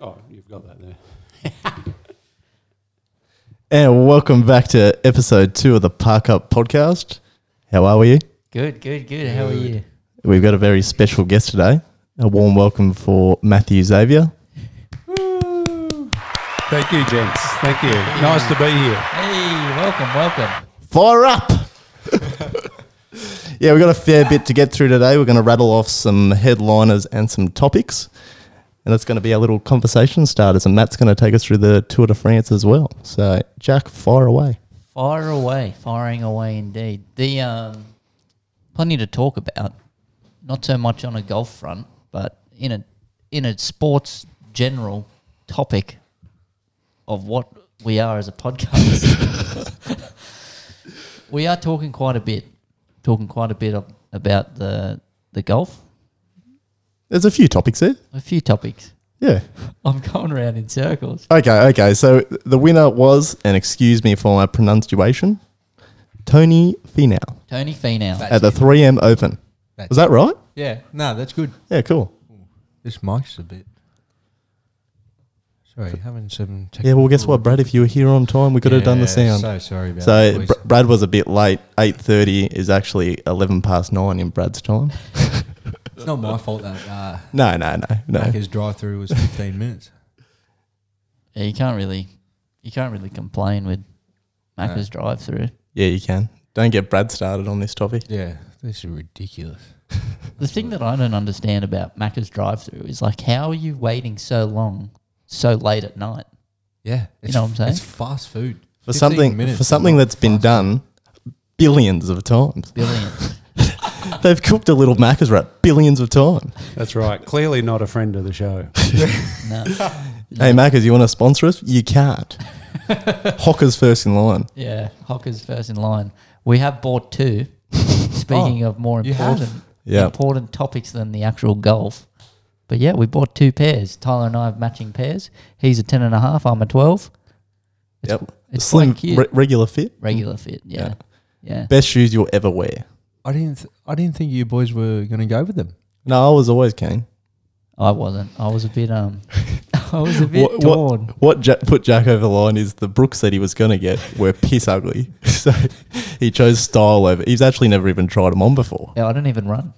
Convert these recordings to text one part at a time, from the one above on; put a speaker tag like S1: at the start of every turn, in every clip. S1: Oh, you've got that there.
S2: And welcome back to episode two of the Park Up podcast. How are we?
S3: Good, good, good. How are you?
S2: We've got a very special guest today. A warm welcome for Matthew Xavier.
S1: Thank you, gents. Thank you. Nice to be here.
S3: Hey, welcome, welcome.
S2: Fire up! yeah, we've got a fair bit to get through today. We're going to rattle off some headliners and some topics. And that's going to be our little conversation starters. And Matt's going to take us through the Tour de France as well. So, Jack, fire away.
S3: Fire away, firing away indeed. The um, plenty to talk about. Not so much on a golf front, but in a in a sports general topic of what we are as a podcast. we are talking quite a bit, talking quite a bit of, about the the golf.
S2: There's a few topics there.
S3: A few topics.
S2: Yeah.
S3: I'm going around in circles.
S2: Okay, okay. So the winner was, and excuse me for my pronunciation, Tony Finau
S3: Tony Finau.
S2: at the 3M Open.
S4: That's
S2: Was that right?
S4: Yeah, no, that's good.
S2: Yeah, cool.
S4: This mic's a bit. Sorry, having some. Technical
S2: Yeah, well, guess what, Brad? If you were here on time, we could have done the
S4: Yeah,
S2: sound.
S4: So sorry about that.
S2: So
S4: boys.
S2: Br- Brad was a bit late. Eight thirty is actually eleven past nine in Brad's time.
S4: it's not my fault that uh,
S2: No, no, no, no.
S4: his drive-through was 15 minutes.
S3: Yeah, you can't really, you can't really complain with Macca's drive through.
S2: Yeah, you can. Don't get Brad started on this topic.
S4: Yeah, this is ridiculous.
S3: The thing that I don't understand about Macca's drive through is like, how are you waiting so long, so late at night?
S4: Yeah, it's
S3: know what I'm
S4: f-
S3: saying?
S4: It's fast food
S2: For
S4: 15
S2: something
S4: minutes
S2: for
S4: is
S2: something
S4: not
S2: that's been
S4: fast
S2: done billions of times.
S3: Billions.
S2: They've cooked a little Macca's wrap billions of times.
S1: That's right. Clearly not a friend of the show.
S3: no.
S2: Hey, Macca's, you want to sponsor us? You can't. Hocker's first in line.
S3: Yeah, Hocker's first in line. We have bought two. Speaking of more
S4: you have?
S3: important,
S2: Oh, Yeah.
S3: important topics than the actual golf. But yeah, we bought two pairs. Tyler and I have matching pairs. He's a ten and a half. I'm a twelve.
S2: Yep.
S3: It's
S2: Slim,
S3: quite cute.
S2: re- regular fit.
S3: Regular fit. Yeah. Yeah.
S2: Best shoes you'll ever wear.
S4: I didn't. Th- I didn't think you boys were going to go with them.
S2: No, I was always keen.
S3: I wasn't. I was a bit um. I was a bit
S2: What,
S3: torn.
S2: what, what Jack, put Jack over the line is the Brooks that he was going to get were piss ugly. So he chose style over. He's actually never even tried them on before.
S3: Yeah, I don't even run.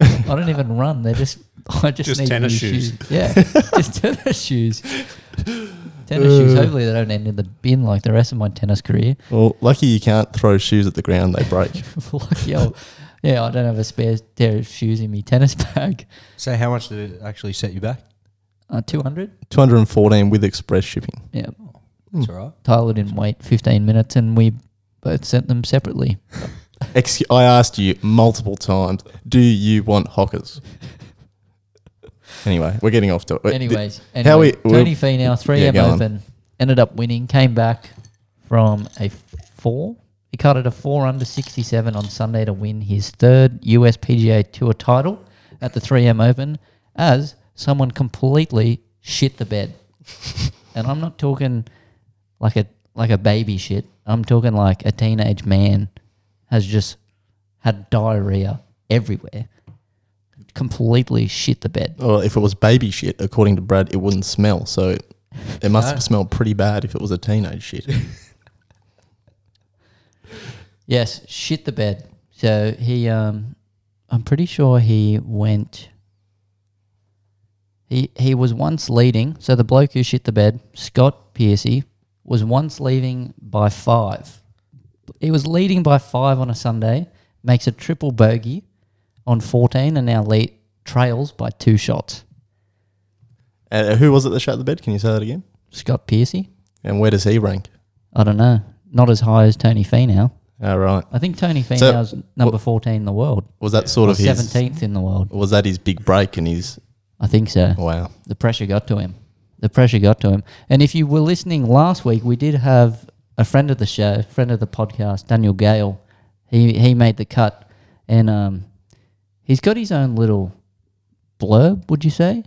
S3: I don't even run. They're just I just,
S1: Just
S3: need
S1: tennis
S3: new
S1: shoes.
S3: Yeah, just tennis shoes. Tennis
S1: Uh.
S3: shoes. Hopefully they don't end in the bin like the rest of my tennis career.
S2: Well, lucky you can't throw shoes at the ground, they break.
S3: Fuck, yo, yeah, I don't have a spare pair of shoes in my tennis bag.
S4: So how much did it actually set you back?
S3: Uh, Two hundred.
S2: 214 with express shipping.
S3: Yeah,
S2: Hmm.
S4: That's all right.
S3: Tyler didn't wait fifteen minutes, and we both sent them separately.
S2: Ex- I asked you multiple times, do you want hockers? Anyway, we're getting off to it.
S3: Anyways, anyway,
S2: how we-
S3: Tony Finau, three
S2: Yeah,
S3: M
S2: go on.
S3: Open, ended up winning. Came back from a f- four. He cut it a four under sixty seven on Sunday to win his third US PGA Tour title at the three M Open. As someone completely shit the bed, and I'm not talking like a like a baby shit. I'm talking like a teenage man has just had diarrhea everywhere. Completely shit the bed.
S2: Well, if it was baby shit, according to Brad, it wouldn't smell. So it must
S3: Ah.
S4: No.
S2: have smelled pretty bad if it was a teenage shit.
S3: Yes, shit the bed. So he, um, I'm pretty sure he went. He he was once leading. So the bloke who shit the bed, Scott Piercy, was once leading by five. He was leading by five on a Sunday, makes a triple bogey on 14, and now lead, trails by two shots.
S2: Uh, who was it that shut the bed? Can you say that again?
S3: Scott Piercy,
S2: And where does he rank?
S3: I don't know, not as high as Tony Finau.
S2: All Ah, right.
S3: I think Tony Finau's number 14 in the world,
S2: Was that sort
S3: or
S2: of his?
S3: 17th in the world.
S2: Was that his big break? And his
S3: I think so.
S2: wow.
S3: the pressure got to him. The pressure got to him. And if you were listening last week, we did have a friend of the show, friend of the podcast, Daniel Gale. He he made the cut, and um, he's got his own little blurb. Would you say?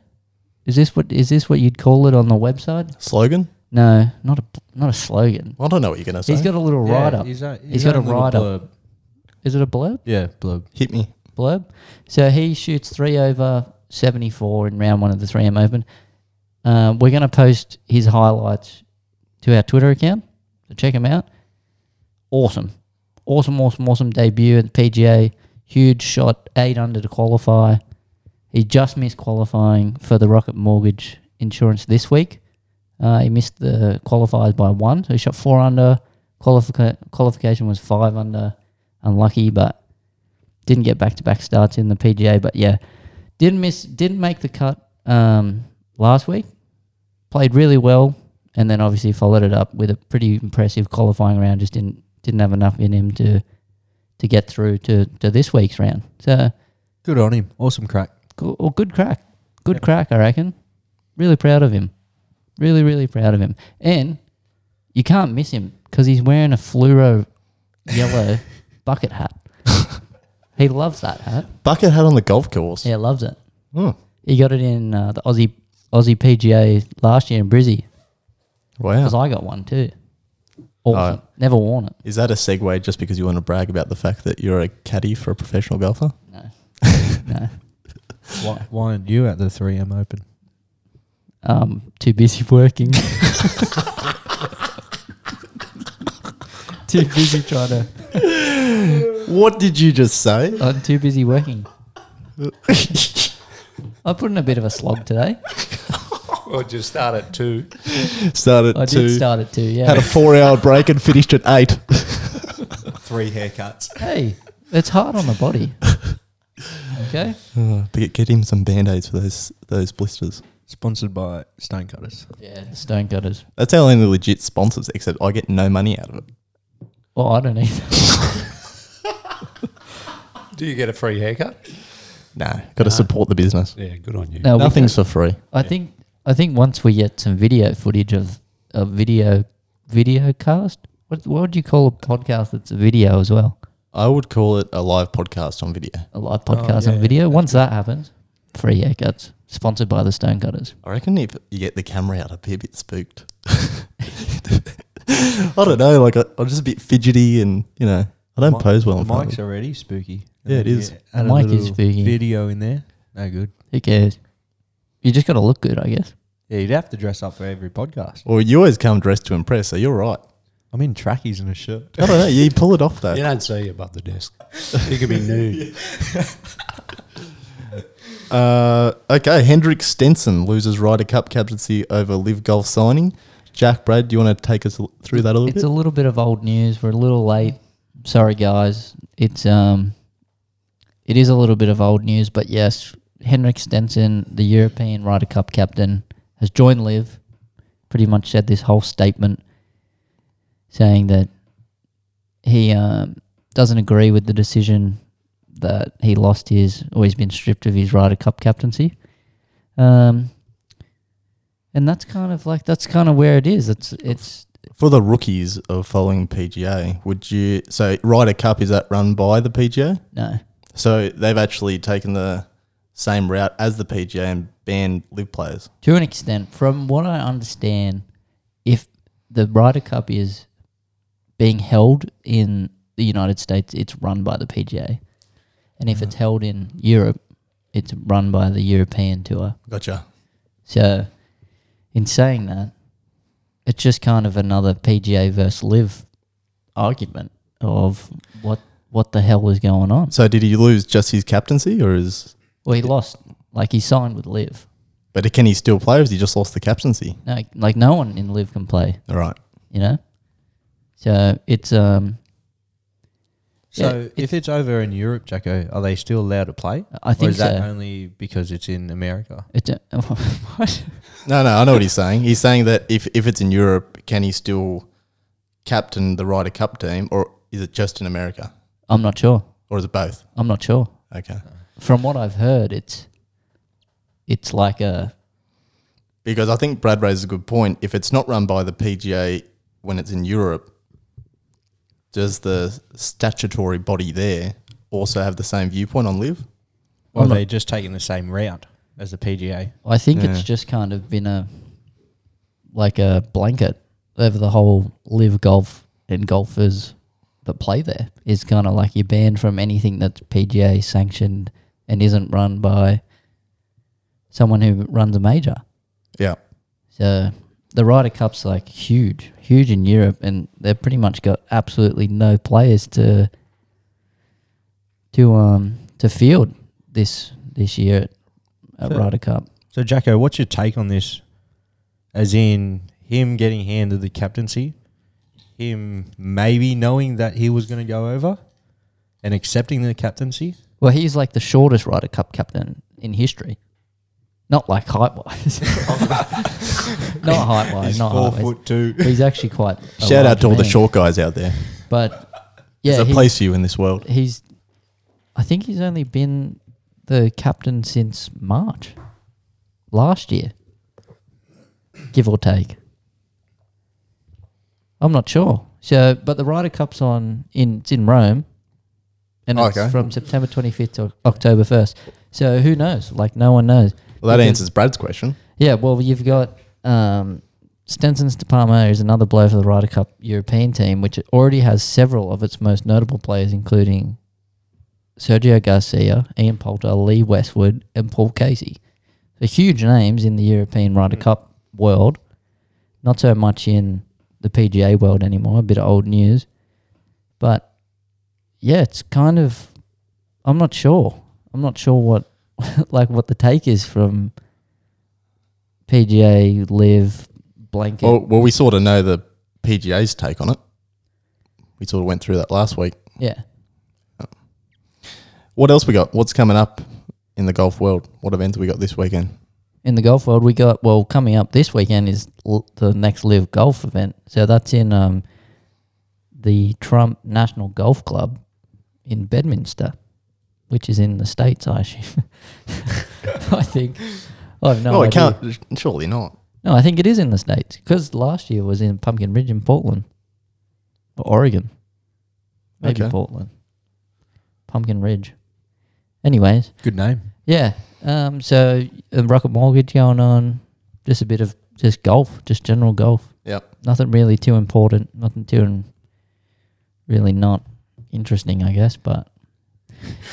S3: Is this what is this what you'd call it on the website?
S2: Slogan?
S3: No, not a not a slogan.
S2: I don't know what you're gonna say.
S3: He's got a little write up.
S4: He's,
S3: he's got a write up. Is it a blurb?
S4: Yeah, blurb.
S2: Hit me.
S3: blurb. So he shoots three over 74 in round one of the 3M Open. Um, we're going to post his highlights to our Twitter account. So check him out. Awesome. Awesome, awesome, awesome debut at the PGA. Huge shot, eight under to qualify. He just missed qualifying for the Rocket Mortgage Insurance this week. Uh, he missed the qualifiers by one. So he shot four under. Qualifica- qualification was five under. Unlucky, but didn't get back to back starts in the PGA. But yeah, didn't miss, didn't make the cut um, last week. Played really well, and then obviously followed it up with a pretty impressive qualifying round. Just didn't didn't have enough in him to to get through to to this week's round. So
S4: Good on him. Awesome crack.
S3: Go- Well, good crack. Good crack, I reckon. Really proud of him. Really, really proud of him. And you can't miss him because he's wearing a fluoro yellow bucket hat. he loves that hat.
S2: Bucket hat on the golf course.
S3: Yeah, loves it.
S2: Hmm.
S3: He got it in uh, the Aussie Aussie PGA last year in Brizzy because
S2: Wow.
S3: I got one too. Awesome.
S2: Oh.
S3: Never worn it.
S2: Is that a segue just because you want to brag about the fact that you're a caddy for a professional golfer?
S3: No. no.
S4: Why, why aren't you at the 3M Open?
S3: Um, too busy working. too busy trying to.
S2: What did you just say?
S3: I'm too busy working. I put in a bit of a slog today.
S1: Or just start at two.
S2: Started
S3: I
S2: to
S3: did start it too.
S2: had
S3: Yeah.
S2: a four hour break and finished at eight.
S5: Three haircuts.
S3: hey, it's hard on the body. Okay.
S2: Get, get him some band aids for those those blisters.
S4: Sponsored by Stonecutters.
S3: Yeah. Stone gutters.
S2: That's our only legit sponsors, except I get no money out of it.
S3: Well, I don't either.
S1: Do you get a free haircut?
S2: Nah, Uh, got to support the business.
S1: Yeah, good on you.
S3: No, we
S2: Nothing's for free.
S3: I think I think once we get some video footage of a video video cast. What what would you call a podcast that's a video as well?
S2: I would call it a live podcast on video.
S3: A live podcast
S4: Oh, yeah,
S3: on video. once that happens, free haircuts. Sponsored by the Stone Gutters.
S2: I reckon if you get the camera out, I'd be a bit spooked. I don't know. Like I, I'm just a bit fidgety, and you know, I don't
S4: Mi-
S2: pose well.
S4: The
S2: in front of
S4: mic's already spooky.
S2: Yeah, it is.
S4: And
S3: The mic is spooky.
S4: Video in there. No good.
S3: Who cares? You just gotta look good, I guess.
S4: Yeah, you'd have to dress up for every podcast.
S2: Well, you always come dressed to impress, so you're right.
S4: I'm in trackies and a shirt.
S2: I don't know. You pull it off though.
S1: You don't see above the desk. You could be nude.
S2: Uh, okay, Hendrik Stenson loses Ryder Cup captaincy over Live Golf signing. Jack, Brad, do you want to take us l- through that a little
S3: it's
S2: bit?
S3: a little bit of old news. We're a little late. Sorry, guys. It's um, it is a little bit of old news, but yes, Henrik Stenson, the European Ryder Cup captain, has joined Live. Pretty much said this whole statement, saying that he um, doesn't agree with the decision that he lost his or he's been stripped of his Ryder Cup captaincy. Um, and that's kind of like that's kind of where it is. It's it's
S2: For the rookies of following PGA, would you so Ryder Cup is that run by the PGA?
S3: no.
S2: So they've actually taken the same route as the PGA and banned Live players.
S3: To an extent, from what I understand, if the Ryder Cup is being held in the United States, it's run by the PGA. And if it's held in Europe, it's run by the European Tour.
S2: Gotcha.
S3: So, in saying that, it's just kind of another PGA versus Live argument of what what the hell was going on.
S2: So did he lose just his captaincy, or is
S3: Well, he lost, like he signed with Live.
S2: but can he still play? Or has he just lost the captaincy?
S3: No, like no one in Live can play.
S2: All right.
S3: you know. So it's um, Yeah,
S4: So if it's over in Europe, Jacko, are they still allowed to play?
S3: I
S4: Or
S3: think
S4: is that
S3: so.
S4: only because it's in America?
S3: It's a, what?
S2: No, no, I know what he's saying. He's saying that if, if it's in Europe, can he still captain the Ryder Cup team, or is it just in America,
S3: I'm not sure.
S2: or is it both?
S3: I'm not sure.
S2: Okay,
S3: From what I've heard, it's it's like a
S2: because I think Brad raises a good point. If it's not run by the PGA when it's in Europe, does the statutory body there also have the same viewpoint on live?
S4: Or are
S3: I'm not-
S4: they just taking the same route as the PGA?
S3: I think it's
S2: Yeah.
S3: just kind of been a like a blanket over the whole live golf and golfers that play there. It's kind of like you're banned from anything that's PGA sanctioned and isn't run by someone who runs a major.
S2: Yeah,
S3: So the Ryder Cup's like huge, huge in Europe, and they've pretty much got absolutely no players to to um to field this this year at, at
S5: So-
S3: Ryder Cup.
S5: So, Jacko, what's your take on this? As in him getting handed the captaincy, him maybe knowing that he was going to go over and accepting the captaincy.
S3: Well, he's like the shortest Ryder Cup captain in history. Not like height wise. not height wise. Not height wise.
S5: two.
S3: He's actually quite. a
S2: Shout out
S3: large
S2: to all the
S3: Oh, man.
S2: short guys out there.
S3: But yeah,
S2: There's a
S3: he-
S2: place for you in this world.
S3: he's. I think he's only been the captain since March last year, give or take. I'm not sure. So, but the Ryder Cup's on in it's in Rome, and
S2: Okay.
S3: it's from September 25th to October 1st. So who knows? Like no one knows.
S2: Well, that
S3: Because-
S2: answers Brad's question.
S3: Yeah, well, you've got um, Stenson's De Palma is another blow for the Ryder Cup European team, which already has several of its most notable players, including Sergio Garcia, Ian Poulter, Lee Westwood, and Paul Casey. So huge names in the European Ryder Cup world. Not so much in the PGA world anymore. A bit of old news, but yeah, it's kind of. I'm not sure. I'm not sure what, like, what the take is from PGA Live blanket.
S2: Well, well, we sort of know the PGA's take on it. We sort of went through that last week.
S3: Yeah.
S2: What else we got? What's coming up in the golf world? What events we got this weekend?
S3: in the golf world, we got well coming up this weekend is l- the next Live Golf event. So that's in um, the Trump National Golf Club in Bedminster, which is in the states. I assume. I think. I have no.
S2: oh,
S3: idea.
S2: it can't. Surely not.
S3: No, I think it is in the states because last year was in Pumpkin Ridge in Portland, or Oregon, maybe
S2: Okay.
S3: Portland, Pumpkin Ridge. Anyways,
S5: Good name.
S3: yeah. Um, so uh, Rocket Mortgage going on, just a bit of just golf, just general golf.
S2: Yep.
S3: Nothing really too important. Nothing too in- really not interesting, I guess. But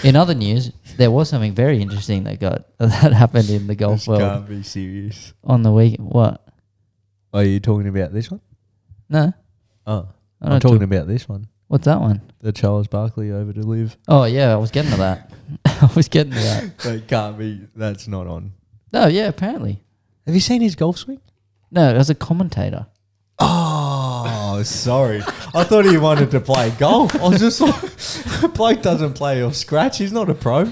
S3: in other news, there was something very interesting that got that happened in the golf world
S5: be serious.
S3: on the week. What?
S5: Are you talking about this one?
S3: No,
S5: Oh,
S3: I
S5: I'm
S3: don't
S5: talking
S3: talk-
S5: about this one.
S3: What's that one?
S5: The Charles Barkley over to live.
S3: Oh yeah, I was getting to that. I was getting to that.
S5: That can't be. That's not on.
S3: No, yeah, apparently.
S5: Have you seen his golf swing?
S3: No, as a commentator.
S5: Oh, sorry. I thought he wanted to play golf. I was just like, Blake doesn't play off scratch. He's not a pro.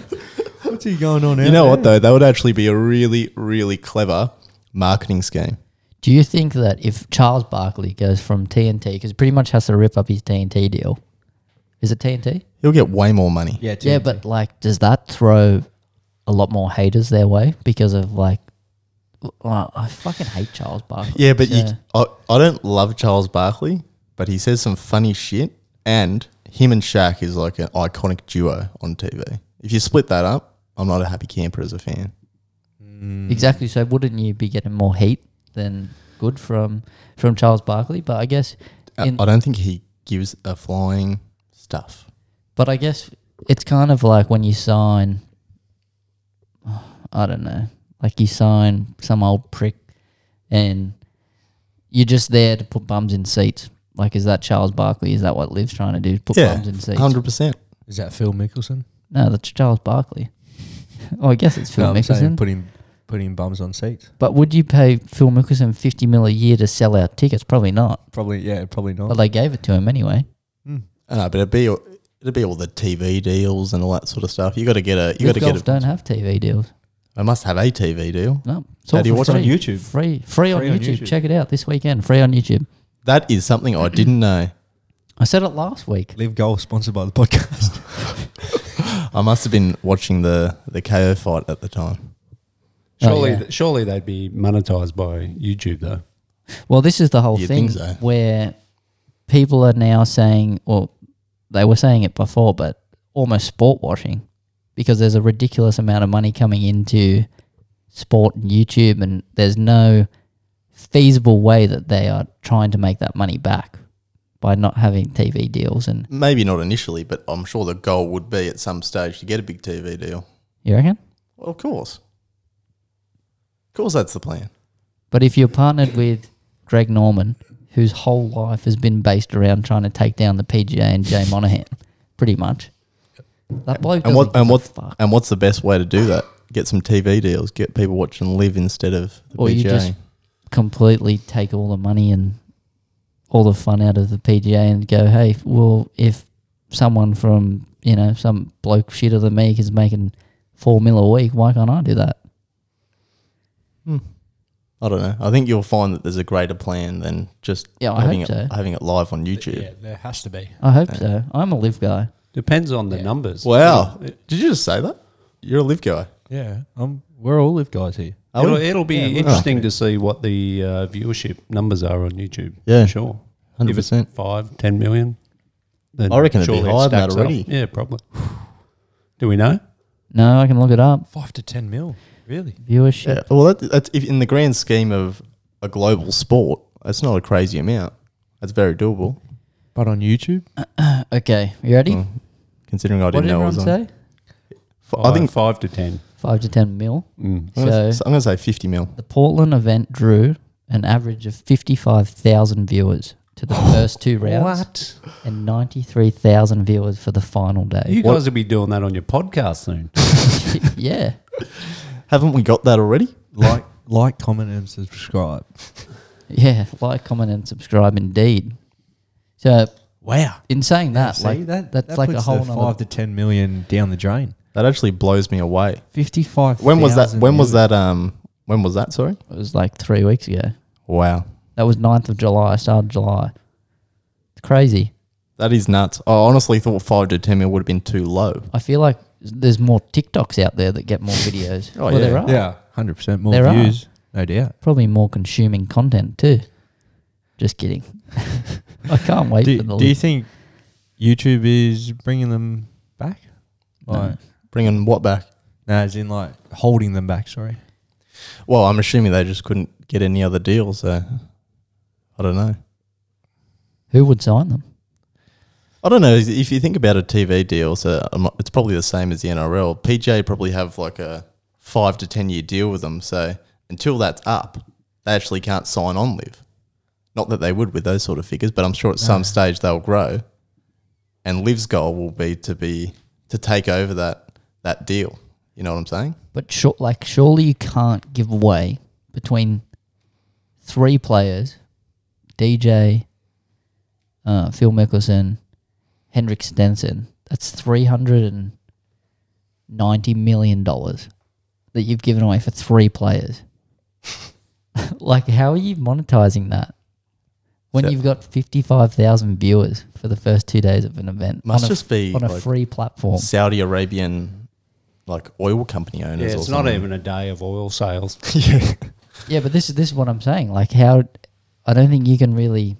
S5: What's he going on?
S2: You know what though? That would actually be a really, really clever marketing scheme.
S3: Do you think that if Charles Barkley goes from TNT, because pretty much has to rip up his TNT deal, is it TNT?
S2: He'll get way more money.
S5: Yeah,
S3: Yeah, but like, does that throw a lot more haters their way because of like, well, I fucking hate Charles Barkley.
S2: Yeah, but you,
S3: so-
S2: I, I don't love Charles Barkley, but he says some funny shit, and him and Shaq is like an iconic duo on TV. If you split that up, I'm not a happy camper as a fan. Mm.
S3: exactly. So wouldn't you be getting more heat than good from from Charles Barkley? But I guess,
S2: Uh, I-
S3: in,
S2: I don't think he gives a flying stuff.
S3: but I guess it's kind of like when you sign, I don't know, like you sign some old prick and you're just there to put bums in seats. Like, is that Charles Barkley? Is that what Liv's trying to do? Put
S2: Yeah,
S3: bums in seats.
S2: Hundred percent.
S5: Is that Phil Mickelson?
S3: No, that's Charles Barkley. oh, I guess it's Phil
S5: I'm saying
S3: Mickelson.
S5: putting putting bums on seats.
S3: but would you pay Phil Mickelson 50 mil a year to sell out tickets? Probably not.
S5: Probably, yeah, probably not.
S3: But they gave it to him anyway.
S2: I know, Uh, but it'd be it'd be all the TV deals and all that sort of stuff. You got to get a you got to
S3: Live
S2: get
S3: Golf
S2: a.
S3: don't have TV deals.
S2: I must have a TV deal.
S3: No. It's
S2: How
S3: all
S2: do you
S3: for
S2: watch
S3: free.
S2: on
S5: YouTube?
S3: Free, free, on,
S5: Free on
S3: YouTube.
S5: YouTube.
S3: Check it out this weekend. Free on YouTube.
S2: That is something I didn't know.
S3: I said it last week.
S5: Live golf sponsored by the podcast.
S2: I must have been watching the the KO fight at the time.
S3: Oh,
S1: Surely,
S3: yeah.
S1: th- surely they'd be monetized by YouTube though.
S3: Well, this is the whole
S2: You'd
S3: thing
S2: think so.
S3: where people are now saying, well, they were saying it before, but almost sport washing because there's a ridiculous amount of money coming into sport and YouTube, and there's no feasible way that they are trying to make that money back by not having TV deals. And
S2: Maybe not initially, but I'm sure the goal would be at some stage to get a big TV deal.
S3: you reckon?
S2: Well, of course, of course, that's the plan.
S3: But if you're partnered with Greg Norman, whose whole life has been based around trying to take down the PGA and Jay Monahan, pretty much. That bloke
S2: And what
S3: doesn't
S2: and
S3: give a
S2: what
S3: fuck.
S2: and what's the best way to do that? Get some TV deals, get people watching live instead of the
S3: Or
S2: PGA.
S3: you just completely take all the money and all the fun out of the PGA and go, hey, well, if someone from, you know, some bloke shitter than me is making four mil a week, why can't I do that?
S2: I don't know. I think you'll find that there's a greater plan than just
S3: Yeah, I
S2: having
S3: hope
S2: it
S3: so.
S2: having it live on YouTube.
S5: Yeah, there has to be.
S3: I hope so. I'm a live guy.
S1: Depends on the numbers.
S2: Wow. Did you just say that? You're a live guy.
S5: Yeah, um, we're all live guys here.
S2: Are
S1: it'll,
S2: we?
S1: it'll be interesting to see what the uh, viewership numbers are on YouTube.
S2: Yeah.
S1: sure.
S2: 100%.
S1: Five, ten million. Then
S2: I reckon it'd be
S1: surely it
S2: higher than that
S1: stacks up.
S2: already.
S1: Yeah, probably. Do we know?
S3: No, I can look it up.
S5: Five to ten mil, really?
S3: Viewership.
S2: Yeah. Well, that, that's if in the grand scheme of a global sport, that's not a crazy amount. That's very doable,
S5: But on YouTube,
S3: Okay, you ready?
S2: Mm, considering I
S3: what
S2: didn't
S3: did
S2: know it
S3: everyone
S2: was on.
S3: say?
S2: F- I
S1: Five-
S2: think
S1: five to ten.
S3: Five to ten mil.
S1: Mm.
S2: I'm gonna,
S3: So-
S2: I'm gonna say 50 mil.
S3: The Portland event drew an average of fifty-five thousand viewers to the first two rounds,
S1: What?
S3: and ninety-three thousand viewers for the final day.
S1: You guys will be doing that on your podcast soon.
S3: yeah,
S2: Haven't we got that already?
S5: like, like, comment, and subscribe.
S3: yeah. Like, comment, and subscribe. Indeed. So,
S5: Wow.
S3: in saying that,
S5: See,
S3: like
S5: that,
S3: that's
S5: that
S3: like a
S5: puts the
S3: whole
S5: five
S3: nother.
S5: to ten million down the drain.
S2: That actually blows me away.
S5: Fifty-five.
S2: When was that? When was that? Um, when was that? Sorry.
S3: It was like three weeks ago.
S2: Wow,
S3: That was 9th of July. Start of July. It's crazy.
S2: that is nuts. I honestly thought five to 10 mil would have been too low.
S3: I feel like there's more TikToks out there that get more videos.
S2: Oh,
S3: well,
S2: yeah.
S3: there are.
S5: Yeah, hundred percent more
S3: There are.
S5: views, no doubt.
S3: Probably more consuming content too. Just kidding. I can't wait
S5: Do,
S3: for the
S5: do you think YouTube is bringing them back? Like,
S2: Bringing what back?
S5: no, as in like holding them back. Sorry.
S2: Well, I'm assuming they just couldn't get any other deal, so I don't know.
S3: who would sign them?
S2: I don't know. If you think about a TV deal, so I'm not- it's probably the same as the NRL. PJ probably have like a five to 10 year deal with them. So until that's up, they actually can't sign on live. Not that they would with those sort of figures, but I'm sure at some stage they'll grow. And Liv's goal will be to be to take over that that deal. You know what I'm saying?
S3: But sure, like surely you can't give away between three players, DJ, uh, Phil Mickelson, Hendrik Stenson. That's three hundred and ninety million dollars that you've given away for three players. like, how are you monetizing that when
S2: So-
S3: you've got fifty-five thousand viewers for the first two days of an event
S2: Must
S3: on a,
S2: just be
S3: on a
S2: like
S3: free platform?
S2: Saudi Arabian like oil company owners.
S1: Yeah,
S2: or
S1: it's not
S2: something.
S1: even a day of oil sales.
S3: Yeah, but this is this is what I'm saying. Like, how I don't think you can really,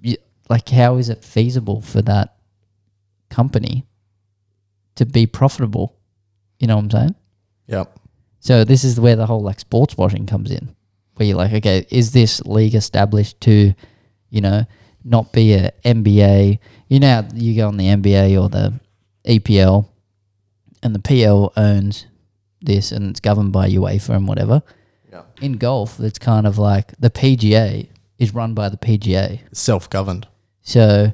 S3: you, like, how is it feasible for that company to be profitable? You know what I'm saying?
S2: Yep.
S3: So this is where the whole like sports washing comes in, where you're like, okay, is this league established to, you know, not be a NBA? You know, how you go on the NBA or the EPL, and the PL owns this, and it's governed by UEFA and whatever.
S2: Yeah.
S3: In golf, it's kind of like the PGA is run by the PGA,
S2: Self governed.
S3: so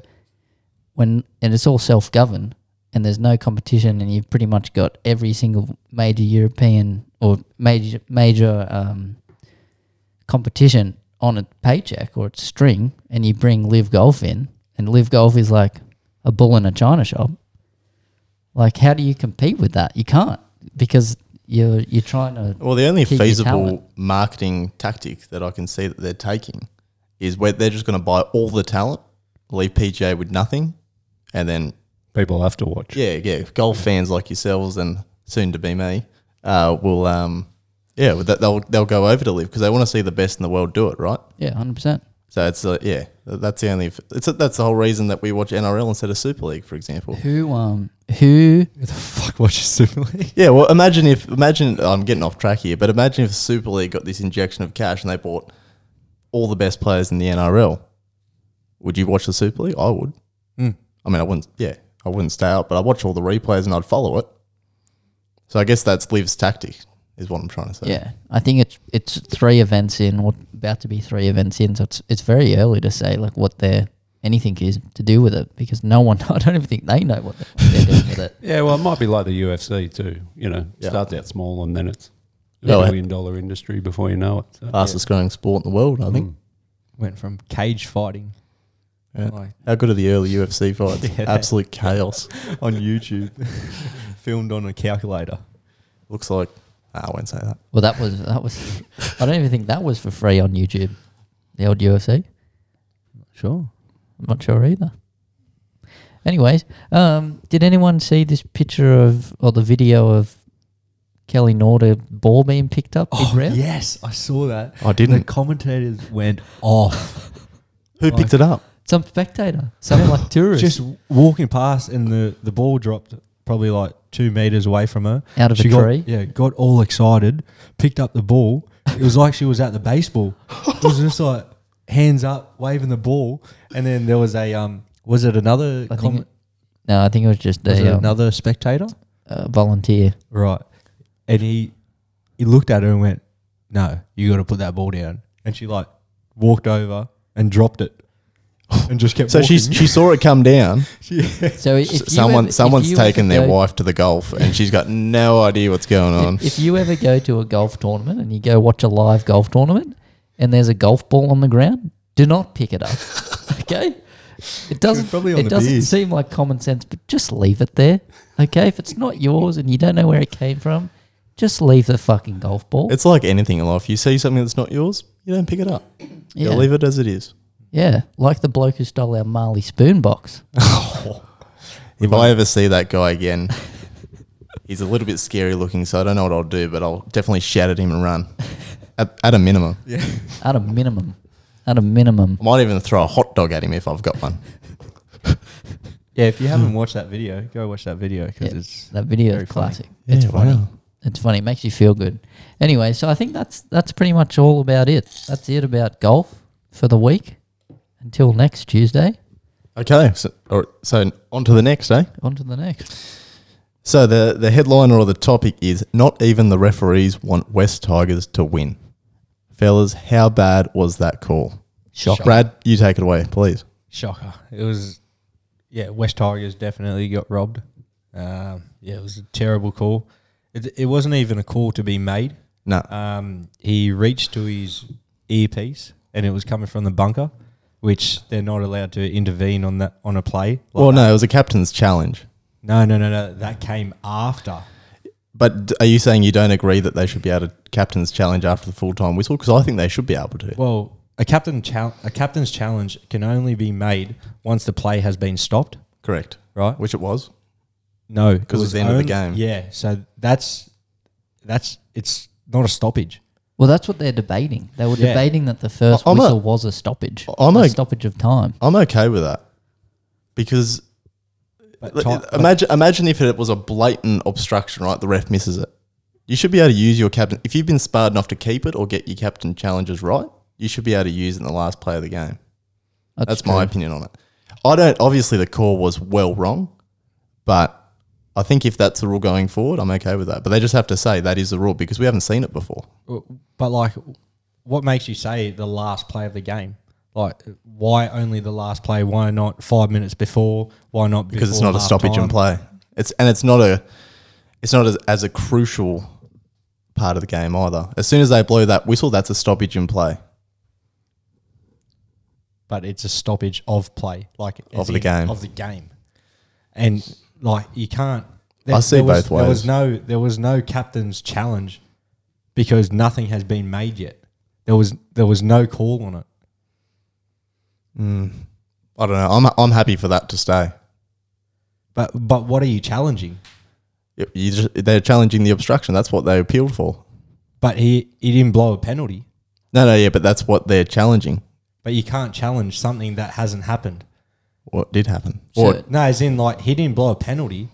S3: when and it's all self governed and there's no competition and you've pretty much got every single major European or major major um, competition on a paycheck or its string and you bring live golf in and live golf is like a bull in a china shop. Like how do you compete with that? You can't because you're you're trying to
S2: Well, the only
S3: keep your talent.
S2: feasible marketing tactic that I can see that they're taking is where they're just going to buy all the talent, leave PGA with nothing, and then
S1: People have to watch.
S2: yeah, yeah, golf fans like yourselves and soon to be me uh, will um yeah with that they'll they'll go over to live because they want to see the best in the world do it right.
S3: yeah, hundred percent.
S2: So it's uh, yeah, th- that's the only f- it's that's the whole reason that we watch NRL instead of Super League, for example.
S3: Who um who
S5: Who the fuck watches Super League?
S2: Yeah, well, imagine if imagine I'm getting off track here, but imagine if Super League got this injection of cash and they bought all the best players in the NRL. Would you watch the Super League? I would.
S5: Mm.
S2: I mean, I wouldn't. Yeah, I wouldn't stay out, but I would watch all the replays and I'd follow it. So I guess that's Liv's tactic. is what I'm trying to say.
S3: Yeah, I think it's it's three events in, or about to be three events in. So it's it's very early to say like what their anything is to do with it because no one. I don't even think they know what the- what they're doing with it.
S1: Yeah, well, it might be like the UFC too. You know,
S2: Yeah.
S1: starts out small and then it's a
S2: No, I-
S1: billion dollar industry before you know it. So.
S2: Fastest growing sport in the world, Uh, I think.
S1: Mm.
S5: Went from cage fighting
S2: Yeah.
S5: like
S2: How good are the early UFC fights?
S5: Yeah, they-
S2: Absolute chaos.
S5: on YouTube, filmed on a calculator.
S2: Looks like I won't say that.
S3: Well, that was that was. I don't even think that was for free on YouTube. The old UFC.
S5: Sure.
S3: I'm not sure either. Anyways, um, did anyone see this picture of or the video of Kelly Norder ball being picked up
S5: Oh
S3: in round?
S5: yes, I saw that.
S2: I
S5: The
S2: didn't.
S5: commentators went off.
S2: Who picked it up?
S3: Some spectator, some like tourist,
S5: Just walking past, and the the ball dropped probably like two meters away from her.
S3: out of a
S5: she got,
S3: tree.
S5: Yeah, got all excited, picked up the ball. It was like she was at the baseball. It was just like hands up, waving the ball, and then there was a um. Was it another?
S3: I
S5: com-
S3: think No, I think it was just
S5: was it
S3: a um,
S5: another spectator?
S3: uh, volunteer.
S5: Right, and he he looked at her and went, "No, you got to put that ball down." And she like walked over and dropped it, and just kept.
S2: So
S5: walking.
S2: she she saw it come down.
S3: So if
S2: S-
S3: you
S2: Someone
S3: ever- if
S2: someone's
S3: you ever
S2: taken their
S3: go-
S2: wife to the golf, and she's got no idea what's going on.
S3: If, if you ever go to a golf tournament and you go watch a live golf tournament and there's a golf ball on the ground, do not pick it up. okay? It doesn't
S5: probably on
S3: it
S5: the
S3: doesn't
S5: beach.
S3: seem like common sense, but just leave it there. Okay? If it's not yours and you don't know where it came from, just leave the fucking golf ball.
S2: It's like anything in life. You see something that's not yours, you don't pick it up. You
S3: yeah.
S2: leave it as it is.
S3: yeah. Like the bloke who stole our Marley spoon box.
S2: If I ever see that guy again, he's a little bit scary looking, so I don't know what I'll do, but I'll definitely shout at him and run. At, at a minimum,
S3: At a minimum. At a minimum.
S2: I might even throw a hot dog at him if I've got one.
S5: yeah, if you haven't watched that video, go watch that video because
S3: Yeah.
S5: it's
S3: That video
S5: Very
S3: is
S5: funny.
S3: classic. It's funny. It's funny. It makes you feel good. Anyway, so I think that's that's pretty much all about it. That's it about golf for the week. Until next Tuesday.
S2: Okay, so, or, so on to the next, eh?
S3: On to the next.
S2: So the the headline or the topic is not even the referees want West Tigers to win. Fellas, how bad was that call?
S3: Shock.
S2: Brad, you take it away, please.
S5: shocker. It was, yeah, West Tigers definitely got robbed. Um, yeah, it was a terrible call. It, it wasn't even a call to be made.
S2: No.
S5: Um, he reached to his earpiece and it was coming from the bunker, which they're not allowed to intervene on that on a play. like
S2: well,
S5: that.
S2: no, it was a captain's challenge.
S5: no, no, no, no. That came after.
S2: But d- are you saying you don't agree that they should be able to captain's challenge after the full time whistle? Because I think they should be able to.
S5: Well, a captain chal- a captain's challenge can only be made once the play has been stopped,
S2: Correct.
S5: right?
S2: Which it was.
S5: No,
S2: 'Cause it's the end of the game.
S5: Yeah, so that's that's it's not a stoppage.
S3: Well, that's what they're debating. They were
S5: Yeah.
S3: debating that the first
S2: I- I'm a-
S3: whistle was a stoppage.
S2: I'm
S3: a,
S2: a-
S3: stoppage of time.
S2: I'm okay with that. Because
S5: But
S2: l-
S5: ti-
S2: imagine imagine if it was a blatant obstruction, right? The ref misses it. You should be able to use your captain. If you've been smart enough to keep it or get your captain challenges right, you should be able to use it in the last play of the game.
S3: That's,
S2: That's my
S3: true.
S2: opinion on it. I don't. Obviously, the call was well wrong, but I think if that's the rule going forward, I'm okay with that. But they just have to say that is the rule because we haven't seen it before.
S5: but, but like, what makes you say the last play of the game? Like, why only the last play? Why not five minutes before? Why not
S2: Because it's
S5: before
S2: not a
S5: half
S2: stoppage
S5: time?
S2: in play. It's and it's not a, it's not as, as a crucial part of the game either. As soon as they blow that whistle, that's a stoppage in play
S5: But it's a stoppage of play, like as
S2: Of the
S5: in
S2: game.
S5: of the game, and like you can't.
S2: I see
S5: was,
S2: both
S5: There was
S2: ways.
S5: no there was no captain's challenge because nothing has been made yet. There was there was no call on it.
S2: I don't know. I'm I'm happy for that to stay.
S5: But but what are you challenging?
S2: You- you just- they're challenging the obstruction. That's what they appealed for.
S5: But he he didn't blow a penalty.
S2: No, no, yeah, but that's what they're challenging.
S5: But you can't challenge something that hasn't happened.
S2: What did happen?
S3: So,
S2: Or-
S5: No, as in like he didn't blow a penalty,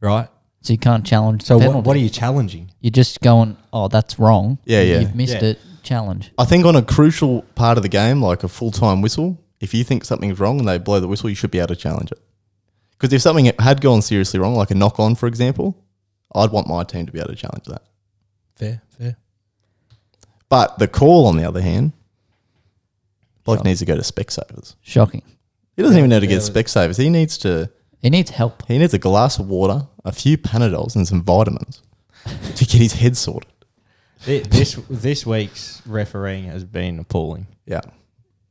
S5: right?
S3: so you can't challenge.
S5: So
S3: So
S5: what, what are you challenging?
S3: You're just going. Oh, that's wrong.
S2: Yeah, yeah.
S3: You've missed
S5: Yeah.
S3: it. Challenge.
S2: I think on a crucial part of the game, like a full time whistle, if you think something's wrong and they blow the whistle, you should be able to challenge it. Because if something had gone seriously wrong, like a knock on, for example, I'd want my team to be able to challenge that.
S5: Fair,
S2: But the call, on the other hand, Blake needs to go to Specsavers.
S3: Shocking.
S2: He doesn't even know to
S5: yeah,
S2: get Specsavers. He needs to.
S3: He needs help.
S2: He needs a glass of water, a few Panadols, and some vitamins to get his head sorted.
S5: Thi- This this week's refereeing has been appalling.
S2: Yeah.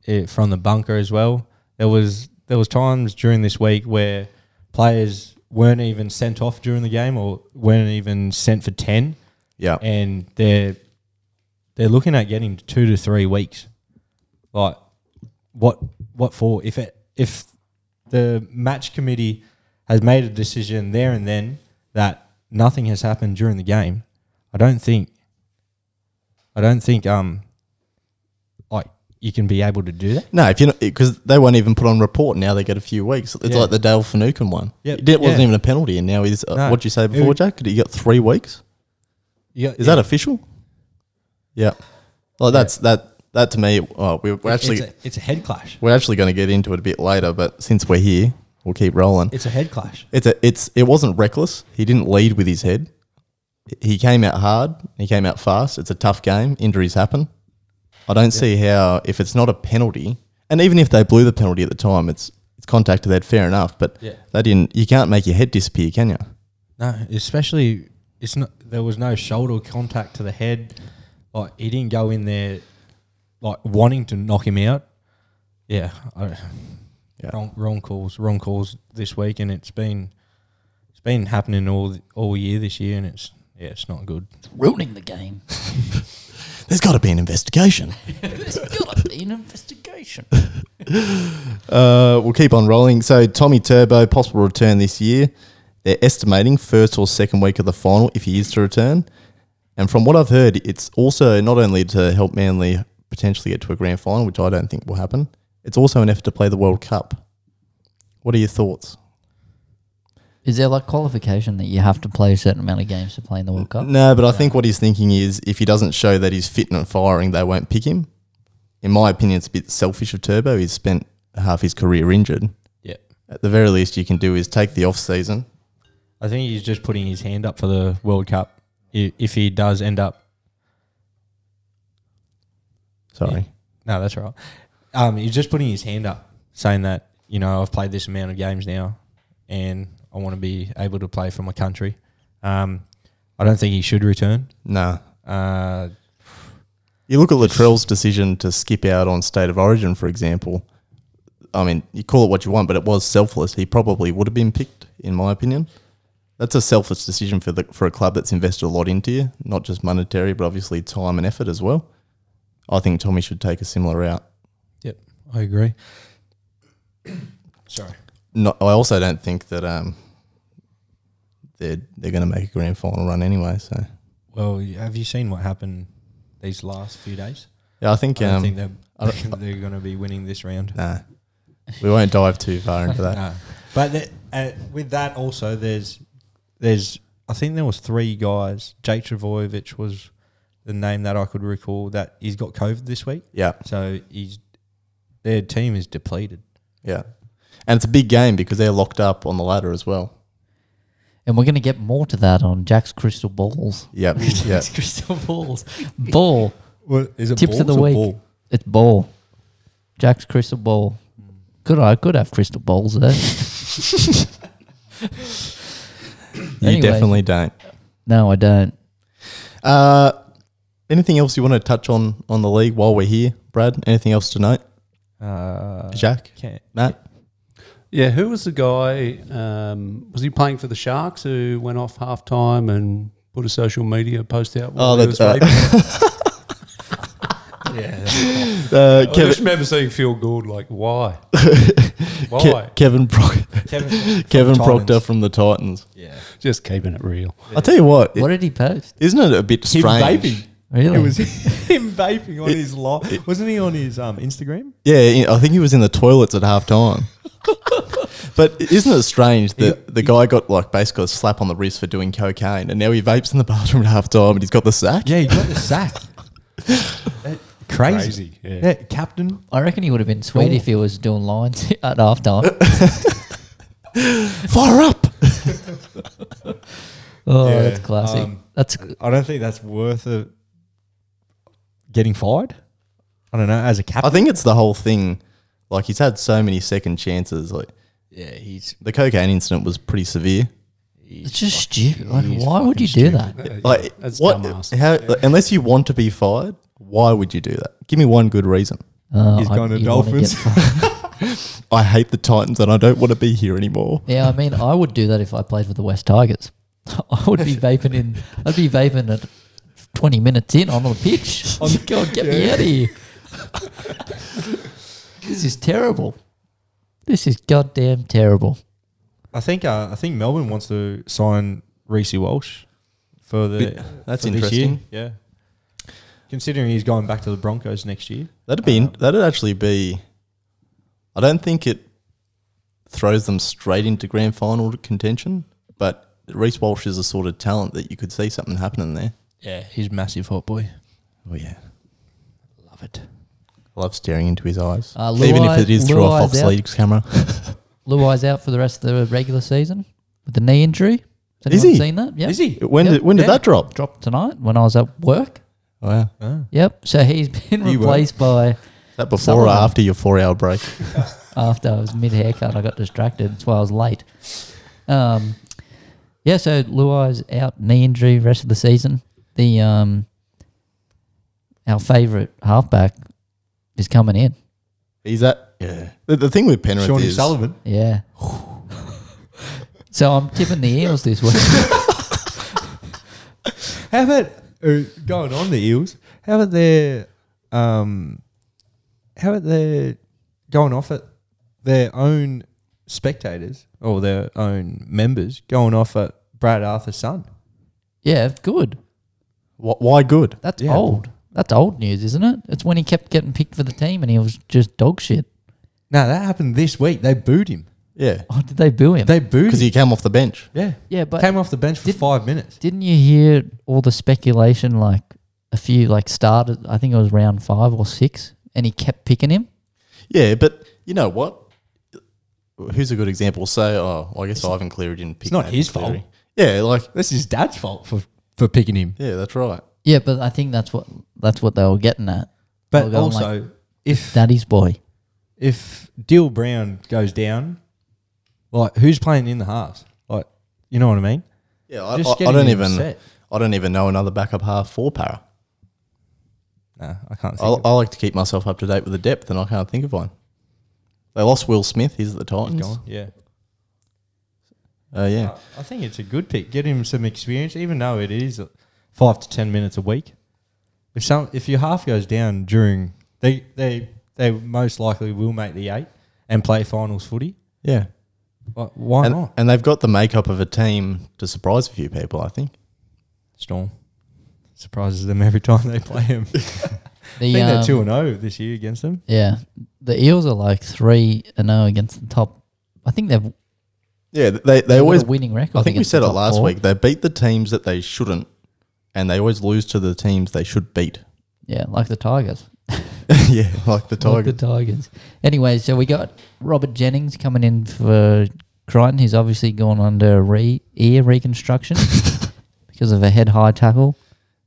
S5: It, from the bunker as well. There was there was times during this week where players weren't even sent off during the game or weren't even sent for ten,
S2: Yeah.
S5: and they're they're looking at getting two to three weeks. Like what what for? If it if the match committee has made a decision there and then that nothing has happened during the game, I don't think I don't think um like you can be able to do that.
S2: No, if you because they won't even put on report now. They get a few weeks. It's
S5: Yeah.
S2: like the Dale Finucane one.
S5: Yeah,
S2: It didn't- wasn't
S5: yeah.
S2: even a penalty, and now he's uh,
S5: No.
S2: what'd you say before,
S5: Who-
S2: Jack? You got three weeks.
S5: Yeah,
S2: Is that official? Yeah. Well, that's that. That to me, well, we're, we're actually
S5: it's a, it's a head clash.
S2: we're actually going to get into it a bit later, but since we're here, we'll keep rolling.
S5: It's a head clash.
S2: It's a, it's it wasn't reckless. He didn't lead with his head. He came out hard. He came out fast. It's a tough game. Injuries happen. I don't see how if it's not a penalty, and even if they blew the penalty at the time, it's it's contact to that. Fair enough, but
S5: Yeah.
S2: they didn't. You can't make your head disappear, can you?
S5: No, especially it's not. There was no shoulder contact to the head. Like he didn't go in there, like wanting to knock him out. Yeah, I,
S2: Yeah.
S5: wrong wrong calls, wrong calls this week, and it's been it's been happening all all year this year, and it's yeah, it's not good.
S3: Ruining the game.
S2: There's got to be an investigation.
S3: There's got to be an investigation.
S2: Uh, we'll keep on rolling. So Tommy Turbo possible return this year. They're estimating first or second week of the final if he is to return. And from what I've heard, it's also not only to help Manly potentially get to a grand final, which I don't think will happen. It's also an effort to play the World Cup. What are your thoughts?
S3: Is there like qualification that you have to play a certain amount of games to play in the World Cup?
S2: No, but I think what he's thinking is if he doesn't show that he's fit and firing, they won't pick him. In my opinion, it's a bit selfish of Turbo. He's spent half his career injured.
S5: Yeah,
S2: At the very least, you can do is take the off season,
S5: I think he's just putting his hand up for the World Cup i- if he does end up.
S2: Sorry.
S5: No, that's all right. Um, he's just putting his hand up, saying that you know I've played this amount of games now, and I want to be able to play for my country. Um, I don't think he should return.
S2: Nah.
S5: Uh,
S2: You look at Latrell's decision to skip out on State of Origin, for example. I mean, you call it what you want, but it was selfless. He probably would have been picked, in my opinion. That's a selfless decision for the for a club that's invested a lot into you, not just monetary, but obviously time and effort as well. I think Tommy should take a similar route.
S5: yep, I agree. Sorry.
S2: Not, I also don't think that um, they're they're going to make a grand final run anyway. So
S5: Well, y- have you seen what happened these last few days?
S2: yeah, I think
S5: I don't
S2: um,
S5: think they're,
S2: I
S5: they're going to be winning this round.
S2: nah, we won't dive too far into that.
S5: No. But the, uh, with that also, there's there's I think there was three guys. Jake Travojevic was the name that I could recall that he's got COVID this week,
S2: Yeah.
S5: so he's their team is depleted.
S2: Yeah. And it's a big game because they're locked up on the ladder as well.
S3: And we're going to get more to that on Jack's crystal balls.
S2: Yep. yeah.
S3: Jack's crystal balls. Ball.
S5: Well, is it
S3: Tips of the week. It's ball. Jack's crystal ball. Good. I could have crystal balls there.
S2: You
S3: Anyway.
S2: definitely don't.
S3: No, I don't.
S2: Uh, anything else you want to touch on on the league while we're here, Brad? Anything else to note?
S5: Uh,
S2: Jack?
S5: can't-
S2: Matt?
S1: Yeah, who was the guy? Um, was he playing for the Sharks who went off half time and put a social media post out? while
S2: Oh,
S1: he
S2: that's,
S1: was
S2: uh,
S1: raping?
S5: yeah,
S2: Uh,
S1: I just
S2: Kevin,
S1: remember seeing Phil Gould like, why? why?
S2: Ke- Kevin, Proc-
S5: Kevin,
S2: Kevin
S5: Titans.
S2: Proctor from the Titans.
S5: yeah.
S1: just keeping it real.
S2: i I tell you what,
S3: What did he post?
S2: isn't it a bit
S5: Him
S2: strange?
S5: vaping.
S3: Really?
S5: It was him vaping on his live. Wasn't he on his um, Instagram?
S2: Yeah, I- I think he was in the toilets at half time. but isn't it strange that the guy got like basically a slap on the wrist for doing cocaine and now he vapes in the bathroom at half time and he's got the sack?
S5: Yeah, he got the sack. That- crazy.
S1: Crazy, yeah.
S5: captain.
S3: I reckon he would have been sweet if he was doing lines at half time.
S2: Fire up!
S3: Oh,
S5: Yeah,
S3: that's classic.
S5: um,
S3: that's
S5: I don't think that's worth a getting fired. I don't know as
S2: I
S5: a captain.
S2: think it's the whole thing. Like he's had so many second chances. Like
S5: yeah, he's
S2: the cocaine incident was pretty severe.
S3: It's just stupid. Like, why would you do
S1: Uh,
S3: that?
S2: Like
S1: That's
S2: what?
S1: dumbass.
S2: How, like, unless you want to be fired, why would you do that? Give me one good reason.
S3: Uh,
S5: He's
S3: I-
S5: gone to
S3: you wanna
S5: Dolphins.
S3: get fired.
S2: I hate the Titans and I don't want to be here anymore.
S3: yeah, I mean, I would do that if I played for the West Tigers. I would be vaping in. I'd be vaping at twenty minutes in on the pitch. God, get me out of here. this is terrible. This is goddamn terrible.
S5: I think uh, I think Melbourne wants to sign Reese Walsh for the
S2: That's
S5: for this
S2: interesting.
S5: year. Yeah, considering he's going back to the Broncos next year.
S2: That'd be that'd actually be. I don't think it throws them straight into grand final contention, but Reese Walsh is the sort of talent that you could see something happening there.
S5: Yeah, he's massive hot boy.
S2: Oh yeah,
S5: Love it.
S2: I love staring into his eyes,
S3: Uh,
S2: even
S3: Luai-
S2: if it is through a
S3: Luai's
S2: Fox
S3: out.
S2: Leagues camera.
S3: Luai's out for the rest of the regular season with the knee injury. Has
S2: Is
S3: anyone
S2: he?
S3: seen that? Yeah.
S5: Is he?
S2: when
S3: Yep.
S2: did when did
S5: Yeah.
S2: that drop?
S3: Dropped tonight when I was at work.
S2: Wow,
S5: Oh.
S3: Yep. So he's been
S5: You were.
S3: replaced by
S2: that before or
S3: Sullivan.
S2: after your four hour break?
S3: after I was mid haircut. I got distracted. That's why I was late. Um, yeah. So Luai's out knee injury rest of the season. The um, our favourite halfback is coming in.
S2: He's that yeah. The, the thing with Penrith
S5: Sean
S2: is
S5: Sullivan.
S3: Yeah. so I'm tipping the Eels this week.
S5: How about uh, going on the Eels? How about their um, how about their going off at their own spectators or their own members going off at Brad Arthur's son?
S3: yeah. Good.
S2: wh- why good?
S3: That's
S5: Yeah.
S3: old. That's old news, isn't it? It's when he kept getting picked for the team and he was just dog shit.
S5: No, that happened this week. They booed him.
S2: Yeah,
S3: Oh, did they boo him?
S5: They booed
S2: because
S5: him.
S2: he came off the bench.
S5: yeah,
S3: yeah, but
S5: came off the bench for
S3: did-
S5: five minutes.
S3: didn't you hear all the speculation? Like a few, like started. I think it was round five or six, and he kept picking him.
S2: Yeah, but you know what? Who's a good example? So, oh, I guess Ivan Cleary didn't pick.
S5: it's not
S2: Nathan
S5: his fault.
S2: Cleary. Yeah, like
S5: That's his dad's fault for for picking him.
S2: yeah, that's right.
S3: Yeah, but I think that's what that's what they were getting at.
S5: But
S3: I'll go on
S5: also, if
S3: Daddy's boy.
S5: if Dill Brown goes down, like who's playing in the halves? Like, you know what I mean?
S2: Yeah, I,
S5: Just
S2: I, I
S5: getting
S2: don't
S5: him
S2: even
S5: set.
S2: I don't even know another backup half for Para.
S5: Nah, I can't
S2: I,
S5: think.
S2: I like to keep myself up to date with the depth, and I can't think of one. They lost Will Smith. He's at the Titans.
S5: of, yeah.
S2: Oh yeah,
S5: I think it's a good pick. Get him some experience, even though it is five to ten minutes a week. If some, if your half goes down during, they they they most likely will make the eight and play finals footy.
S2: yeah.
S5: Like, why
S2: And,
S5: not?
S2: and they've got the makeup of a team to surprise a few people. I think.
S5: Storm surprises them every time they play him. I
S3: The,
S5: think they're
S3: um,
S5: two and oh. zero this year against them.
S3: Yeah, the Eels are like three and zero against the top. I think they've
S2: Yeah, they they
S3: they've got
S2: always.
S3: a winning record.
S2: I think we
S3: against
S2: said
S3: the
S2: it
S3: top
S2: last
S3: four.
S2: week. They beat the teams that they shouldn't, and they always lose to the teams they should beat.
S3: Yeah, like the Tigers.
S2: yeah, like the
S3: Like
S2: Tigers.
S3: the Tigers. Anyway, so we got Robert Jennings coming in for Crichton. He's obviously gone under re- ear reconstruction because of a head high tackle.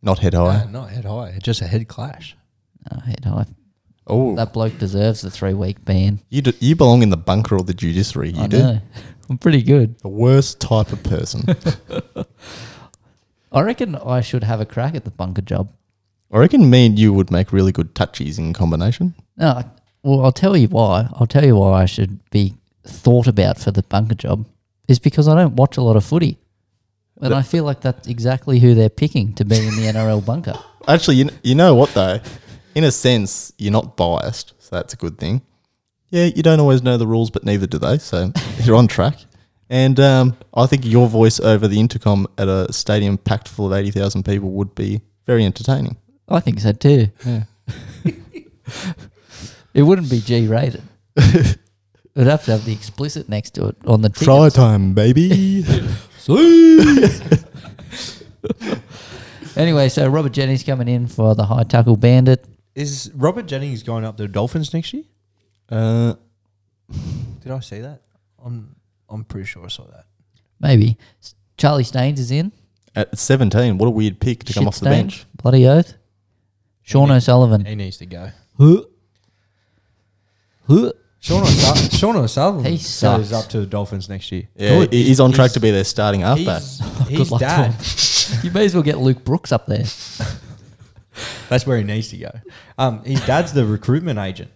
S2: Not head high.
S5: not head high, just a head clash.
S3: Uh, head high.
S2: Oh,
S3: That bloke deserves the three week ban.
S2: you do, you belong in the bunker or the judiciary. You
S3: I
S2: do
S3: know. I'm pretty good.
S2: the worst type of person.
S3: I reckon I should have a crack at the bunker job.
S2: I reckon me and you would make really good touchies in combination.
S3: No, I- well, I'll tell you why. I'll tell you why I should be thought about for the bunker job is because I don't watch a lot of footy. And I feel like that's exactly who they're picking to be in the NRL bunker.
S2: Actually, you, kn- you know what though? In a sense, you're not biased, so that's a good thing. Yeah, you don't always know the rules, but neither do they, so you're on track. And um, I think your voice over the intercom at a stadium packed full of 80,000 people would be very entertaining.
S3: I think so too. it wouldn't be G rated. It'd have to have the explicit next to it on the ticket.
S2: time, baby.
S3: Anyway, so Robert Jennings coming in for the high tackle bandit.
S5: Is Robert Jennings going up to the Dolphins next year?
S2: uh,
S5: Did I see that? I'm I'm pretty sure I saw that.
S3: Maybe S- Charlie Staines is in.
S2: at 17, what a weird pick to come
S3: Shit
S2: off the
S3: Staines,
S2: bench.
S3: Bloody oath. Sean O'Sullivan.
S5: He needs to go.
S4: Who? Who?
S5: Sean, O'Su- Sean O'Sullivan
S3: He
S5: goes
S3: sucks.
S5: up to the Dolphins next year.
S2: Yeah,
S5: Good.
S2: he- he's on track
S5: He's-
S2: to be their starting halfback.
S5: He's, he's
S3: luck to
S5: dad.
S3: You may as well get Luke Brooks up there.
S5: That's where he needs to go. Um, his dad's the recruitment agent.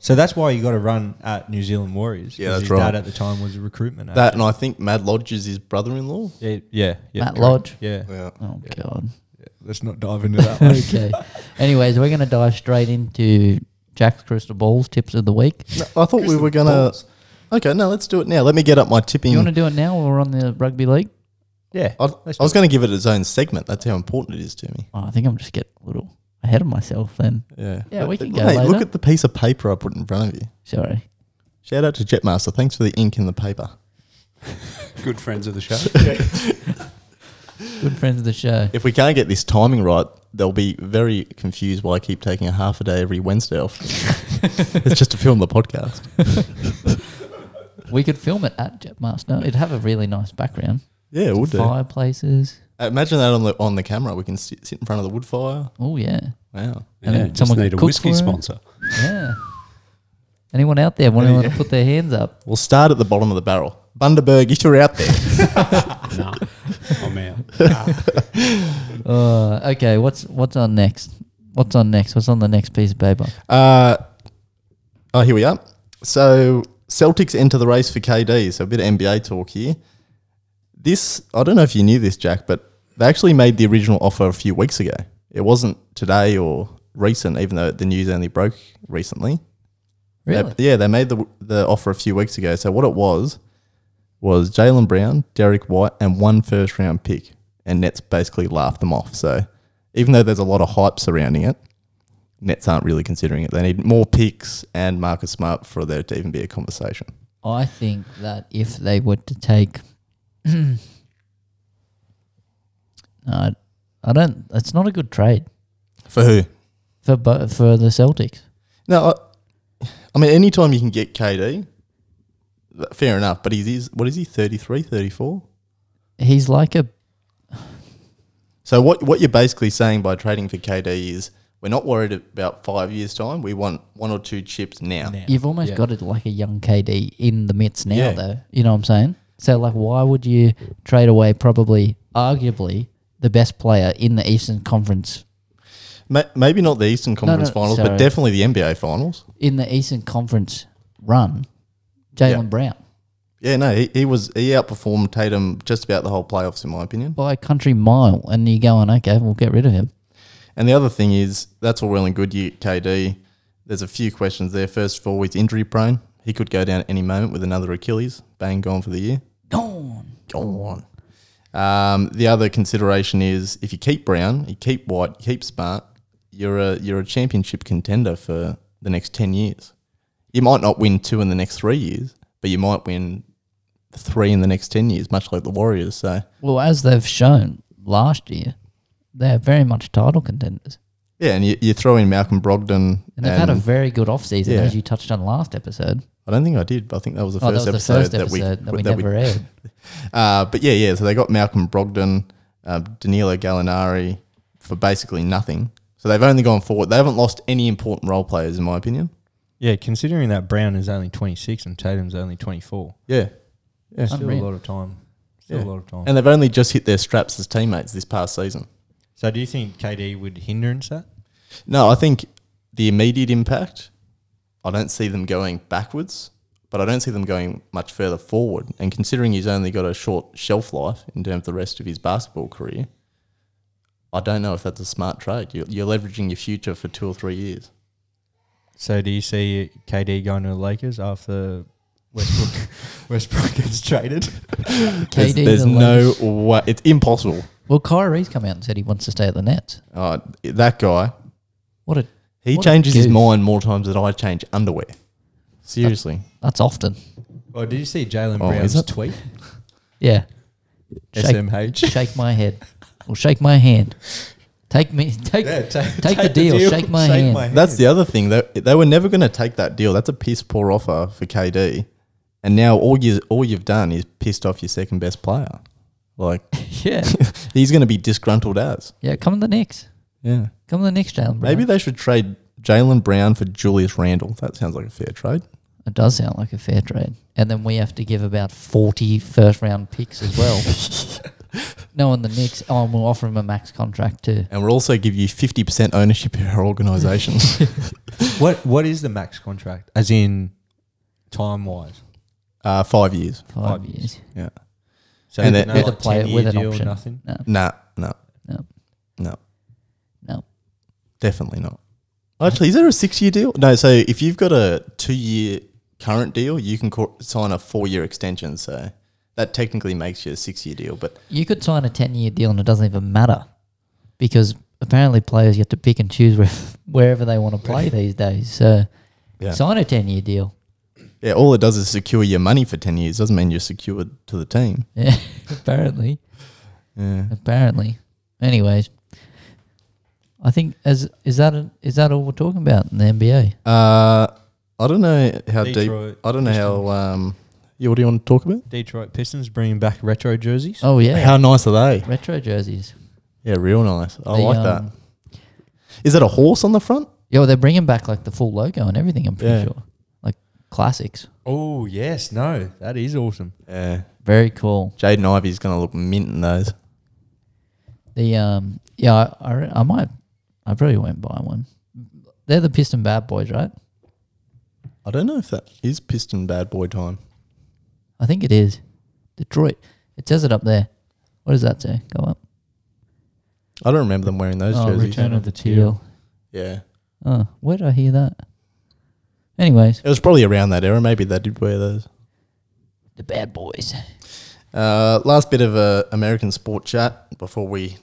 S5: So that's why you got to run at New Zealand Warriors.
S2: Yeah,
S5: 'cause
S2: that's
S5: his
S2: right.
S5: dad at the time was a recruitment
S2: That,
S5: agent.
S2: and I think Mad Lodge is his brother-in-law.
S5: Yeah, yeah, yeah,
S3: Matt
S5: correct.
S3: Lodge.
S5: Yeah.
S2: Yeah.
S3: Oh God.
S5: Let's not dive into that one.
S3: okay. Anyways, we're going to dive straight into Jack's crystal balls tips of the week.
S2: No, I thought we were gonna. Okay, no, let's do it now. Let me get up my tipping.
S3: You want to do it now while we're on the rugby league?
S5: Yeah.
S2: I, I was going to give it its own segment. That's how important it is to me.
S3: Oh, I think I'm just getting a little ahead of myself. Then
S2: Yeah.
S3: Yeah, we can go
S2: Hey, look
S3: later.
S2: at the piece of paper I put in front of you.
S3: sorry.
S2: Shout out to Jetmaster. Thanks for the ink in the paper.
S1: Good friends of the show.
S3: Good friends of the show.
S2: If we can't get this timing right, they'll be very confused why I keep taking a half a day every Wednesday off. it's just to film the podcast.
S3: We could film it at Jetmaster. It'd have a really nice background.
S2: Yeah, it would do.
S3: Fireplaces.
S2: Imagine that on the on the camera. We can sit, sit in front of the wood fire.
S3: Oh yeah,
S2: Wow.
S1: Yeah,
S3: then
S1: just
S3: someone
S1: need a
S3: cook
S1: whiskey
S3: for it.
S1: sponsor.
S3: yeah. Anyone out there want to put their hands up?
S2: We'll start at the bottom of the barrel. Bundaberg, if you're out there,
S1: nah, I'm out.
S3: Uh, okay, what's what's on next? What's on next? What's on the next piece of paper?
S2: Uh, oh, here we are. So Celtics enter the race for KD. So a bit of NBA talk here. This I don't know if you knew this, Jack, but they actually made the original offer a few weeks ago. It wasn't today or recent, even though the news only broke recently. They-
S3: Really?
S2: yeah, they made the the offer a few weeks ago. So what it was was Jalen Brown, Derek White, and one first round pick, and Nets basically laughed them off. So even though there's a lot of hype surrounding it, Nets aren't really considering it. They need more picks and Marcus Smart for there to even be a conversation.
S3: I think that if they were to take, no, I don't. It's not a good trade
S2: For who?
S3: for bo- for the Celtics.
S2: No, I, I mean, anytime you can get KD, th- fair enough. But he's, he's what is he, 33, 34?
S3: He's like a
S2: So what, what you're basically saying by trading for KD is we're not worried about five years' time. We want one or two chips now.
S5: Now.
S3: you've almost
S5: Yeah.
S3: got it like a young KD in the midst now,
S2: Yeah.
S3: though. You know what I'm saying? So like, why would you trade away probably, arguably, the best player in the Eastern Conference
S2: Ma- maybe not the Eastern Conference
S3: no,
S2: Finals,
S3: sorry.
S2: but definitely the NBA Finals.
S3: in the Eastern Conference run?
S2: Yeah.
S3: Jalen Brown
S2: Yeah, no, he, he was he outperformed Tatum just about the whole playoffs, in my opinion.
S3: by a country mile, and you're going, okay, we'll get rid of him.
S2: And the other thing is, that's all well and good. You get KD. There's a few questions there. First of all, he's injury prone. He could go down at any moment with another Achilles. Bang, gone for the year.
S3: Gone.
S2: Gone. Um, the other consideration is if you keep Brown, you keep White, you keep Smart, you're a you're a championship contender for the next ten years. You might not win two in the next three years, but you might win three in the next ten years, much like the Warriors. So
S3: Well, as they've shown last year, they're very much title contenders.
S2: yeah, and you, you throw in Malcolm Brogdon,
S3: And they've had a very good offseason,
S2: yeah.
S3: as you touched on last episode.
S2: I don't think I did, but I think that was the
S3: Oh, that
S2: first
S3: was the
S2: episode
S3: first
S2: that we
S3: episode that we,
S2: that we-
S3: never aired.
S2: Uh, but yeah, yeah. So they got Malcolm Brogdon, uh, Danilo Gallinari for basically nothing. So they've only gone forward. They haven't lost any important role players, in my opinion.
S5: Yeah, considering that Brown is only 26 and Tatum's only 24.
S2: Yeah, yeah.
S5: Still
S3: Unreal.
S5: a lot of time. Still
S2: Yeah.
S5: a lot of time.
S2: And they've only just hit their straps as teammates this past season.
S5: so do you think KD would hindrance that?
S2: No, I think the immediate impact. I don't see them going backwards, but I don't see them going much further forward. And considering he's only got a short shelf life in terms of the rest of his basketball career, I don't know if that's a smart trade. You're, you're leveraging your future for two or three years.
S5: So do you see KD going to the Lakers after Westbrook Westbrook gets traded?
S2: There's,
S3: KD,
S2: there's
S3: the
S2: no
S3: latest-
S2: way. It's impossible.
S3: Well, Kyrie's come out and said he wants to stay at the Nets.
S2: Uh, that guy,
S3: What a
S2: he
S3: What a
S2: changes his
S3: goof.
S2: mind more times than I change underwear. Seriously.
S3: that's often.
S5: Or did you see Jalen
S2: Oh, is
S5: Brown's
S2: it?
S5: tweet?
S3: Yeah. Shake,
S5: SMH.
S3: shake my head. Or shake my hand. Take me take
S5: take,
S3: Take the deal, shake my hand.
S2: That's the other thing. They, they were never going to take that deal. That's a piss poor offer for KD. And now all you all you've done is pissed off your second best player. Like
S3: Yeah.
S2: he's going to be disgruntled as.
S3: Yeah, come to the Knicks.
S2: Yeah.
S3: Come the next Jalen Brown.
S2: Maybe they should trade Jalen Brown for Julius Randle. That sounds like a fair trade.
S3: It does sound like a fair trade. And then we have to give about 40 first round picks as well. no, on the Knicks. Oh, and we'll offer him a max contract too.
S2: And we'll also give you 50% ownership of our organisation.
S5: What What is the max contract? As in, time wise.
S2: uh, five years.
S3: Five
S5: Five
S3: years.
S2: Yeah.
S5: So
S2: And
S5: there's
S2: then-
S5: no,
S2: With
S3: a player-
S5: 10-year
S3: with an
S5: deal,
S3: option.
S5: Nothing.
S3: No,
S2: Nah, no,
S3: no.
S2: definitely not. Actually, is there a six year deal? No, so if you've got a two year current deal, you can cor- sign a four year extension. So that technically makes you a six year deal. But
S3: You could sign a 10 year deal and it doesn't even matter because apparently players get to pick and choose where, wherever they want to play these days. So
S2: Yeah.
S3: sign a 10 year deal.
S2: yeah, all it does is secure your money for 10 years. Doesn't mean you're secured to the team.
S3: Yeah, apparently.
S2: Yeah.
S3: Apparently. Anyways, I think as is that a, is that all we're talking about in the NBA?
S2: Uh, I don't know how deep.
S5: Detroit.
S2: I don't know how. Um, yeah, what do you want to talk about?
S5: Detroit Pistons bringing back retro jerseys.
S3: Oh yeah,
S2: How nice are they?
S3: retro jerseys.
S2: Yeah, real nice. I
S3: The,
S2: like that.
S3: um,
S2: Is that a horse on the front?
S3: Yo, they're bringing back like the full logo and everything. I'm pretty
S2: Yeah.
S3: sure, like classics.
S5: Oh yes, no, that is awesome.
S2: Yeah.
S3: Very cool.
S2: Jaden Ivy's going to look mint in those.
S3: The um, yeah, I, I, re- I might, I probably won't buy one. They're the Piston Bad Boys, right?
S2: I don't know if that is piston bad boy time.
S3: I think it is. Detroit. It says it up there. What does that say? Go up.
S2: I don't remember them wearing those
S3: oh,
S2: jerseys.
S3: Return of the Teal.
S2: Yeah.
S3: Oh, where did I hear that? Anyways,
S2: It was probably around that era. Maybe they did wear those.
S3: the Bad Boys.
S2: Uh, last bit of uh, American sport chat before we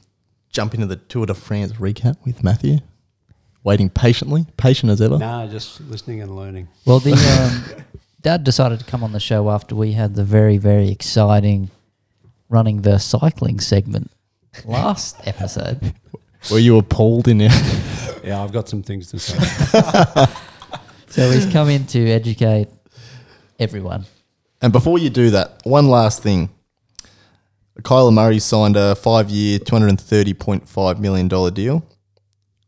S2: jump into the Tour de France recap with Matthew. Waiting patiently, patient as ever.
S1: Nah, just listening and learning.
S3: Well, the um, dad decided to come on the show after we had the very, very exciting running versus cycling segment last episode.
S2: Were you appalled in there?
S1: Yeah, I've got some things to say.
S3: So he's come in to educate everyone.
S2: And before you do that, one last thing. Kyler Murray signed a five year, $230.5 million deal.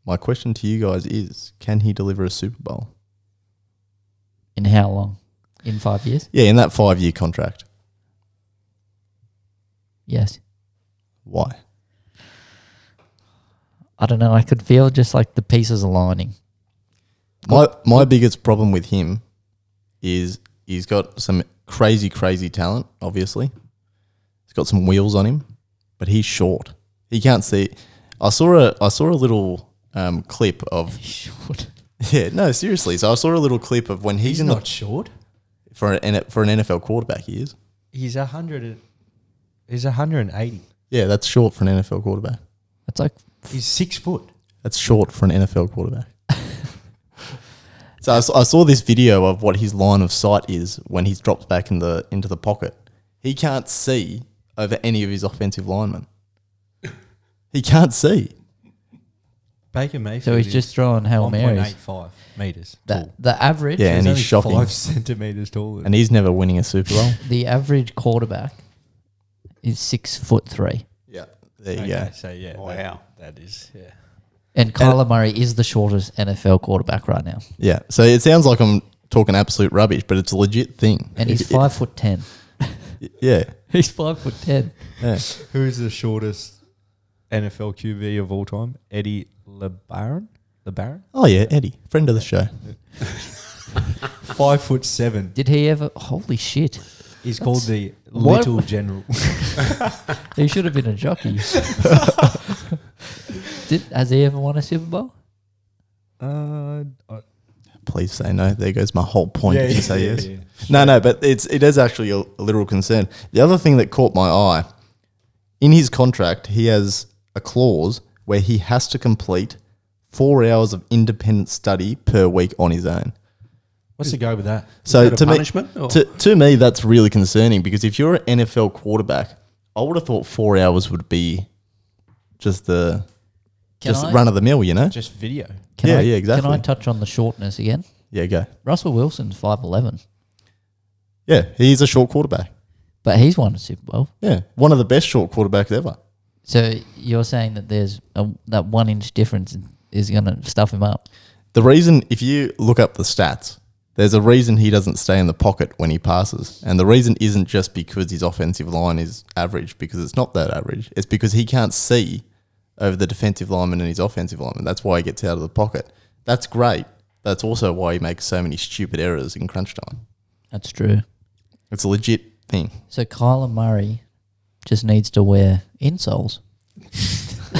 S2: My question to you guys is can he deliver a Super Bowl?
S3: In how long? In five years?
S2: Yeah, in that five year contract.
S3: Yes.
S2: Why?
S3: I don't know. I could feel just like the pieces aligning.
S2: My, my biggest problem with him is he's got some crazy, crazy talent, obviously. He's got some wheels on him, but he's short. He can't see. I saw a, I saw a little um, clip of.
S3: Short.
S2: Yeah, no, seriously. So I saw a little clip of when he's,
S5: He's
S2: in the
S5: not short.
S2: for an for an NFL quarterback he is.
S5: He's a hundred. He's a hundred and eighty.
S2: Yeah, that's short for an NFL quarterback.
S3: It's like
S5: He's six foot.
S2: That's short for an NFL quarterback. so I saw, I saw this video of what his line of sight is when he drops back in the into the pocket. He can't see over any of his offensive linemen. He can't see.
S5: Baker Mayfield.
S3: so he's just throwing hail
S5: one point eight
S3: marys.
S5: five meters
S3: The,
S5: tall.
S3: the average,
S2: Yeah, and
S5: only
S2: he's shocking.
S5: Five centimeters taller.
S2: And he's never winning a Super Bowl.
S3: the average quarterback is six foot three.
S2: yeah, there you
S5: Okay,
S2: go.
S5: So yeah, that-
S1: Wow.
S5: that is yeah.
S3: And Kyler Murray is the shortest NFL quarterback right now,
S2: Yeah. So it sounds like I'm talking absolute rubbish, but it's a legit thing.
S3: and he's
S2: It- it-
S3: five foot ten.
S2: Yeah.
S3: He's five foot ten.
S2: yeah.
S5: Who is the shortest NFL QB of all time? Eddie LeBaron. LeBaron.
S2: Oh yeah, Eddie, friend of the show.
S5: Five foot seven.
S3: Did he ever? Holy shit!
S5: He's called the
S3: What?
S5: Little General.
S3: He should have been a jockey. Did, has he ever won a Super Bowl?
S5: Uh, I-
S2: Please say no. There goes my whole point. if you say yes.
S5: yeah.
S2: No, no, but it's it is actually a, a literal concern. The other thing that caught my eye in his contract, he has a clause where he has to complete four hours of independent study per week on his own.
S5: What's the go with that?
S2: So
S1: Is that
S2: to
S1: a
S2: me,
S1: punishment? or-
S2: to, to me, that's really concerning because if you're an NFL quarterback, I would have thought four hours would be just the
S3: Can
S2: just
S3: I-
S2: run of the mill, you know?
S5: Just video.
S3: Can
S2: Yeah,
S3: I,
S2: yeah,
S3: Can I
S2: exactly.
S3: touch on the shortness again?
S2: Yeah, go.
S3: Russell Wilson's five eleven,
S2: Yeah, he's a short quarterback.
S3: but he's won a Super Bowl.
S2: Yeah, one of the best short quarterbacks ever.
S3: So you're saying that there's a, that one inch difference in- is going to stuff him up.
S2: The reason, if you look up the stats, there's a reason he doesn't stay in the pocket when he passes. And the reason isn't just because his offensive line is average, because it's not that average. It's because he can't see over the defensive lineman and his offensive lineman. That's why he gets out of the pocket. That's great. That's also why he makes so many stupid errors in crunch time.
S3: That's true.
S2: It's a legit thing.
S3: So Kyler Murray just needs to wear insoles.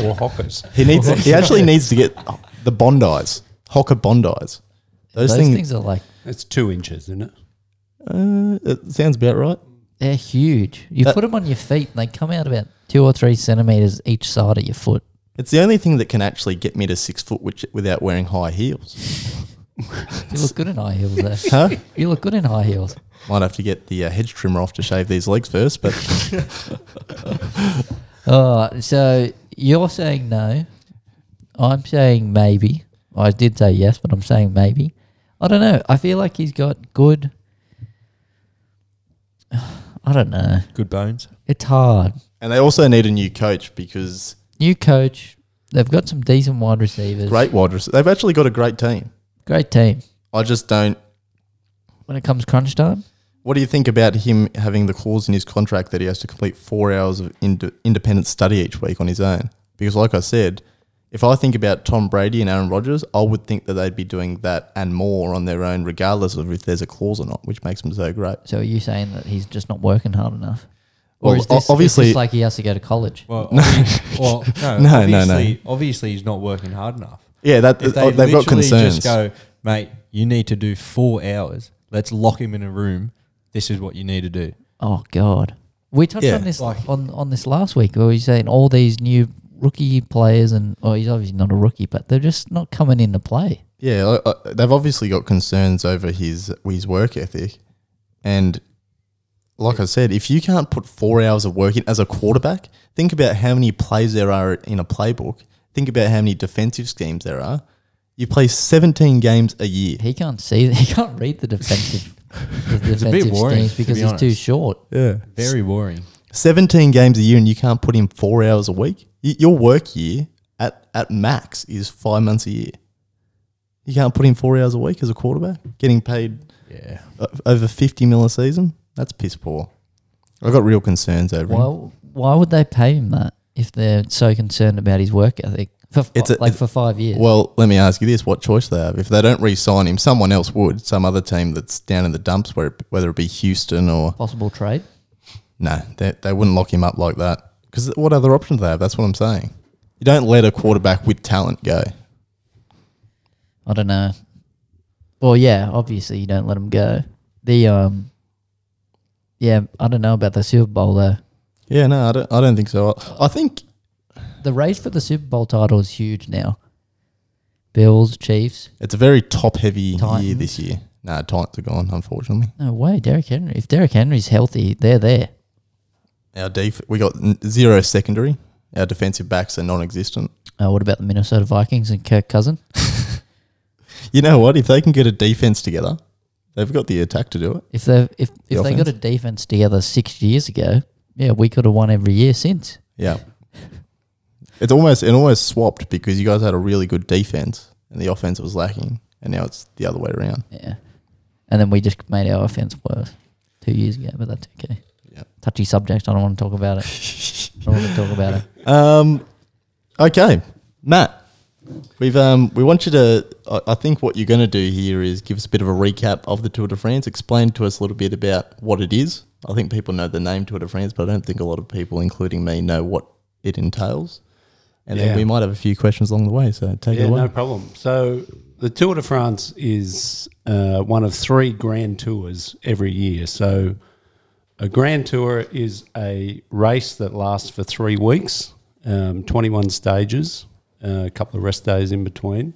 S1: or hockers.
S2: He needs. he actually needs to get the Bondi's, Hocker Bondi's. Those,
S3: Those,
S2: things.
S3: things are like
S1: It's two inches, isn't it?
S2: Uh, it sounds about right.
S3: They're huge. You
S2: That-
S3: put them on your feet and they come out about two or three centimeters each side of your foot.
S2: It's the only thing that can actually get me to six foot which, without wearing high heels.
S3: You look good in high heels though.
S2: Huh?
S3: you look good in high heels.
S2: Might have to get the uh, hedge trimmer off to shave these legs first, but
S3: Oh, so you're saying no. I'm saying maybe. I did say yes, but I'm saying maybe. I don't know. I feel like he's got good. I don't know.
S5: Good bones.
S3: It's hard.
S2: and they also need a new coach because
S3: New coach. They've got some decent wide receivers.
S2: great wide receivers. They've actually got a great team.
S3: Great team.
S2: I just don't.
S3: When it comes crunch time,
S2: What do you think about him having the clause in his contract that he has to complete four hours of ind- independent study each week on his own? Because, like I said, if I think about Tom Brady and Aaron Rodgers, I would think that they'd be doing that and more on their own, regardless of if there's a clause or not, which makes them so great.
S3: so are you saying that he's just not working hard enough?
S2: Well,
S3: Or is this,
S2: o-
S3: is
S2: obviously,
S3: this like he has to go to college?
S5: Well, obvi- well,
S2: No,
S5: no,
S2: no, no.
S5: obviously, Obviously, he's not working hard enough.
S2: yeah, that
S5: If
S2: oh,
S5: they
S2: they've got
S5: literally
S2: concerns.
S5: Just go, mate. You need to do four hours. Let's lock him in a room. This is what you need to do.
S3: Oh God, we touched
S2: Yeah.
S3: on this
S5: Like-
S3: on on this last week. Where we saying all these new rookie players, and oh, he's obviously not a rookie, but they're just not coming into play.
S2: Yeah, I- I- they've obviously got concerns over his his work ethic, and like I said, if you can't put four hours of work in as a quarterback, think about how many plays there are in a playbook. Think about how many defensive schemes there are. You play seventeen games a year.
S3: He can't see. He can't read the defensive. the
S5: It's a bit
S3: defensive
S5: boring,
S3: schemes
S5: to
S3: because
S5: be
S3: he's too
S5: honest.
S3: short.
S2: Yeah,
S5: Very boring.
S2: seventeen games a year, and you can't put in four hours a week. Y- your work year at at max is five months a year. You can't put in four hours a week as a quarterback, getting paid
S5: Yeah.
S2: O- Uh, over 50 mil a season? That's piss poor. I got real concerns over him.
S3: Why? Why would they pay him that if they're so concerned about his work ethic? For fi-
S2: It's a-
S3: like
S2: it-
S3: for five years.
S2: Well, let me ask you this: What choice they have? If they don't re-sign him, someone else would. Some other team that's down in the dumps, where it, whether it be Houston or
S3: Possible trade.
S2: no, they, they wouldn't lock him up like that. Because what other options do they have? That's what I'm saying. You don't let a quarterback with talent go.
S3: I don't know. Well, yeah, obviously you don't let him go. The um, yeah, I don't know about the Super Bowl though.
S2: Yeah, no, I don't. I don't think so. I, I think
S3: the race for the Super Bowl title is huge now. Bills, Chiefs.
S2: it's a very top-heavy year
S3: Titans.
S2: this year. No, Titans are gone, unfortunately.
S3: No way, Derrick Henry. If Derrick Henry's healthy, they're there.
S2: Our def- we got n- zero secondary. Our defensive backs are non-existent.
S3: Uh, what about the Minnesota Vikings and Kirk Cousin?
S2: You know what? If they can get a defense together, they've got the attack to do it.
S3: If they if if
S2: The
S3: they got a defense together six years ago, yeah, we could have won every year since.
S2: Yeah. It's almost it almost swapped because you guys had a really good defense and the offense was lacking, and now it's the other way around.
S3: Yeah, and then we just made our offense worse two years ago, but that's okay.
S2: Yeah.
S3: Touchy subject. I don't want to talk about it. I don't want to talk about it.
S2: Um, okay, Matt, we've um we want you to. I, I think what you're going to do here is give us a bit of a recap of the Tour de France. Explain to us a little bit about what it is. I think people know the name Tour de France, but I don't think a lot of people, including me, know what it entails. And
S1: Yeah.
S2: then we might have a few questions along the way. So take
S1: Yeah,
S2: it away.
S1: no problem. So the Tour de France is uh, one of three grand tours every year. So a grand tour is a race that lasts for three weeks, um, 21 stages, uh, a couple of rest days in between.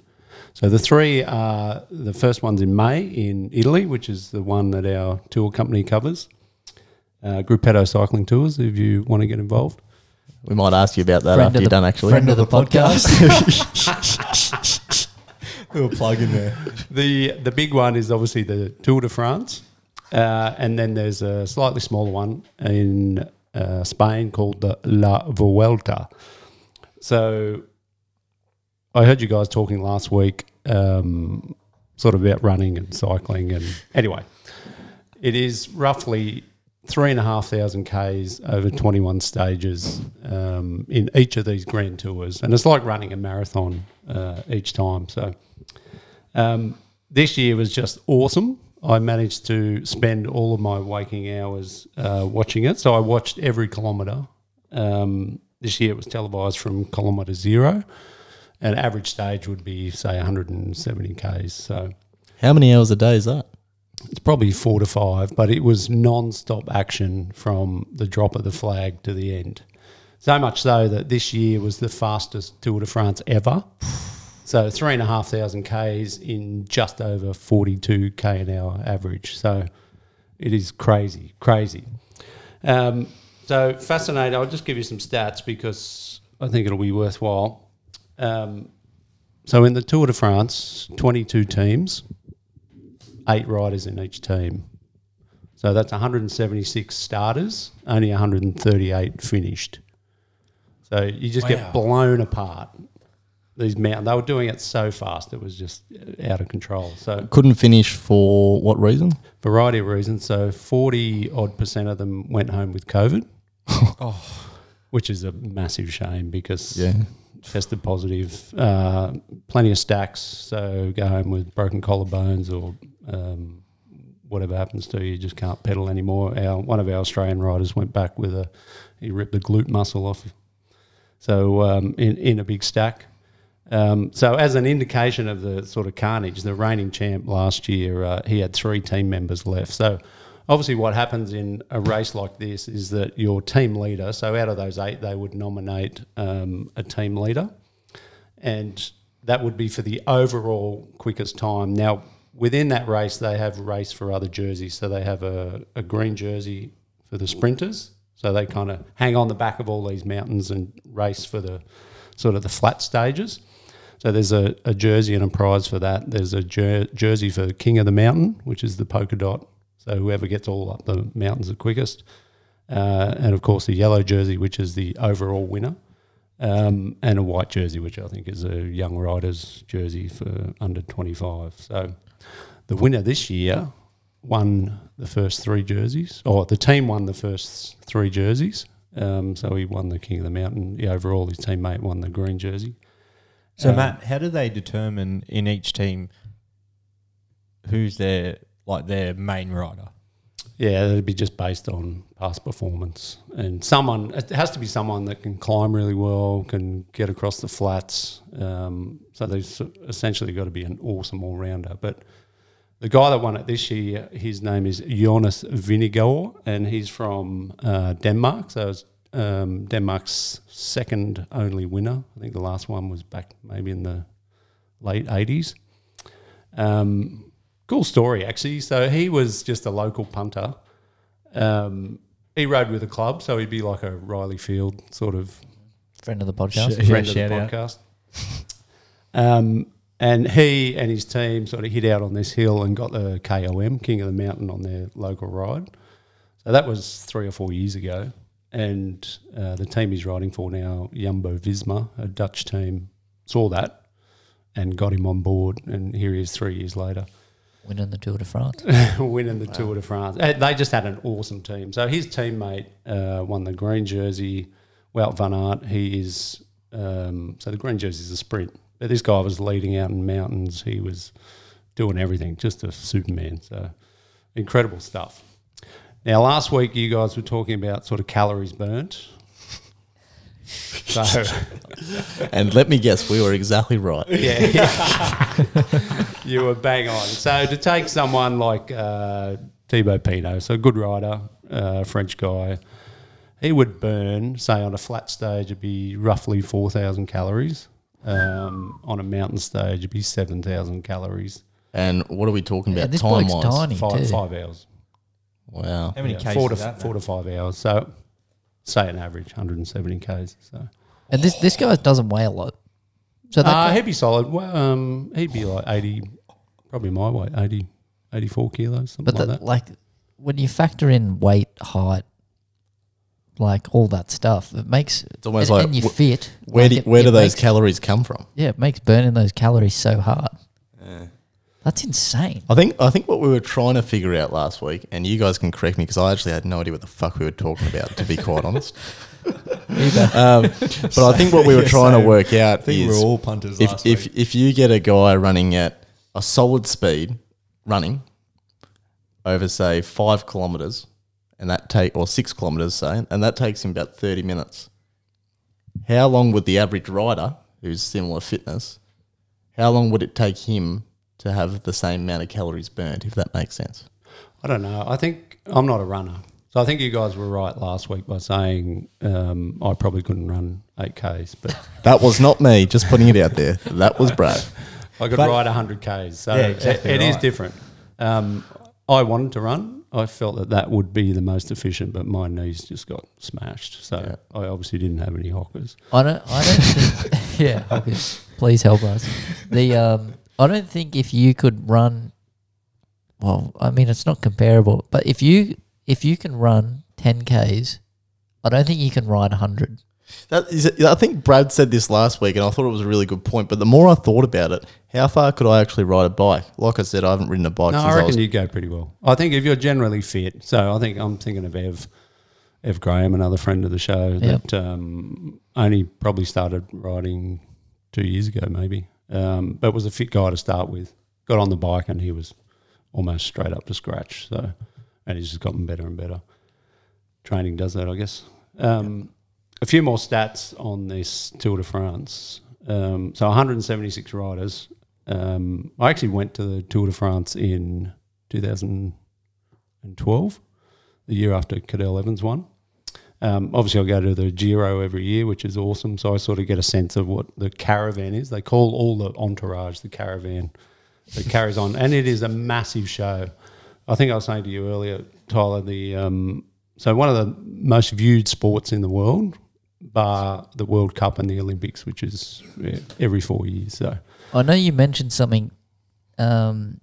S1: So the three are the first one's in May in Italy, which is the one that our tour company covers. Uh, Gruppetto Cycling Tours, if you want to get involved.
S2: We might ask you about that
S3: Friend
S2: after
S3: of
S2: you're
S3: the-
S2: done, actually.
S3: friend of the podcast.
S2: We'll plug in there.
S1: the the big one is obviously the Tour de France, uh, and then there's a slightly smaller one in uh, Spain called the La Vuelta. So I heard you guys talking last week, um, sort of about running and cycling, and anyway, it is roughly three and a half thousand k's over twenty-one stages um, in each of these grand tours, and it's like running a marathon uh, each time. So um, this year was just awesome. I managed to spend all of my waking hours uh, watching it, so I watched every kilometre. Um, this year it was televised from kilometre zero an average stage would be say 170 k's so
S2: How many hours a day is that?
S1: it's probably four to five but it was non-stop action from the drop of the flag to the end so much so that this year was the fastest tour de france ever so three and a half thousand k's in just over 42 k an hour average so it is crazy crazy um, so fascinating i'll just give you some stats because i think it'll be worthwhile um, so in the Tour de France, 22 teams, eight riders in each team. So that's 176 starters, only 138 finished. So you just get blown apart. These mountains, they were doing it so fast, it was just out of control. So
S2: Couldn't finish for what reason?
S1: variety of reasons. So forty odd percent of them went home with COVID, which is a massive shame because
S2: Yeah.
S1: tested positive, uh, plenty of stacks. So go home with broken collarbones or um, whatever happens to you, you just can't pedal anymore. Our one of our Australian riders went back with a he ripped the glute muscle off, so um, in in a big stack. Um, so, as an indication of the sort of carnage, the reigning champ last year, uh, he had three team members left. So, obviously, what happens in a race like this is that your team leader, so out of those eight, they would nominate um, a team leader, and that would be for the overall quickest time. Now, within that race, they have race for other jerseys. So, they have a, a green jersey for the sprinters. So, they kind of hang on the back of all these mountains and race for the sort of the flat stages. So there's a, a jersey and a prize for that. There's a jer- jersey for King of the Mountain, which is the polka dot. So whoever gets all up the mountains the quickest. Uh, and of course, the yellow jersey, which is the overall winner. Um, and a white jersey, which I think is a young rider's jersey for under 25. So the winner this year won the first three jerseys, or the team won the first three jerseys. Um, so he won the King of the Mountain. The overall, his teammate won the green jersey.
S5: So
S1: Um,
S5: Matt, how do they determine in each team who's their like their main rider?
S1: Yeah, it'd be just based on past performance and someone. It has to be someone that can climb really well, can get across the flats. Um, so they've essentially got to be an awesome all rounder. But the guy that won it this year, his name is Jonas Vingegaard, and he's from uh, Denmark. So it's um, Denmark's second only winner. I think the last one was back maybe in the late eighties. Um, cool story actually. So he was just a local punter. Um, he rode with a club, so he'd be like a Riley Field sort of
S3: Friend of the podcast.
S5: Yeah,
S1: friend of
S5: shout
S1: the
S5: out.
S1: podcast. um, and he and his team sort of hit out on this hill and got the KOM, King of the Mountain, on their local ride. So that was three or four years ago. And uh, the team he's riding for now, Jumbo Visma, a Dutch team, saw that and got him on board. And here he is three years later
S3: Winning the Tour de France.
S1: winning the Tour de France. Uh, They just had an awesome team. So his teammate uh, won the green jersey. Wout van Aert, he is um, so the green jersey is a sprint, but this guy was leading out in mountains. He was doing everything, just a Superman. So incredible stuff. Now, last week you guys were talking about sort of calories burnt. So.
S2: And let me guess, we were exactly right.
S1: Yeah. you were bang on. So to take someone like uh, Thibaut Pinot, so good rider, uh, French guy, he would burn, say on a flat stage, it'd be roughly 4,000 calories. Um, on a mountain stage, it'd be 7,000 calories.
S2: And what are we talking
S3: Yeah,
S2: about
S3: this
S2: time
S3: bloke's
S2: wise?
S3: tiny too.
S1: Five, five hours.
S2: Wow.
S5: How many
S1: Yeah,
S5: cases?
S1: four to,
S5: is that,
S1: four to
S5: Matt?
S1: five hours. So say an average, 170 Ks. So.
S3: And this this guy doesn't weigh a lot. So that
S1: Uh,
S3: guy-
S1: he'd be solid. Well, um, he'd be like 80, probably my weight, 80, 84 kilos, something
S3: but
S1: like
S3: the-
S1: that.
S3: like when you factor in weight, height, like all that stuff. It makes
S2: It's almost
S3: and,
S2: like
S3: and you
S2: wh-
S3: fit.
S2: Where
S3: Like,
S2: do,
S3: it-
S2: where
S3: it
S2: do those
S3: makes-
S2: calories come from?
S3: Yeah, it makes burning those calories so hard. That's insane.
S2: I think I think what we were trying to figure out last week, and you guys can correct me because I actually had no idea what the fuck we were talking about, to be quite honest. um, but I think what we were
S5: Yeah,
S2: trying
S5: so
S2: to work out
S5: I think
S2: is
S5: we're all punters
S2: if
S5: last
S2: if
S5: week.
S2: if you get a guy running at a solid speed, running over say five kilometers, and that take or six kilometers say, and that takes him about thirty minutes. How long would the average rider, who's similar fitness, how long would it take him to have the same amount of calories burned? If that makes sense.
S1: I don't know. I think I'm not a runner. So I think you guys were right last week by saying um, I probably couldn't run 8Ks, but
S2: That was not me. Just putting it out there. That was Brad.
S1: I could
S5: But-
S1: ride 100Ks. So
S5: Yeah, exactly
S1: it- it is
S5: right.
S1: different. Um, I wanted to run. I felt that that would be the most efficient, but my knees just got smashed. So I obviously didn't have any hockers.
S3: I don't. I don't. think, yeah. Okay. Please help us. The um. I don't think if you could run. Well, I mean, it's not comparable, but if you if you can run ten k's, I don't think you can ride hundred.
S2: That is, I think Brad said this last week, and I thought it was a really good point. But the more I thought about it, how far could I actually ride a bike? Like I said, I haven't ridden a bike
S1: No,
S2: since
S1: I
S2: I,
S1: reckon
S2: was.
S1: you go pretty well. I think if you're generally fit, so I think I'm thinking of Ev, Ev Graham, another friend of the show
S3: Yep.
S1: that um, only probably started riding two years ago, maybe, um, but was a fit guy to start with. Got on the bike and he was almost straight up to scratch. So, and he's just gotten better and better. Training does that, I guess. Um, a few more stats on this Tour de France. Um, so 176 riders. Um, I actually went to the Tour de France in 2012, the year after Cadell Evans won. Um, obviously, I go to the Giro every year, which is awesome. So I sort of get a sense of what the caravan is. They call all the entourage the caravan that carries on, and it is a massive show. I think I was saying to you earlier, Tyler. The um, so one of the most viewed sports in the world, bar the World Cup and the Olympics, which is yeah, every four years. So
S3: I know you mentioned something um,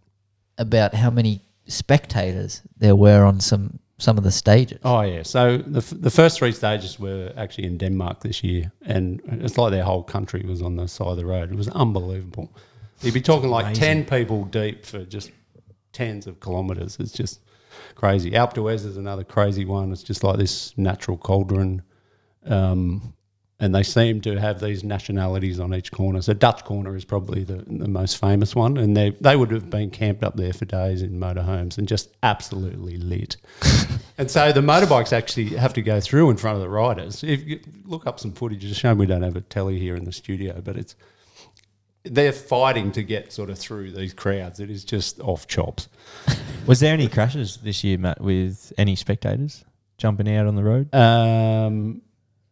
S3: about how many spectators there were on some some of the stages.
S1: Oh yeah. So the f- the first three stages were actually in Denmark this year, and it's like their whole country was on the side of the road. It was unbelievable. You'd be talking like ten people deep for just tens of kilometres. It's just crazy. Alpe d'Huez is another crazy one. It's just like this natural cauldron. Um, and they seem to have these nationalities on each corner. So Dutch corner is probably the, the most famous one, and they they would have been camped up there for days in motorhomes and just absolutely lit. And so the motorbikes actually have to go through in front of the riders. If you look up some footage, it's a shame we don't have a telly here in the studio, but it's they're fighting to get sort of through these crowds. It is just off chops.
S5: Was there any crashes this year, Matt, with any spectators jumping out on the road?
S1: Um,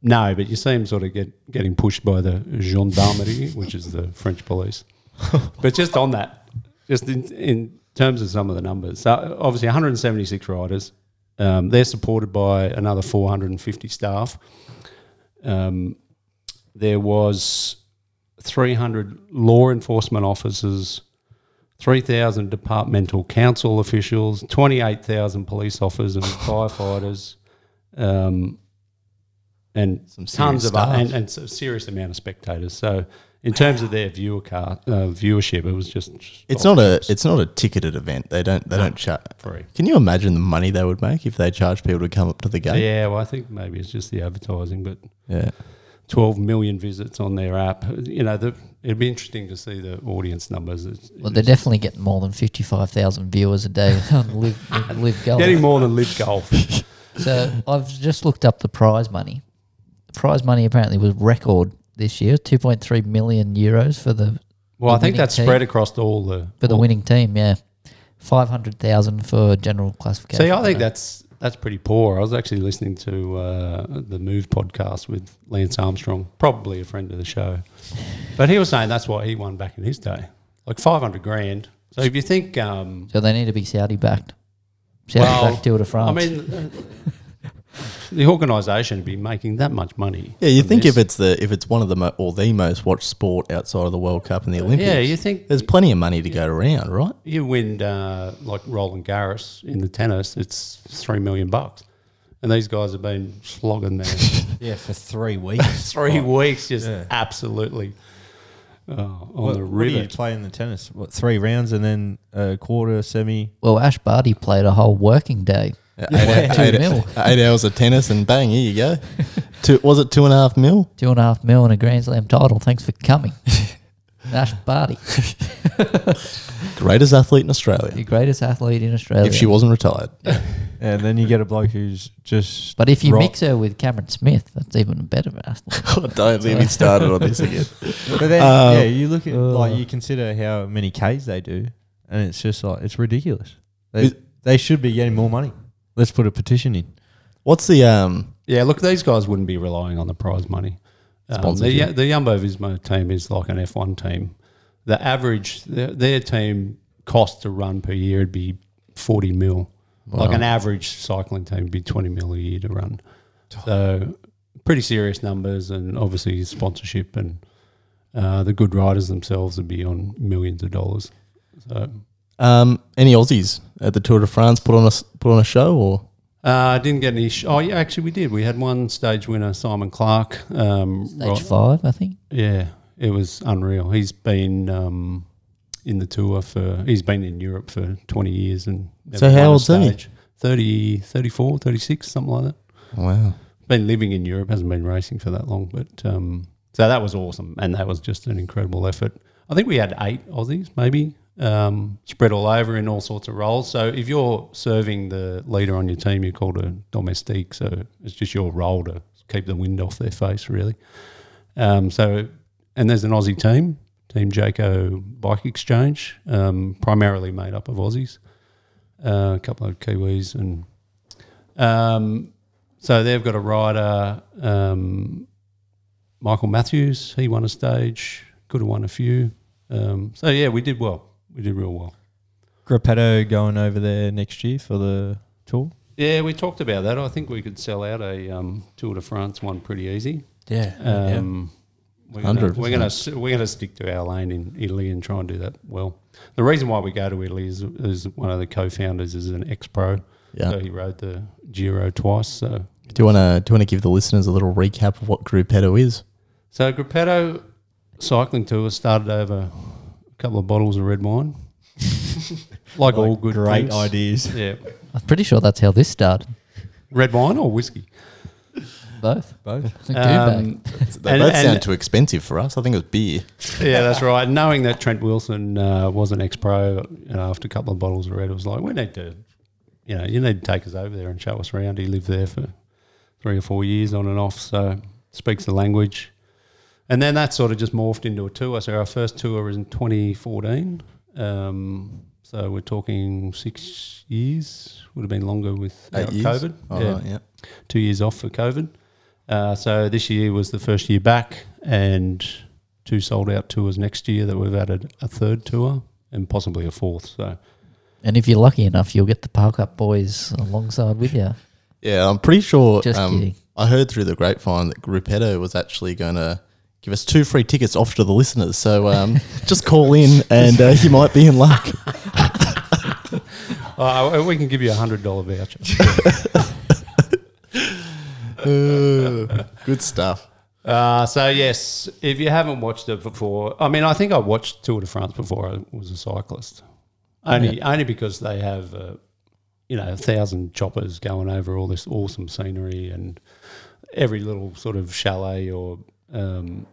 S1: no, but you see them sort of get getting pushed by the gendarmerie, which is the French police. But just on that, just in, in terms of some of the numbers, so obviously 176 riders. Um, they're supported by another 450 staff. Um, there was 300 law enforcement officers, 3,000 departmental council officials, 28,000 police officers and firefighters. Um, and
S2: Some serious
S1: tons of uh,
S2: staff.
S1: and, and a serious amount of spectators. So, in terms of their viewer car, uh, viewership, it was just
S2: It's not a it's not a ticketed event. They don't they don't charge.
S1: free.
S2: Can you imagine the money they would make if they charged people to come up to the gate?
S1: Yeah, well, I think maybe it's just the advertising, but
S2: Yeah.
S1: 12 million visits on their app. You know, the, it'd be interesting to see the audience numbers. It's,
S3: Well, they're definitely getting more than fifty-five thousand viewers a day on Live, live Gold.
S1: getting more than live golf.
S3: So I've just looked up the prize money. The prize money apparently was record this year, two point three million euros for the
S1: Well, I
S3: The
S1: think
S3: winning
S1: that's
S3: team.
S1: spread across all the
S3: for the
S1: all-
S3: winning team. Yeah, five hundred thousand for general classification.
S1: See, I think that's that's pretty poor. I was actually listening to uh, the Move podcast with Lance Armstrong, probably a friend of the show, but he was saying that's what he won back in his day, like five hundred grand. So if you think, um,
S3: so. They need to be Saudi backed. Saudi
S1: Well,
S3: backed Tour de France.
S1: I mean, uh, the organisation would be making that much money.
S2: Yeah, you
S1: from
S2: think
S1: this.
S2: if it's the if it's one of the mo- or the most watched sport outside of the World Cup and the Olympics,
S1: yeah, you think
S2: there's plenty of money to go around, right?
S1: you win uh, like Roland Garros in the tennis, it's three million bucks. And these guys have been slogging there
S5: Yeah, for three weeks.
S1: three weeks, just
S5: Yeah.
S1: absolutely oh, on
S5: What,
S1: the
S5: what do you
S1: rivet.
S5: play in the tennis? What three rounds and then a quarter, semi?
S3: Well, Ash Barty played a whole working day.
S2: Eight,
S3: Two
S2: eight-
S3: mil.
S2: eight hours of tennis and bang, here you go. two, was it two and a half mil?
S3: Two and a half mil and a Grand Slam title. Thanks for coming. Ash Barty,
S2: Greatest athlete in Australia.
S3: the greatest athlete in Australia.
S2: If she wasn't retired.
S5: And then you get a bloke who's just.
S3: but if you
S5: rock-
S3: mix her with Cameron Smith, that's even a better athlete.
S2: God, don't leave me started on this again.
S5: But then,
S2: Um,
S5: yeah, you look at like
S3: uh.
S5: you consider how many Ks they do, and it's just like it's ridiculous. They
S2: Is-
S5: they should be getting more money. Let's put a petition in.
S2: What's the um?
S1: Yeah, look, these guys wouldn't be relying on the prize money. Um, the,
S2: Sponsorship.
S1: the Jumbo Visma team is like an F1 team. The average, their, their team cost to run per year would be 40 mil. Like an average cycling team would be 20 mil a year to run. So, pretty serious numbers, and obviously sponsorship and uh, the good riders themselves would be on millions of dollars. So,
S2: Um, any Aussies at the Tour de France put on a s- put on a show or
S1: Uh, didn't get any. Sh- oh, yeah, actually, we did. We had one stage winner, Simon Clark. Um,
S3: Stage
S1: right-
S3: five, I think.
S1: Yeah, it was unreal. He's been um, in the tour for. He's been in Europe for twenty years, and
S2: So
S1: never
S2: how
S1: won a
S2: old's he?
S1: stage. 30, 34, 36, something like that.
S2: wow?
S1: Been living in Europe, hasn't been racing for that long, but um, so that was awesome, and that was just an incredible effort. I think we had eight Aussies, maybe um, spread all over in all sorts of roles. So if you're serving the leader on your team, you're called a domestique. So it's just your role to keep the wind off their face, really. Um, so, and there's an Aussie team, Team Jaco Bike Exchange, um, primarily made up of Aussies, uh, a couple of Kiwis, and um, so they've got a rider, um, Michael Matthews. He won a stage, could have won a few. Um, so yeah, we did well. We did real well.
S5: Grappetto going over there next year for the tour.
S1: Yeah, we talked about that. I think we could sell out a um, Tour de France one pretty easy.
S5: Yeah,
S1: Um, we're gonna,
S2: 100%.
S1: we're gonna s- we're gonna stick to our lane in Italy and try and do that well. The reason why we go to Italy is, is one of the co-founders is an ex-pro,
S2: Yeah.
S1: so he rode the Giro twice. So
S2: Do you want to do you want to give the listeners a little recap of what Gruppetto is?
S1: So Gruppetto cycling tour started over a couple of bottles of red wine, like, all good
S5: great
S1: things.
S5: ideas.
S1: Yeah,
S3: I'm pretty sure that's how this started.
S1: red wine or whiskey.
S3: Both.
S5: Both.
S1: Um,
S2: They
S1: And-
S2: both
S1: and-
S2: sound too expensive for us. I think it was beer.
S1: yeah, that's right. Knowing that Trent Wilson uh, was an ex-pro, you know, after a couple of bottles of red, it was like we need to, you know, you need to take us over there and show us around. He lived there for three or four years on and off, so speaks the language. And then that sort of just morphed into a tour. So our first tour was in 2014. Um, so we're talking six years. Would have been longer with uh,
S2: Eight years.
S1: COVID.
S2: Oh,
S1: Yeah
S2: right, yeah.
S1: two years off for COVID. Uh, so this year was the first year back, and two sold out tours next year that we've added a third tour and possibly a fourth. So
S3: And if you're lucky enough, you'll get the Park Up Boys alongside with you.
S2: Yeah, I'm pretty sure.
S3: Just
S2: um,
S3: kidding.
S2: I heard through the grapevine that Gruppetto was actually going to give us two free tickets off to the listeners. So um, just call in and uh, you might be in luck.
S1: uh, we can give you a hundred dollar voucher.
S2: Uh, good stuff.
S1: Uh, so yes, if you haven't watched it before, I mean, I think I watched Tour de France before I was a cyclist, only only because they have, uh, you know, a thousand choppers going over all this awesome scenery and every little sort of chalet or um,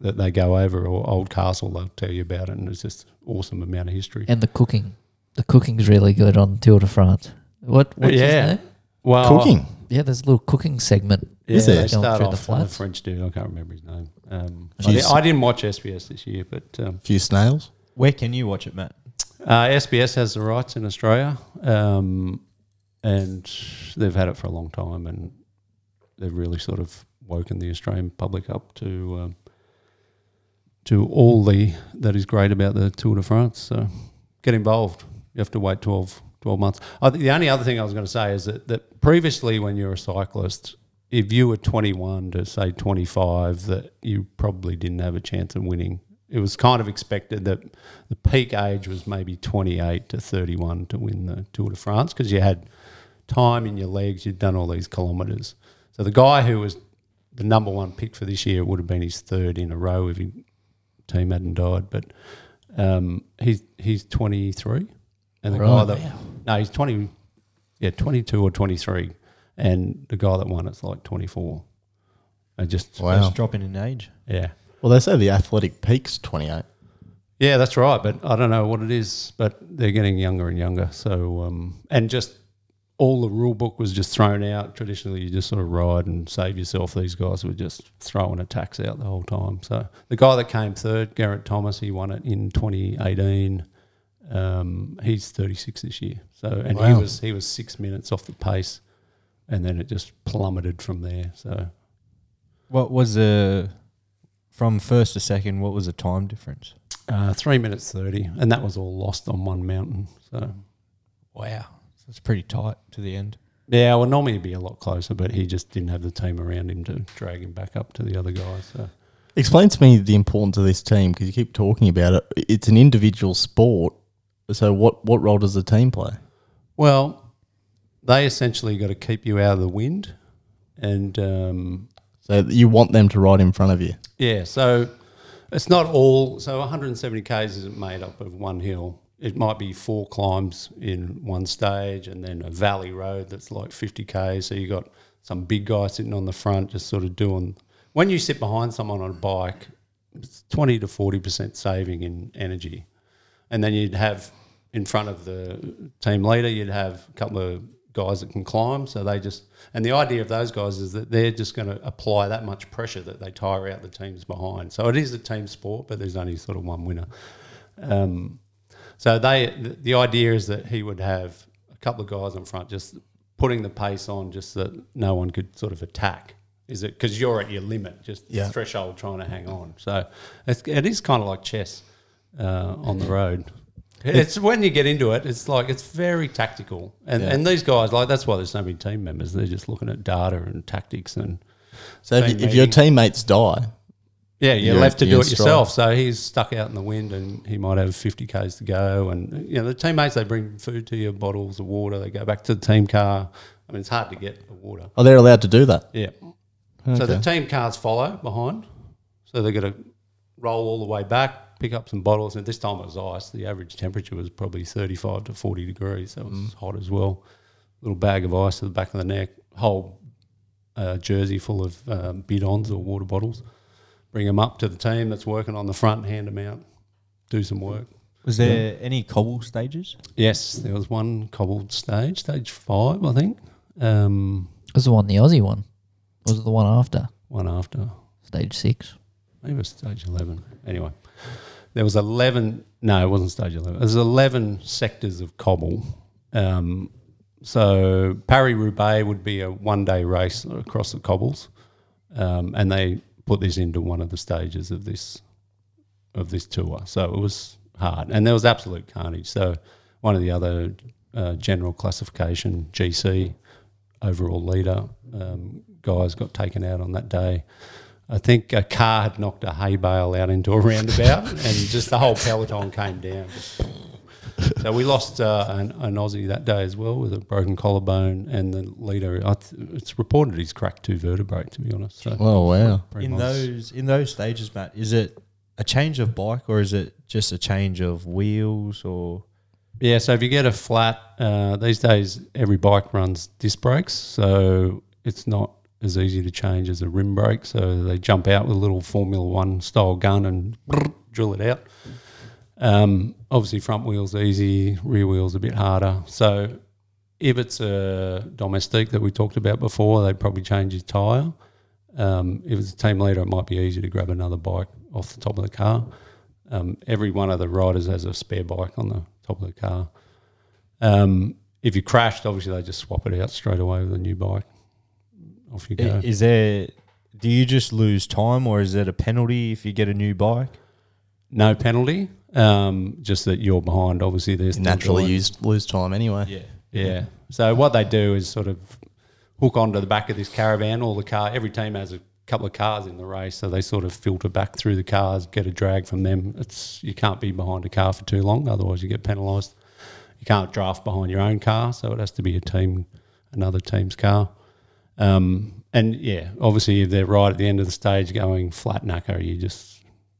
S1: that they go over or old castle, they'll tell you about it, and it's just awesome amount of history.
S3: And the cooking. The cooking's really good on Tour de France. What, what's
S1: Yeah.
S3: his name?
S1: Well,
S2: Cooking.
S3: Yeah, there's a little cooking segment.
S1: yeah,
S2: Is
S1: they
S2: there?
S1: start
S3: Going
S1: off
S3: through the
S1: with a
S3: flats.
S1: French dude. I can't remember his name. Um, I,
S2: Jeez.
S1: di- I didn't watch SBS this year, but. Um,
S2: few snails.
S5: Where can you watch it, Matt?
S1: Uh, SBS has the rights in Australia, um, and they've had it for a long time, and they've really sort of woken the Australian public up to um, to all the that is great about the Tour de France. So get involved. You have to wait 12, 12 months. I think the only other thing I was going to say is that, that previously, when you're a cyclist, if you were 21 to say 25, that you probably didn't have a chance of winning. It was kind of expected that the peak age was maybe 28 to 31 to win the Tour de France because you had time in your legs, you've done all these kilometres. So the guy who was the number one pick for this year would have been his third in a row if his team hadn't died. But um, he's he's 23, and the guy
S3: Right.
S1: that no, he's 20, yeah, 22 or 23, and the guy that won it's like 24. And just
S2: Wow.
S5: Just dropping in age.
S1: yeah.
S2: Well, they say the athletic peak's 28.
S1: Yeah, that's right. But I don't know what it is. But they're getting younger and younger. So, um, and just all the rule book was just thrown out. Traditionally, you just sort of ride and save yourself. These guys were just throwing attacks out the whole time. So the guy that came third, Garrett Thomas, he won it in 2018. Um, he's 36 this year. So and
S2: Wow.
S1: he was he was six minutes off the pace, and then it just plummeted from there. So
S5: What was the from first to second? What was the time difference?
S1: uh, three minutes 30, and that was all lost on one mountain. So.
S5: Wow, that's pretty tight to the end.
S1: Yeah, well, normally he'd be a lot closer, but he just didn't have the team around him to drag him back up to the other guys. So.
S2: Explain to me the importance of this team because you keep talking about it. It's an individual sport. So, what, what role does the team play?
S1: Well, they essentially got to keep you out of the wind, and um,
S2: So, you want them to ride in front of you.
S1: yeah, so it's not all. So 170 k's isn't made up of one hill. It might be four climbs in one stage, and then a valley road that's like 50 k's. So you got some big guy sitting on the front, just sort of doing. When you sit behind someone on a bike, it's 20 to 40 percent saving in energy. and then you'd have in front of the team leader, you'd have a couple of guys that can climb. So they just and the idea of those guys is that they're just going to apply that much pressure that they tire out the teams behind. So it is a team sport, but there's only sort of one winner. Um, so they th- the idea is that he would have a couple of guys in front, just putting the pace on, just that no one could sort of attack. Is it because you're at your limit, just
S2: Yeah.
S1: threshold trying to hang on? So it's, it is kind of like chess uh, on the road. It's when you get into it, it's like it's very tactical, and
S2: Yeah.
S1: and these guys like that's why there's so many team members. They're just looking at data and tactics, and
S2: So, if,
S1: Team
S2: you, if your
S1: meeting.
S2: teammates die,
S1: yeah, you're,
S2: You're-
S1: left to do
S2: you're
S1: it yourself. So he's stuck out in the wind, and he might have 50 k's to go. And you know the teammates they bring food to you, bottles of water. They go back to the team car. I mean, it's hard to get the water.
S2: oh, they're allowed to do that.
S1: Yeah. So the team cars follow behind. So they're going to roll all the way back, pick up some bottles. And this time it was ice. The average temperature was probably 35 to 40 degrees. So it was hot as well. Little bag of ice to the back of the neck, whole uh, jersey full of um, bidons or water bottles. Bring them up to the team that's working on the front, hand them out, do some work.
S5: Was there any cobble stages?
S1: Yes, there was one cobbled stage, stage five, I think. Um,
S3: This is the one, the Aussie one. Or was it the one after
S1: one after.
S3: stage six?
S1: Maybe it was stage 11. Anyway, there was 11, no, it wasn't stage 11. There was 11 sectors of cobble. Um, so Paris-Roubaix would be a one-day race across the cobbles. Um, and they put this into one of the stages of this of this tour. So it was hard. And there was absolute carnage. So one of the other uh, general classification, GC, overall leader, um, guys got taken out on that day. I think a car had knocked a hay bale out into a roundabout, and just the whole peloton came down. So we lost uh, an, an Aussie that day as well with a broken collarbone, and the leader. I th- it's reported he's cracked two vertebrae. To be honest, so
S2: Oh, wow.
S1: pretty
S5: In
S1: much-
S5: those in those stages, Matt, is it a change of bike or is it just a change of wheels or
S1: Yeah, so if you get a flat, uh, these days every bike runs disc brakes, so it's not as easy to change as a rim brake. So they jump out with a little Formula One style gun and drill it out. Um, obviously, front wheels easy, rear wheels a bit harder. So if it's a domestique that we talked about before, they'd probably change his tyre. Um, if it's a team leader, it might be easier to grab another bike off the top of the car. Um, every one of the riders has a spare bike on the top of the car. Um, if you crashed, obviously they just swap it out straight away with a new bike. Off you go.
S5: I- is there do you just lose time or is it a penalty if you get a new bike?
S1: no penalty, um, just that you're behind. Obviously, there's
S2: Naturally, you lose time anyway.
S5: Yeah.
S1: Yeah. So what they do is sort of hook onto the back of this caravan. All the car, every team has a couple of cars in the race, so they sort of filter back through the cars, get a drag from them. It's you can't be behind a car for too long, otherwise you get penalised. You can't draft behind your own car, so it has to be a team another team's car. Um, and yeah, obviously, if they're right at the end of the stage going flat knucker, you just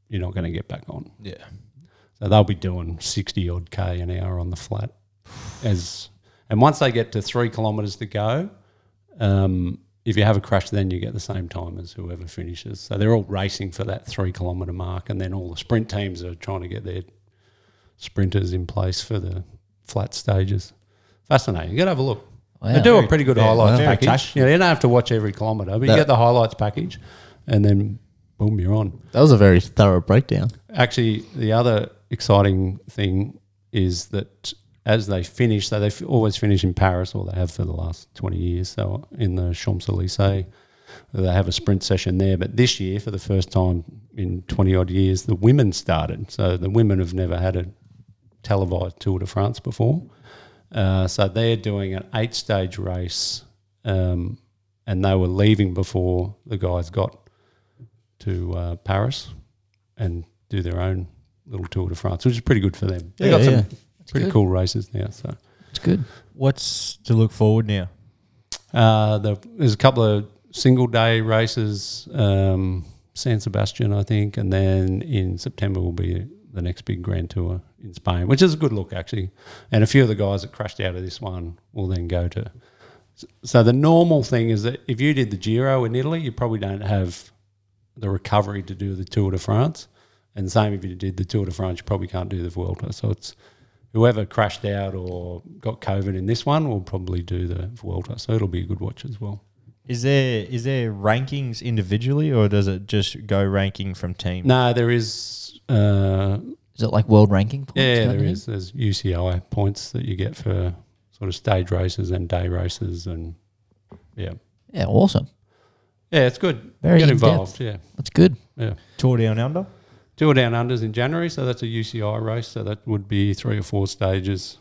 S1: you're not going to get back on.
S5: Yeah.
S1: So they'll be doing sixty odd k an hour on the flat. As and once they get to three kilometres to go, um, if you have a crash, then you get the same time as whoever finishes. So they're all racing for that three kilometre mark, and then all the sprint teams are trying to get their sprinters in place for the flat stages. Fascinating. You got to have a look.
S3: Wow.
S1: They do a pretty good
S5: yeah,
S1: highlights
S5: very
S1: package.
S5: touching.
S1: You, know, you don't have to watch every kilometre, but you
S2: That-
S1: get the highlights package, and then boom, you're on.
S2: That was a very thorough breakdown.
S1: Actually, the other exciting thing is that as they finish, so they f- always finish in Paris, or they have for the last 20 years. So in the Champs Elysees, they have a sprint session there. But this year, for the first time in 20 odd years, the women started. So the women have never had a televised Tour de France before. Uh, so they're doing an eight stage race, um, and they were leaving before the guys got to uh, Paris and do their own little Tour de France, which is pretty good for them. They
S2: Yeah,
S1: got
S2: yeah.
S1: some pretty
S3: good.
S1: cool races now. So
S3: It's good.
S5: What's to look forward now?
S1: uh, the, there's a couple of single day races, um, San Sebastian, I think, and then in September will be the next big Grand Tour in Spain, which is a good look actually. And a few of the guys that crashed out of this one will then go to. So the normal thing is that if you did the Giro in Italy, you probably don't have the recovery to do the Tour de France. And same if you did the Tour de France, you probably can't do the Vuelta. So it's whoever crashed out or got COVID in this one will probably do the Vuelta. So it'll be a good watch as well.
S5: Is there is there rankings individually, or does it just go ranking from team?
S1: No, there is. Uh,
S3: Is it like world ranking points?
S1: yeah,
S3: kind of
S1: there
S3: thing?
S1: is. There's UCI points that you get for sort of stage races and day races, and yeah,
S3: Yeah, awesome.
S1: yeah, it's good.
S3: Very
S1: get
S3: in-depth.
S1: involved. Yeah,
S3: That's good.
S1: yeah.
S5: Tour down under.
S1: Tour Down Under's in January, so that's a UCI race. So that would be three or four stages.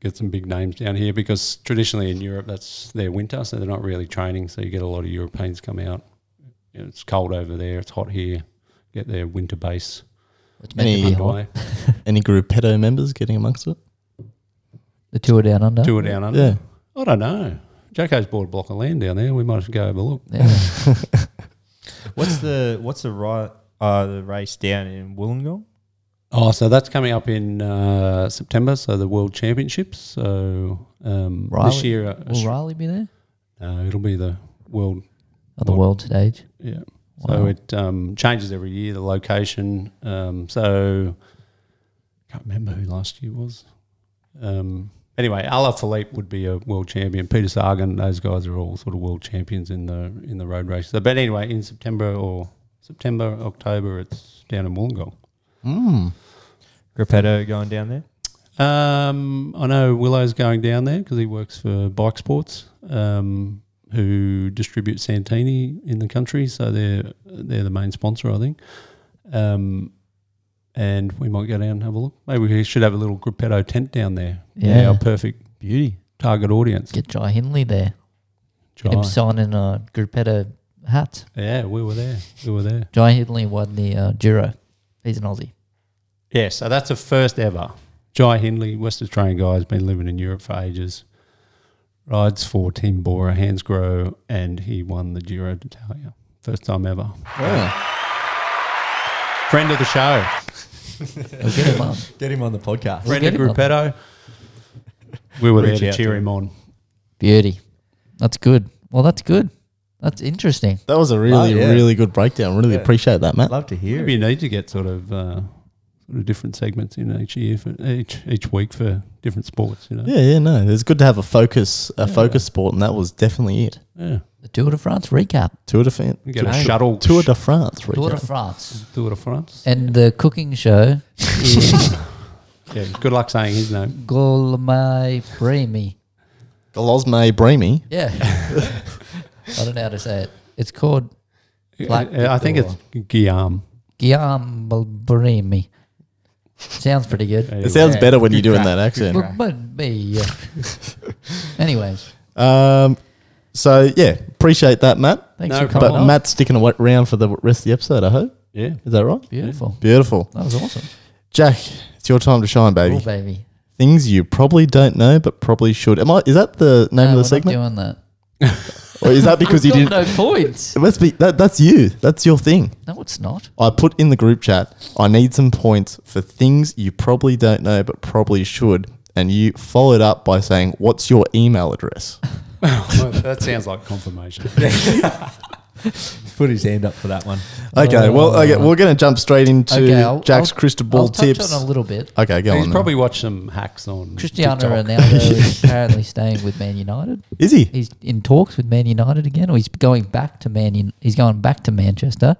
S1: Get some big names down here because traditionally in Europe that's their winter, so they're not really training. So you get a lot of Europeans come out. You know, It's cold over there. It's hot here. Get their winter base.
S3: It's meant to
S2: Any-
S3: be
S1: underway.
S3: hot.
S2: Any group pedo members getting amongst it?
S3: The tour down under.
S1: Tour Down Under.
S2: Yeah.
S1: I don't know. Jacko's bought a block of land down there. We might have to go have a look.
S3: Yeah.
S5: What's the what's the right uh, the race down in Wollongong?
S1: Oh, so that's coming up in uh, September. So the World Championships. So um, this
S3: Riley-
S1: year, uh,
S3: Will Riley be there?
S1: no, it'll be the World.
S3: On the
S1: Well-
S3: world stage.
S1: Yeah.
S3: Wow.
S1: So it um, changes every year, the location. Um, so I can't remember who last year was. Um, anyway, Ala Philippe would be a world champion. Peter Sagan, those guys are all sort of world champions in the in the road race. So, but anyway, in September or September, October, it's down in Wollongong.
S2: Mm.
S5: Gruppetto going down there.
S1: Um, I know Willow's going down there because he works for Bike Sports, um, who distribute Santini in the country. So they're they're the main sponsor, I think. Um, and we might go down and have a look. Maybe we should have a little gruppetto tent down there.
S3: Yeah.
S1: our perfect
S4: Beauty.
S1: target audience.
S3: Get Jai Hindley there. Get him
S1: Jai.
S3: signing a Gruppetto hat.
S1: Yeah, we were there. We were there.
S3: Jai Hindley won the uh, Giro. He's an Aussie.
S1: Yeah, so that's a first ever. Jai Hindley, West Australian guy, has been living in Europe for ages. Rides for Team Bora, Hands Grow, and he won the Giro d'Italia. First time ever.
S2: Yeah.
S1: Friend of the show,
S3: We'll get him on.
S5: Get him on the podcast.
S1: friend of
S3: get him on.
S1: Gruppetto. We were there
S5: Reach
S1: to
S5: out
S1: cheer
S5: to
S1: him on.
S3: Beauty. That's good. Well, that's good. That's interesting.
S2: That was a really,
S5: yeah.
S2: Oh, really good breakdown. Really
S5: Yeah.
S2: appreciate that, Matt.
S5: Love to hear.
S1: Maybe
S5: It.
S1: you need to get sort of uh, sort of different segments in each year for each each week for different sports. You know,
S2: Yeah, yeah, no. It's good to have a focus, a
S1: Yeah.
S2: focus sport, and that was definitely it.
S1: yeah.
S3: The Tour de France recap.
S2: Tour de France.
S1: We get a
S2: Tour-
S1: shuttle
S2: Tour de France.
S3: Tour de
S2: recap.
S3: France.
S1: Tour de France.
S3: And the cooking show is
S1: Yeah, good luck saying his name.
S3: Golmai Premi.
S2: Golosme Bremy.
S3: Yeah. I don't know how to say it. It's called Black
S1: I, I think it's Guillaume.
S3: Guillaume Bremi. Sounds pretty good.
S2: It sounds
S3: Yeah.
S2: better when you
S5: Good
S2: do in
S5: crack.
S2: that accent.
S5: Good
S3: But, but be, yeah. Anyways,
S2: Um, so yeah, appreciate that, Matt.
S3: thanks
S1: No
S3: for coming
S2: But
S3: on.
S2: Matt's sticking awa- around for the rest of the episode. I hope
S1: Yeah.
S2: is that right?
S3: Beautiful.
S2: Beautiful,
S3: That was awesome.
S2: Jack. It's your time to shine,
S3: Cool,
S2: baby.
S3: baby.
S2: Things you probably don't know, but probably should. Am I? Is that the name
S3: no,
S2: of
S3: Uh, we're
S2: the segment,
S3: Not doing that
S2: or is that because you
S3: I've
S2: didn't?
S3: got no points.
S2: It must be that. That's you. That's your thing.
S3: No, it's not.
S2: I put in the group chat, I need some points for things you probably don't know but probably should. And you followed up by saying, What's your email address?
S1: Well, that sounds like confirmation.
S5: Put his hand up for that one.
S2: Okay, well, okay, we're going to jump straight into
S3: Uh, Okay, I'll-
S2: Jack's
S3: I'll-
S2: crystal
S3: I'll
S2: ball
S3: touch
S2: tips.
S3: on a little bit.
S2: Okay, go
S1: He's
S2: on.
S1: probably watched some hacks on
S3: Cristiano
S1: TikTok.
S3: Ronaldo is apparently staying with Man United.
S2: then. Is he?
S3: He's in talks with Man United again, or he's going back to Man. Un- he's going back to Manchester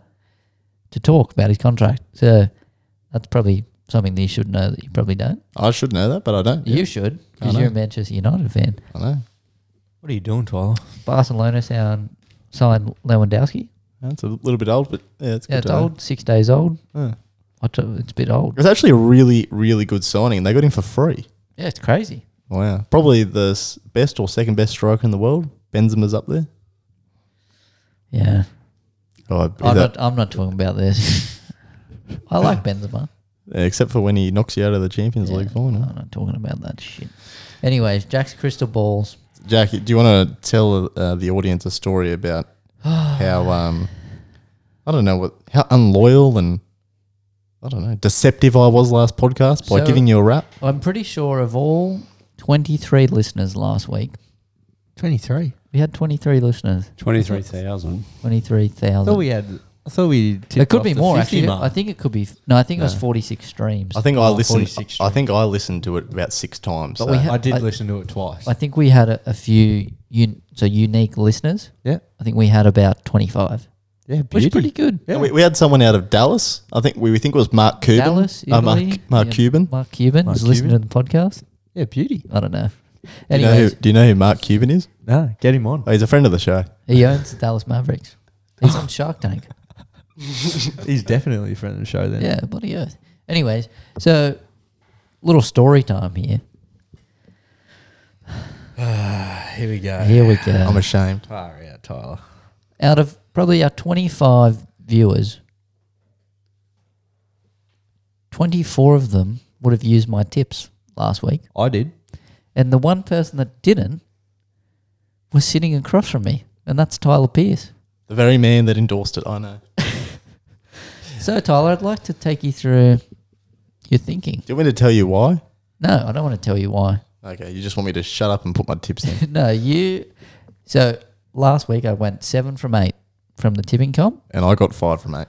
S3: to talk about his contract. So that's probably something that you should know that you probably don't.
S2: I should know that, but I don't. Yeah,
S3: You should
S2: I
S3: because
S2: know.
S3: you're a Manchester United fan.
S2: I know.
S5: What are you doing, Tyler?
S3: Barcelona sound signed Lewandowski.
S2: That's a little bit old, but yeah, it's good.
S3: Yeah, it's
S2: to know.
S3: old, six days old.
S2: Yeah.
S3: I t- it's a bit old.
S2: It was actually a really, really good signing. They got him for free.
S3: Yeah, it's crazy.
S2: Wow. Probably the s- best or second best striker in the world. Benzema's up there.
S3: Yeah,
S2: Oh, is
S3: I'm
S2: that-
S3: not. I'm not talking about this. I like Benzema.
S2: except for when he knocks you out of the Champions
S3: Yeah,
S2: League final.
S3: I'm not talking about that shit. Anyways, Jack's crystal balls.
S2: Jackie, do you want to tell uh, the audience a story about how um, I don't know what how unloyal and I don't know deceptive I was last podcast by
S3: So-
S2: giving you a rap?
S3: I'm pretty sure of all 23 listeners last week,
S5: 23.
S3: we had 23 listeners,
S1: 23,000.
S3: 23,000.
S5: I thought we had. I thought we.
S3: it
S5: tipped
S3: could
S5: off
S3: be
S5: the
S3: more
S5: 50
S3: actually.
S5: mark.
S3: I think it could be. No, I think it was
S2: No.
S3: 46 streams.
S2: I
S3: I,
S2: think I
S5: Oh,
S2: listened.
S5: 46
S2: I think I listened to it about six times.
S3: But
S2: so-
S3: we ha-
S5: I did
S3: I-
S5: listen to it twice.
S3: think we had a, a few un, so unique listeners.
S5: yeah.
S3: I think we had about 25,
S5: Yeah.
S3: which
S5: Beauty.
S3: is pretty good.
S5: yeah.
S2: we, we had someone out of Dallas. I think we, we think it was Mark Cuban.
S3: Dallas,
S2: Uh, Mark,
S3: Italy,
S2: Mark
S3: yeah.
S2: Cuban.
S3: Mark Cuban
S5: Mark
S3: is listening to the podcast.
S5: yeah. Beauty.
S3: I don't know.
S2: Do you, know who,
S3: Anyways,
S2: do you know who Mark Cuban is?
S5: No, get him on.
S2: Oh, he's a friend of the show.
S3: he owns Dallas Mavericks. He's on Shark Tank.
S5: He's definitely a friend of the show. Then.
S3: Yeah, bloody earth. Anyways, so little story time here.
S5: Here we go.
S3: Here we go.
S2: I'm ashamed.
S5: Far out, Tyler.
S3: Out of probably our 25 viewers, 24 of them would have used my tips last week.
S5: I did.
S3: And the one person that didn't was sitting across from me, and that's Tyler Pierce.
S2: The very man that endorsed it. I know.
S3: So, Tyler, I'd like to take you through your thinking.
S2: Do you want me to tell you why?
S3: No, I don't want to tell you why.
S2: Okay, you just want me to shut up and put my tips in.
S3: no, you. So, last week I went seven from eight from the tipping comp.
S2: and I got five from eight.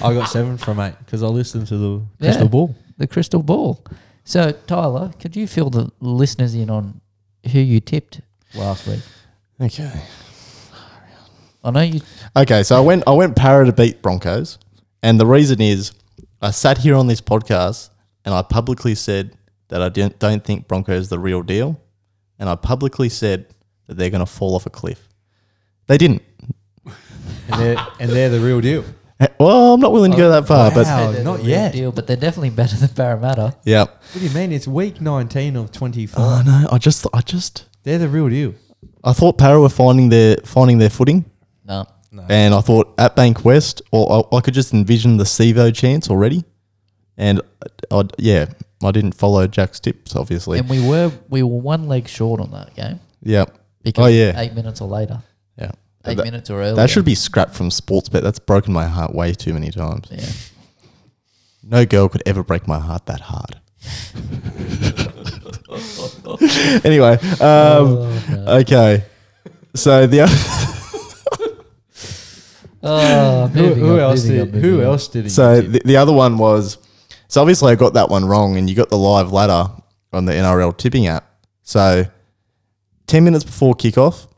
S5: I got seven from eight because I listened to the
S3: Yeah.
S5: crystal ball.
S3: the crystal ball. So, Tyler, could you fill the listeners in on who you tipped last week?
S2: Okay.
S3: I know you.
S2: Okay, so I went I went para to beat Broncos, and the reason is I sat here on this podcast and I publicly said that I didn't, don't think Broncos the real deal, and I publicly said that they're going to fall off a cliff. They didn't.
S5: And they're, and they're the real deal.
S2: Eh, Well, I'm not willing to go that far, Uh, but
S5: wow.
S3: said they're
S5: not
S3: the real
S5: yet.
S3: Deal, but they're definitely better than Parramatta.
S2: yeah.
S5: What do you mean? It's week 19 of 24.
S2: Oh no, I just I just
S5: They're the real deal.
S2: I thought para were finding their finding their footing.
S3: No,
S2: And I thought at Bank West, or I, I could just envision the Sevo chance already. And I, yeah, I didn't follow Jack's tips, obviously.
S3: and we were we were one leg short on that game
S2: yeah,
S3: because
S2: Oh, yeah.
S3: eight minutes or later,
S2: yeah.
S3: eight
S2: that,
S3: minutes or earlier.
S2: that should be scrapped from sports bet. That's broken my heart way too many times.
S3: Yeah.
S2: No girl could ever break my heart that hard. anyway, um,
S1: Oh,
S2: okay. So the other,
S3: Oh,
S5: Who,
S3: moving
S5: who
S3: on,
S5: else
S3: moving
S5: did?
S3: on, moving
S5: Who
S3: on.
S5: else did? it
S2: so
S5: use it?
S2: the, the other one was so obviously I got that one wrong, and you got the live ladder on the NRL tipping app. So ten minutes before kickoff,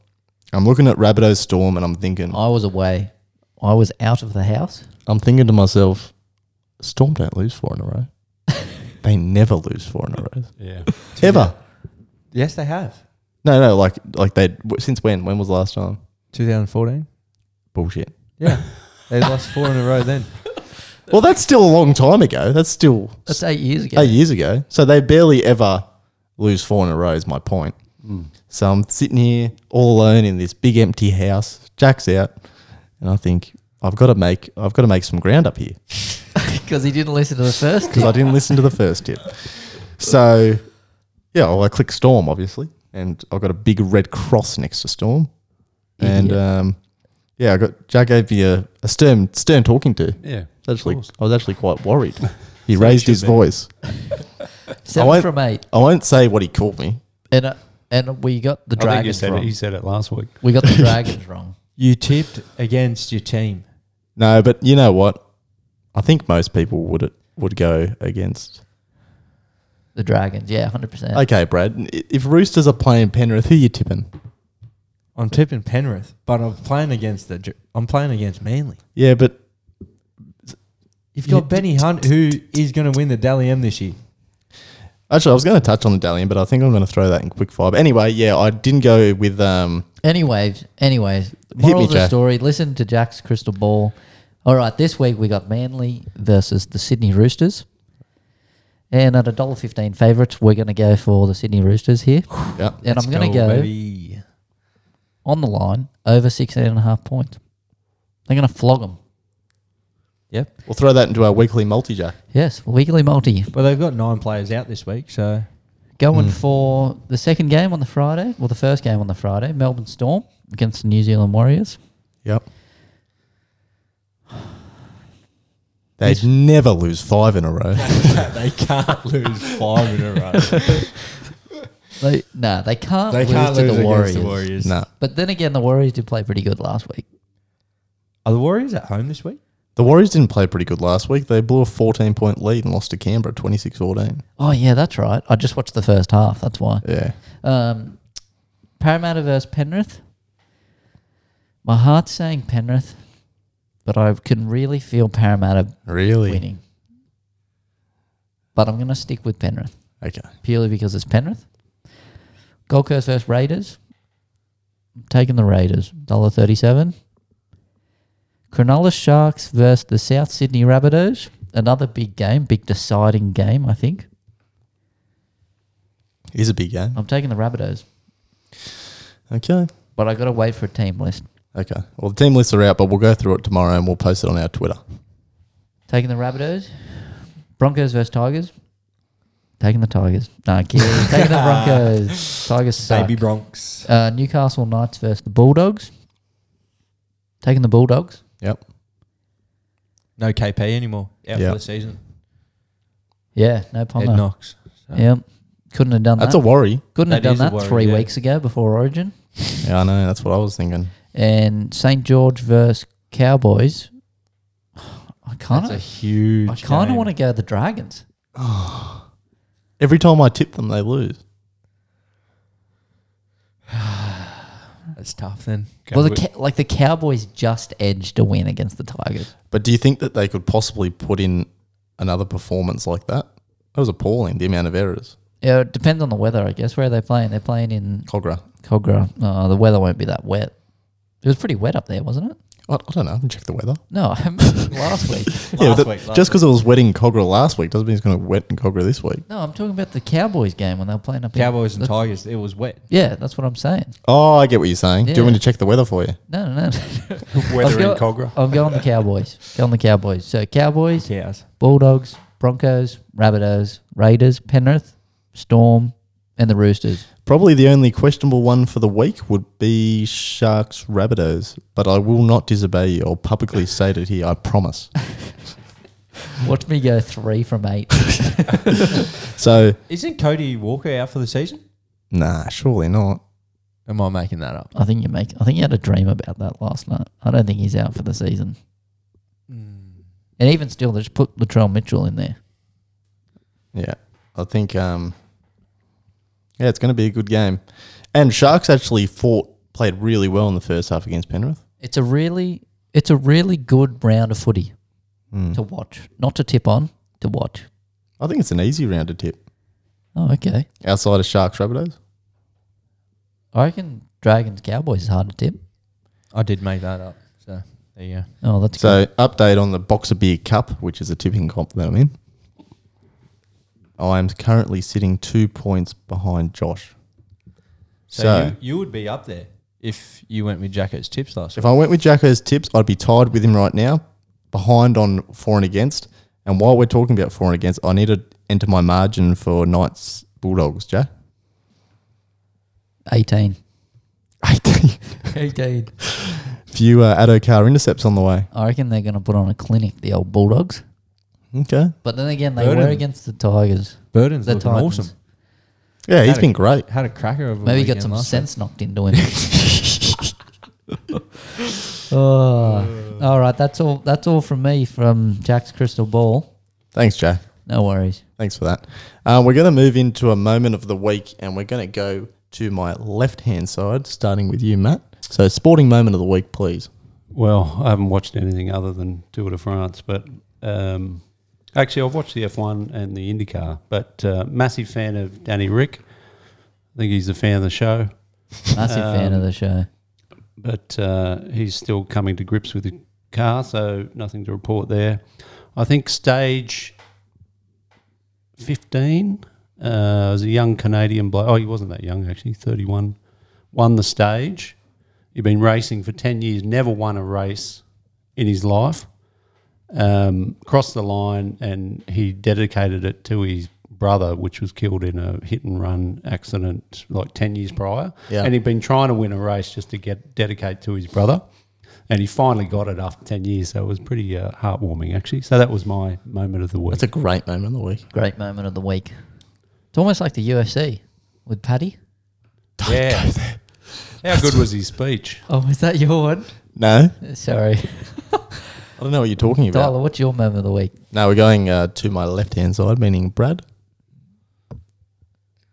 S2: I'm looking at Rabbitoh's Storm, and I'm thinking,
S3: I was away. I was out of the house.
S2: I'm thinking to myself, Storm don't lose four in a row. they never lose four in a row.
S1: Yeah.
S2: Ever.
S5: yes, they have.
S2: No, no, like like they since when? When was the last time?
S5: 2014.
S2: Bullshit.
S5: Yeah, they lost four in a row. Then
S2: Well, that's still a long time ago. That's still
S3: That's eight years ago.
S2: eight years ago. So they barely ever lose four in a row. Is my point. So I'm sitting here all alone in this big empty house. Jack's out, and I think I've got to make I've got to make some ground up here
S3: because he didn't listen to the first.
S2: because I didn't listen to the first tip. So, yeah, well, I click Storm, obviously, and I've got a big red cross next to Storm. And
S3: Idiot.
S2: um, yeah, I got Jack gave me a, a stern, stern talking to.
S1: Yeah.
S2: Actually,
S1: course.
S2: I was actually quite worried. He
S1: So
S2: raised
S1: it should
S2: his
S1: be.
S2: voice.
S3: Seven
S2: won't-
S3: from eight,
S2: I won't say what he called me.
S3: and uh, and we got the
S1: I think you
S3: dragons
S1: said it,
S3: wrong.
S1: you said it last week.
S3: We got the dragons wrong.
S5: You tipped against your team.
S2: No, but you know what? I think most people would would go against.
S3: The dragons, yeah, hundred percent.
S2: Okay, Brad. i- If Roosters are playing Penrith, who you tipping?
S5: I'm tipping Penrith, but I'm playing against the. Dr- I'm playing against Manly.
S2: Yeah, but
S5: You've got Benny Hunt, who is going to win the Dally M this year.
S2: Actually, I was going to touch on the Dalian, but I think I'm going to throw that in quick fire. But anyway, yeah, I didn't go with. Um,
S3: Anyways, anyways,
S2: me,
S3: moral of the
S2: Jack.
S3: story: listen to Jack's crystal ball. All right, this week we got Manly versus the Sydney Roosters, and at a dollar fifteen favourites, we're going to go for the Sydney Roosters here,
S2: yeah,
S3: and I'm going to go
S5: Baby.
S3: on the line over 16 and a half points. They're going to flog them.
S5: Yep.
S2: we'll throw that into our weekly multi jack.
S3: Yes, weekly multi.
S5: But they've got nine players out this week, so
S3: Going
S2: Hmm.
S3: for the second game on the Friday, well, the first game on the Friday, Melbourne Storm against the New Zealand Warriors.
S2: Yep. They'd never lose five in a row.
S5: they can't lose five in a row.
S3: They, nah, they can't lose to the Warriors.
S2: no,
S3: But then again, the Warriors did play pretty good last week.
S5: Are the Warriors at home this week?
S2: the Warriors didn't play pretty good last week. They blew a 14 point lead and lost to Canberra 26 14.
S3: Oh, yeah, that's right. I just watched the first half. That's why.
S2: Yeah.
S3: Um, Parramatta versus Penrith. My heart's saying Penrith, but I can really feel Parramatta
S2: Really?
S3: winning. But I'm going to stick with Penrith
S2: Okay.
S3: purely because it's Penrith. Gold Coast versus Raiders. I'm taking the Raiders. Dollar thirty-seven. Cronulla Sharks versus the South Sydney Rabbitohs. Another big game, big deciding game. I think
S2: Is a big game.
S3: I'm taking the Rabbitohs,
S2: Okay.
S3: but I got to wait for a team list.
S2: Okay. Well, the team lists are out, but we'll go through it tomorrow and we'll post it on our Twitter.
S3: Taking the Rabbitohs. Broncos versus Tigers. Taking the Tigers. No, kidding. Taking the Broncos. Tigers suck.
S5: Baby Bronx.
S3: Uh, Newcastle Knights versus the Bulldogs. Taking the Bulldogs.
S2: Yep.
S5: No KP anymore. Out
S2: Yeah.
S5: for the season.
S3: Yeah, no
S5: Ed
S3: Ponga.
S5: Knox. So-
S3: Yep. Couldn't have done
S2: That's a
S3: that.
S2: worry.
S3: Couldn't
S5: that
S3: have
S5: is
S3: done
S5: a
S3: that
S5: worry,
S3: three
S5: yeah.
S3: weeks ago before Origin.
S2: Yeah, I know. That's what I was thinking.
S3: And St George versus Cowboys. I
S5: That's a
S3: kind
S5: huge.
S3: of, I kind of want to go the Dragons.
S2: Every time I tip them, they lose.
S5: That's tough then.
S3: Well, the ca- like the Cowboys just edged a win against the Tigers.
S2: But do you think that they could possibly put in another performance like that? That was appalling, the amount of errors.
S3: Yeah, it depends on the weather, I guess. Where are they playing? They're playing in
S2: Cogra.
S3: Cogra. Oh, the weather won't be that wet. It was pretty wet up there, wasn't it?
S2: I, I don't know. I haven't checked the weather.
S3: No, I haven't last week.
S2: yeah, but
S5: week, last
S2: just because it was wet in Cogra last week doesn't mean it's going to wet in Cogra this week.
S3: No, I'm talking about the Cowboys game when they were playing up in-
S5: Cowboys and
S3: That's-
S5: Tigers. It was wet.
S3: Yeah, that's what I'm saying.
S2: Oh, I get what you're saying. Do you want
S3: Yeah.
S2: me to check the weather for you?
S3: No, no, no.
S1: Weather
S3: Oh, go-
S1: in Cogra.
S3: I'm going the Cowboys. Going the Cowboys. So Cowboys,
S5: Cows.
S3: Bulldogs, Broncos, Rabbitohs, Raiders, Penrith, Storm, and the Roosters.
S2: Probably the only questionable one for the week would be Sharks Rabbitohs, but I will not disobey you. I'll publicly state it here. I promise.
S3: Watch me go three from eight.
S2: So,
S5: Isn't Cody Walker out for the season?
S2: nah, surely not.
S5: Am I making that up?
S3: I think you make. I think you had a dream about that last night. I don't think he's out for the season.
S5: Hmm.
S3: And even still, they just put Latrell Mitchell in there.
S2: Yeah, I think um, yeah, it's going to be a good game. And Sharks actually fought, played really well in the first half against Penrith.
S3: It's a really, it's a really good round of footy to watch. Not to tip on, to watch.
S2: I think it's an easy round to tip
S3: Oh, okay.
S2: outside of Sharks Rabbitohs.
S3: I reckon Dragons Cowboys is hard to tip.
S5: I did make that up. So there you go.
S3: Oh, that's
S2: So
S3: good.
S2: update on the Boxer Beer Cup, which is a tipping comp that I'm in. I am currently sitting two points behind Josh.
S5: So,
S2: So,
S5: you, you would be up there if you went with Jacko's tips last
S2: if
S5: week.
S2: I went with Jacko's tips, I'd be tied with him right now, behind on for and against. And while we're talking about for and against, I need to enter my margin for Knights Bulldogs, Jay?
S3: 18.
S2: 18.
S3: 18.
S2: Few uh, Addo car intercepts on the way.
S3: I reckon they're going to put on a clinic, the old Bulldogs.
S2: Okay.
S3: But then again, they
S5: Burden.
S3: were against the Tigers.
S5: Burden's
S3: The
S5: looking
S3: Titans.
S5: awesome.
S2: Yeah, he's
S5: Addo-
S2: been great.
S5: Had a cracker over
S3: Maybe he
S5: the
S3: got
S5: weekend
S3: some
S5: last
S3: sense knocked into him. oh. All right, that's all. That's all from me from Jack's crystal ball.
S2: Thanks, Jay.
S3: No worries.
S2: Thanks for that. Uh, we're going to move into a moment of the week and we're going to go to my left hand side, starting with you, Matt. So, sporting moment of the week, please.
S1: Well, I haven't watched anything other than Tour de France, but um, actually, I've watched the F1 and the IndyCar. But uh, massive fan of Danny Rick. I think he's a fan of the show,
S3: Massive fan of the show.
S1: but uh, he's still coming to grips with the car, so nothing to report there. I think stage fifteen uh, was a young Canadian bloke. Oh, he wasn't that young actually. Thirty-one won the stage. He'd been racing for ten years, never won a race in his life. Um, crossed the line, and he dedicated it to his brother, which was killed in a hit and run accident like ten years prior.
S2: Yeah.
S1: And he'd been trying to win a race just to get dedicate to his brother, and he finally got it after ten years. So it was pretty uh, heartwarming, actually. So that was my moment of the week.
S2: That's a great moment of the week.
S3: Great moment of the week. It's almost like the UFC with Paddy.
S1: yeah. How good was his speech?
S3: Oh, is that your one?
S2: No,
S3: Sorry,
S2: I don't know what you're talking about.
S3: Tyler. What's your moment of the week?
S2: No, we're going uh, to my left hand side, meaning Brad.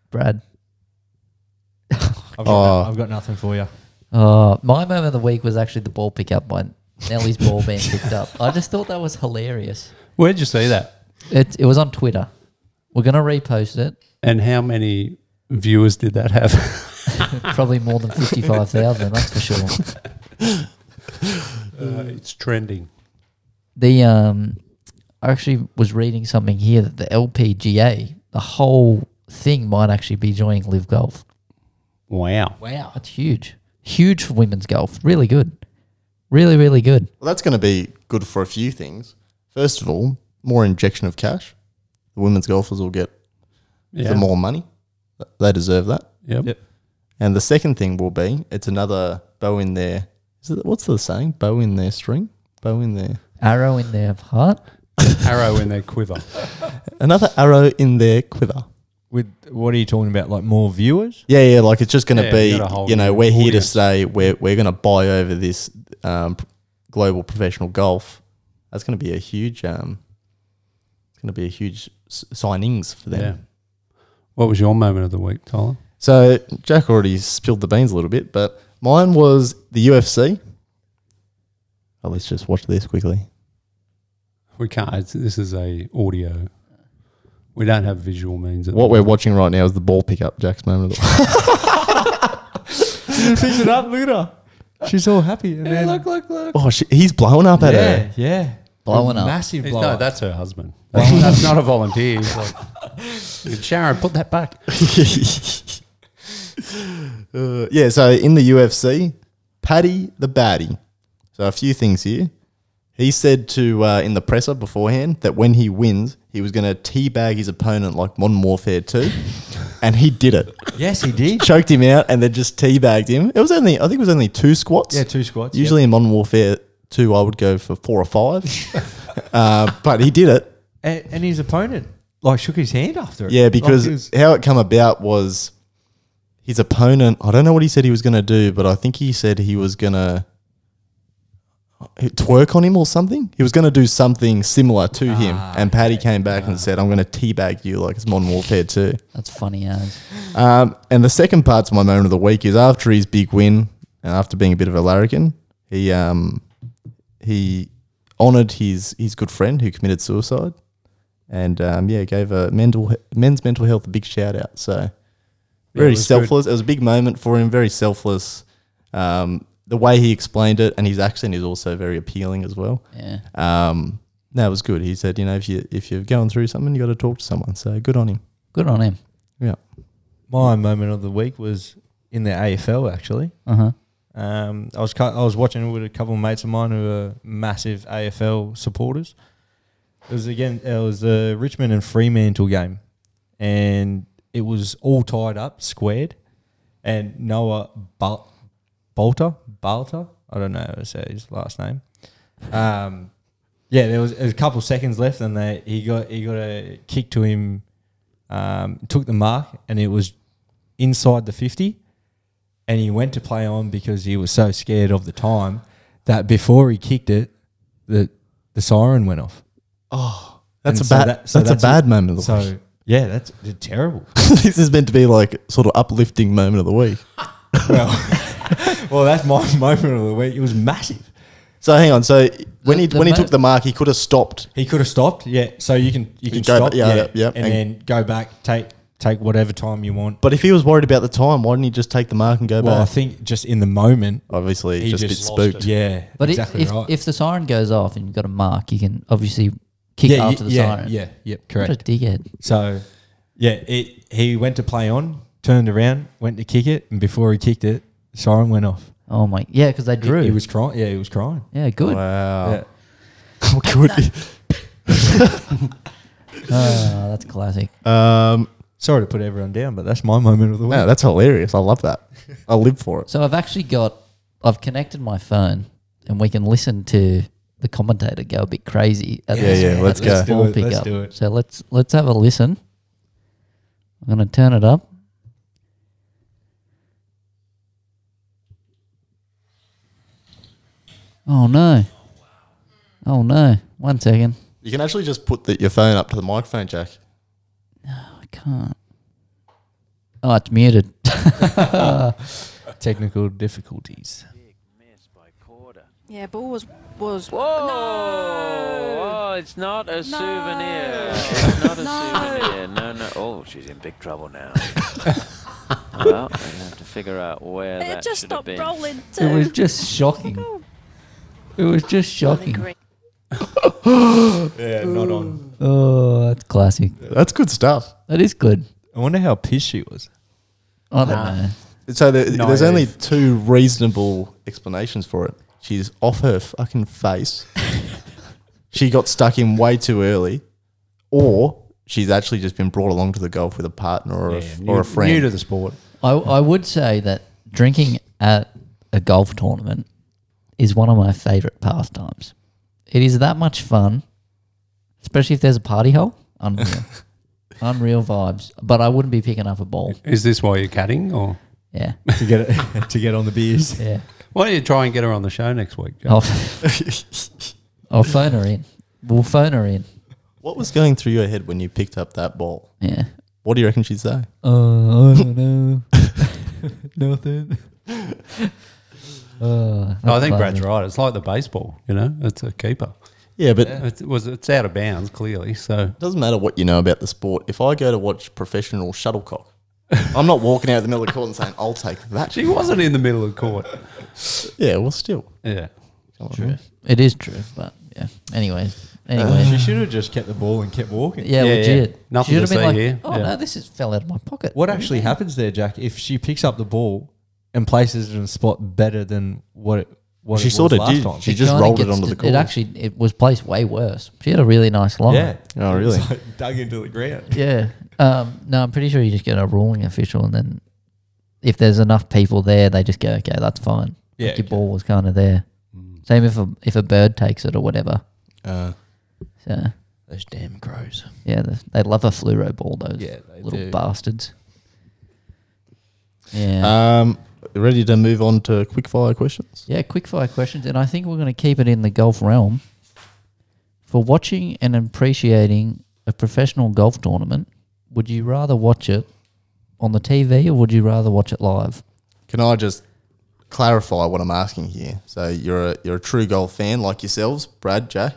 S3: Brad.
S5: night. I've got,
S2: Oh.
S5: no- I've got nothing for you.
S3: Oh, my moment of the week was actually the ball pickup by Nelly's ball being picked up. I just thought that was hilarious.
S1: Where'd you see that?
S3: It it was on Twitter. We're gonna repost it.
S1: And how many viewers did that have?
S3: Probably more than fifty five thousand. That's for sure.
S1: Uh, it's trending.
S3: the um I actually was reading something here that the LPGA, the whole thing might actually be joining Live Golf.
S1: Wow.
S3: Wow, that's huge. Huge for women's golf. Really good. Really, really good.
S2: Well, that's going to be good for a few things. First of all, more injection of cash. The women's golfers will get
S1: Yeah.
S2: the more money. Th- They deserve that.
S1: Yep.
S5: Yep.
S2: And the second thing will be it's another bow in their. Is it, what's the saying? Bow in their string? Bow in their.
S3: Arrow in their heart.
S1: Arrow in their quiver.
S2: Another arrow in their quiver.
S5: With what are you talking about? Like more viewers?
S2: Yeah, yeah. Like it's just going to
S1: Yeah, you
S2: be,
S1: got a whole
S2: you know,
S1: new
S2: we're here to
S1: audience.
S2: stay. We're, we're going to buy over this um, p- global professional golf. That's going to be a huge, um, it's going to be a huge s- signings for them.
S1: Yeah. What was your moment of the week, Tyler?
S2: So Jack already spilled the beans a little bit, but mine was the UFC. Oh, let's just watch this quickly.
S1: We can't. It's, this is a audio. We don't have visual means. At
S2: What we're watching right now is the ball pickup. Jack's moment of the
S5: Pick it up, look at her. She's all happy. And then,
S1: look, look, look.
S2: oh, she, he's blowing up at
S5: yeah,
S2: her.
S5: yeah.
S3: Blowing up.
S5: Massive blow
S1: no,
S5: up.
S1: that's her husband. That's, that's not a volunteer. He's like, Sharon, put that back.
S2: Uh, yeah. So in the UFC, Paddy the Baddie. So a few things here. He said to uh, in the presser beforehand that when he wins, he was going to teabag his opponent like Modern Warfare Two, and he did it.
S5: yes, he did.
S2: choked him out and then just teabagged him. It was only, I think it was only two squats.
S5: Yeah, two squats. yep.
S2: Usually in Modern Warfare 2, I would go for four or five. uh, but he did it.
S5: And, and his opponent like shook his hand after it.
S2: Yeah,
S5: Like,
S2: because
S5: he was-
S2: how it come about was his opponent, I don't know what he said he was going to do, but I think he said he was going to twerk on him or something. He was going to do something similar to him. And Paddy came back and said, I'm going to teabag you like it's Modern Warfare 2.
S3: That's funny as.
S2: Um, and the second part to my moment of the week is after his big win and after being a bit of a larrikin, he um, he honoured his his good friend who committed suicide, and um, yeah, gave a mental men's mental health a big shout out. So very
S1: was good.
S2: selfless. It was a big moment for him. Very selfless. Um, the way he explained it and his accent is also very appealing as well.
S3: Yeah.
S2: Um, no, it was good. He said, you know, if you if you're going through something, you got to talk to someone. So good on him.
S3: Good on him.
S2: Yeah.
S5: my moment of the week was in the AFL actually.
S3: Uh huh.
S5: Um, I was cu- I was watching it with a couple of mates of mine who are massive AFL supporters, It was again. It was the Richmond and Fremantle game, and it was all tied up, squared, and Noah Bal- Bolter, Balter, I don't know how to say his last name. Um, yeah, there was, there was a couple seconds left, and they he got he got a kick to him, um, took the mark, and it was inside the fifty, and he went to play on because he was so scared of the time that before he kicked it, the the siren went off.
S2: Oh, that's
S5: And
S2: a
S5: so
S2: bad.
S5: that- so
S2: that's,
S5: that's
S2: a bad moment of the week.
S5: So yeah, that's terrible.
S2: this is meant to be like sort of uplifting moment of the week.
S5: well, well, that's my moment of the week. It was massive.
S2: So hang on. So when
S3: The-
S2: he
S3: the
S2: when he
S3: mo-
S2: took the mark, he could have stopped.
S5: He could have stopped. Yeah, so you can you can
S2: go
S5: stop.
S2: back- yeah,
S5: yeah,
S2: yeah, yeah.
S5: and,
S2: And-
S5: then go back. Take take whatever time you want.
S2: But if he was worried about the time, why didn't he just take the mark and go
S5: Well, I
S2: back?
S5: think just in the moment,
S2: Obviously,
S5: he
S2: just a bit
S5: just
S2: spooked.
S5: yeah,
S3: But i-
S5: exactly
S3: if,
S5: right.
S3: if the siren goes off and you've got a mark, you can obviously kick
S5: yeah,
S3: after
S5: y-
S3: the
S5: yeah,
S3: siren.
S5: yeah, yep,
S3: What a
S5: correct.
S3: dickhead.
S5: So yeah, it he went to play on, turned around, went to kick it, and before he kicked it, siren went off.
S3: Oh my. Yeah, because they
S5: He-
S3: drew.
S5: He, was crying. Yeah, he was crying.
S3: yeah, good.
S2: Wow.
S5: Yeah.
S2: Good.
S3: Oh, that's classic.
S2: Um,
S5: Sorry to put everyone down, but that's my moment of the week.
S2: no, that's hilarious. I love that. I live for it.
S3: So I've actually got, I've connected my phone and we can listen to the commentator go a bit crazy. At
S5: Yeah,
S3: this,
S2: yeah,
S3: at
S2: let's
S3: this
S2: go.
S3: ball
S5: Let's do it, let's
S3: pickup.
S5: do it.
S3: So let's let's have a listen. I'm going to turn it up. Oh no. Oh no. One second.
S2: You can actually just put the, your phone up to the microphone, Jack.
S3: I can't. Oh, it's muted.
S5: Technical difficulties.
S6: Yeah, ball was was
S7: Whoa!
S6: No.
S7: Oh, it's not a souvenir.
S6: No.
S7: It's not a
S6: No.
S7: souvenir. No, no. Oh, she's in big trouble now. well, I have to figure out where
S6: It
S7: that
S6: just
S7: should have
S6: stopped
S7: been.
S6: rolling
S3: it was
S6: too.
S3: just shocking. It was just shocking.
S5: Yeah, not on.
S3: Oh, that's classic.
S2: That's good stuff.
S3: That is good.
S5: I wonder how pissed she was.
S3: I don't know.
S2: So there, there's
S5: Naive.
S2: only two reasonable explanations for it. She's off her fucking face. she got stuck in way too early, or she's actually just been brought along to the golf with a partner or, a, f- or a friend.
S1: New to the sport.
S3: I, I would say that drinking at a golf tournament is one of my favorite pastimes. It is that much fun, especially if there's a party hole. Unreal. Unreal vibes. But I wouldn't be picking up a ball.
S1: Is this why you're cutting, or
S3: Yeah.
S5: to get it, to get on the beers.
S3: Yeah.
S1: why don't you try and get her on the show next week? Joe?
S3: I'll, I'll phone her in. We'll phone her in.
S2: what was going through your head when you picked up that ball?
S3: Yeah.
S2: What do you reckon she'd say?
S3: Uh, I don't know. Nothing. Uh,
S1: No, I think
S3: that's
S1: Brad's
S3: classic.
S1: right. It's like the baseball, you know, it's a keeper.
S2: Yeah, but
S1: It was it's out of bounds clearly. So
S2: It doesn't matter what you know about the sport. If I go to watch professional shuttlecock, I'm not walking out of the middle of the court and saying, I'll take that.
S1: she wasn't in the middle of court.
S2: Yeah, well, still.
S1: Yeah.
S2: Come on, man.
S3: It is true, but yeah. Anyways, anyway.
S5: She should have just kept the ball and kept walking.
S3: Yeah,
S1: Yeah,
S3: legit.
S1: yeah. Nothing
S3: Should've
S1: to
S3: been
S1: see
S3: like,
S1: here.
S3: Oh
S1: Yeah.
S3: no, this is fell out of my pocket.
S5: What actually happens there, Jack? If she picks up the ball and places it in a spot better than what it, what
S2: She
S5: it was
S2: sorta
S5: last
S2: did.
S5: time.
S2: She just
S3: kinda
S2: rolled it
S3: gets
S2: onto the
S3: to-
S2: court.
S3: It actually it was placed way worse. She had a really nice line.
S5: yeah.
S2: Oh, really?
S5: It's like dug into the ground.
S3: Yeah. Um, no, I'm pretty sure you just get a ruling official, and then if there's enough people there, they just go, okay, that's fine.
S5: Yeah,
S3: like your
S5: okay.
S3: ball was kind of there. Same if a if a bird takes it or whatever.
S2: Uh,
S3: So
S5: Those damn crows.
S3: yeah, they, they love a fluoro ball. Those
S5: Yeah, they
S3: little
S5: do.
S3: bastards. Yeah.
S2: um, ready to move on to quickfire questions?
S3: Yeah, quick fire questions, and I think we're going to keep it in the golf realm. For watching and appreciating a professional golf tournament, would you rather watch it on the TV or would you rather watch it live?
S2: Can I just clarify what I'm asking here? So you're a, you're a true golf fan like yourselves, Brad, Jay.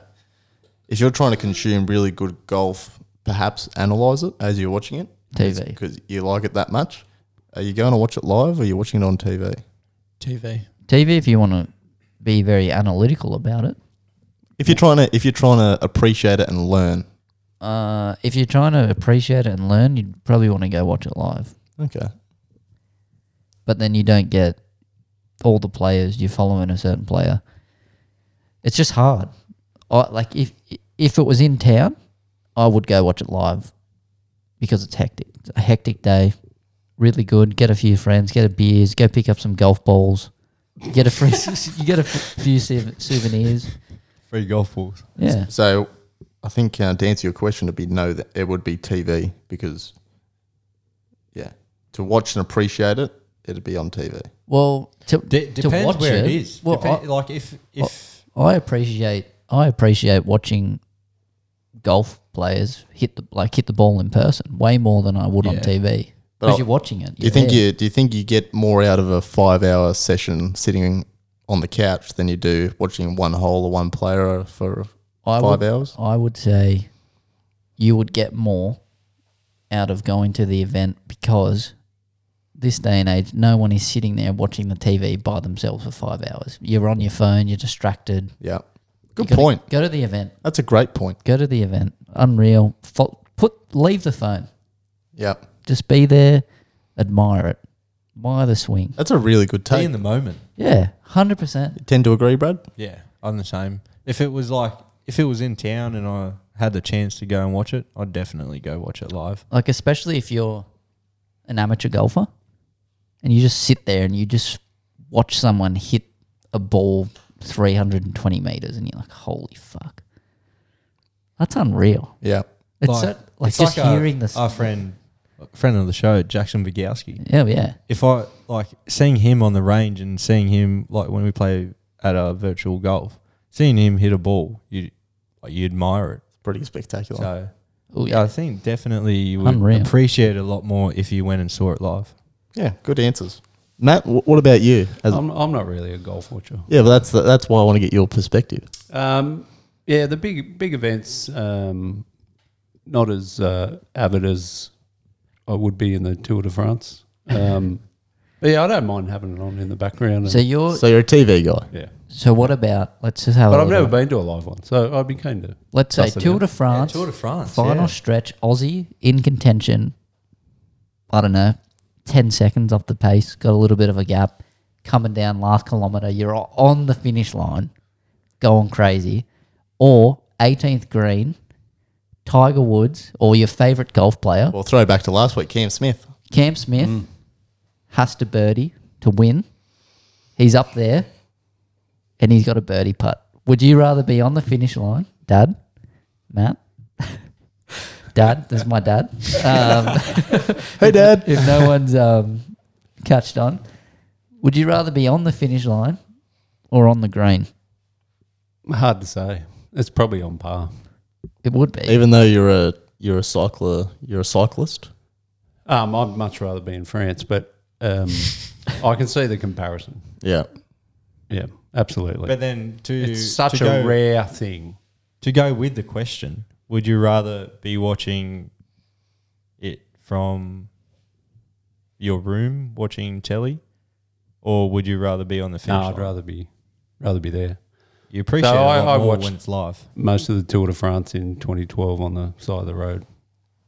S2: If you're trying to consume really good golf, perhaps analyze it as you're watching it
S3: TV.
S2: because you like it that much. Are you going to watch it live or are you watching it on TV?
S5: TV.
S3: TV, if you want to be very analytical about it.
S2: If you're trying to if you're trying to appreciate it and learn,
S3: Uh, if you're trying to appreciate it and learn, you'd probably want to go watch it live.
S2: okay.
S3: But then you don't get all the players. You're following a certain player. It's just hard. I, like if if it was in town, I would go watch it live because it's hectic. It's a hectic day. Really good. Get a few friends. Get a beers. Go pick up some golf balls. Get a free. you get a f- few souv- souvenirs.
S5: Free golf balls.
S3: Yeah.
S2: So I think uh, to answer your question, it'd be no, that it would be TV because, yeah, to watch and appreciate it, it'd be on TV.
S3: Well, to, to
S5: depends
S3: watch
S5: where
S3: it,
S5: it is.
S3: Well,
S5: Depen- like if if
S3: I, I appreciate I appreciate watching golf players hit the like hit the ball in person way more than I would on
S5: Yeah.
S3: TV
S2: But I-
S3: because you're watching it.
S2: Do you think
S3: there.
S2: you do you think you get more out of a five hour session sitting on the couch than you do watching one hole or one player for
S3: I
S2: five
S3: would,
S2: hours?
S3: I would say you would get more out of going to the event because this day and age, no one is sitting there watching the TV by themselves for five hours. You're on your phone. You're distracted.
S2: Yeah,
S3: You
S2: good
S3: gotta
S2: point.
S3: Go to the event.
S2: That's a great point.
S3: Go to the event. Unreal. Fo- put leave the phone.
S2: Yeah,
S3: just be there, admire it, admire the swing.
S2: that's a really good
S5: be
S2: take.
S5: in the moment.
S3: Yeah, hundred percent.
S2: Tend to agree, Brad.
S5: Yeah, I'm the same. If it was like if it was in town and I had the chance to go and watch it, I'd definitely go watch it live.
S3: Like especially if you're an amateur golfer, and you just sit there and you just watch someone hit a ball three hundred and twenty meters, and you're like, holy fuck, that's unreal.
S2: Yeah,
S3: It's so, like just
S5: our-
S3: hearing the s-
S5: our friend friend of the show, Jackson Vigowski.
S3: Yeah, yeah,
S5: If I like seeing him on the range and seeing him like when we play at a virtual golf, seeing him hit a ball, you like you admire it.
S2: pretty spectacular.
S5: So
S3: oh
S5: yeah,
S3: yeah.
S5: I think definitely you would
S3: Unreal.
S5: appreciate it a lot more if you went and saw it live.
S2: Yeah, good answers. Matt, wh- what about you? As-
S1: I'm, I'm not really a golf watcher.
S2: yeah, but that's the, that's why I want to get your perspective.
S1: Um, yeah, the big big events, um, not as uh, avid as I would be in the Tour de France. Um, but yeah, I don't mind having it on in the background. And,
S3: So you're
S2: So you're a TV guy.
S1: yeah,
S3: so what about let's just have.
S1: but
S3: a
S1: I've
S3: little-
S1: never been to a live one, so I'd be keen to.
S3: Let's say
S1: Toss it
S3: Tour
S1: in.
S3: de France.
S5: Tour de France,
S3: Final
S5: yeah.
S3: stretch, Aussie in contention. I don't know, 10 seconds off the pace, got a little bit of a gap. Coming down last kilometre, you're o- on the finish line, going crazy. Or 18th green, Tiger Woods, or your favourite golf player,
S2: Well, throw back to last week, Cam Smith.
S3: Cam Smith, has to birdie to win. He's up there and he's got a birdie putt. Would you rather be on the finish line, Dad? Matt? dad, this is my dad. Um,
S2: Hey, Dad.
S3: if no one's um, catched on, would you rather be on the finish line or on the green?
S1: Hard to say. It's probably on par.
S3: It would be.
S2: Even though you're a you're a cycler, you're a cyclist.
S1: Um, I'd much rather be in France, but um, I can see the comparison.
S2: Yeah,
S1: Yeah, absolutely.
S5: But then to
S1: it's such
S5: to
S1: a
S5: go-
S1: rare thing.
S5: to go with the question, would you rather be watching it from your room watching telly, or would you rather be on the
S1: No,
S5: finish
S1: I'd
S5: line?
S1: rather be rather be there.
S5: You appreciate
S1: So
S5: it a
S1: I-
S5: lot
S1: I
S5: more
S1: watched-
S5: when it's live.
S1: most of the Tour de France in 2012 on the side of the road It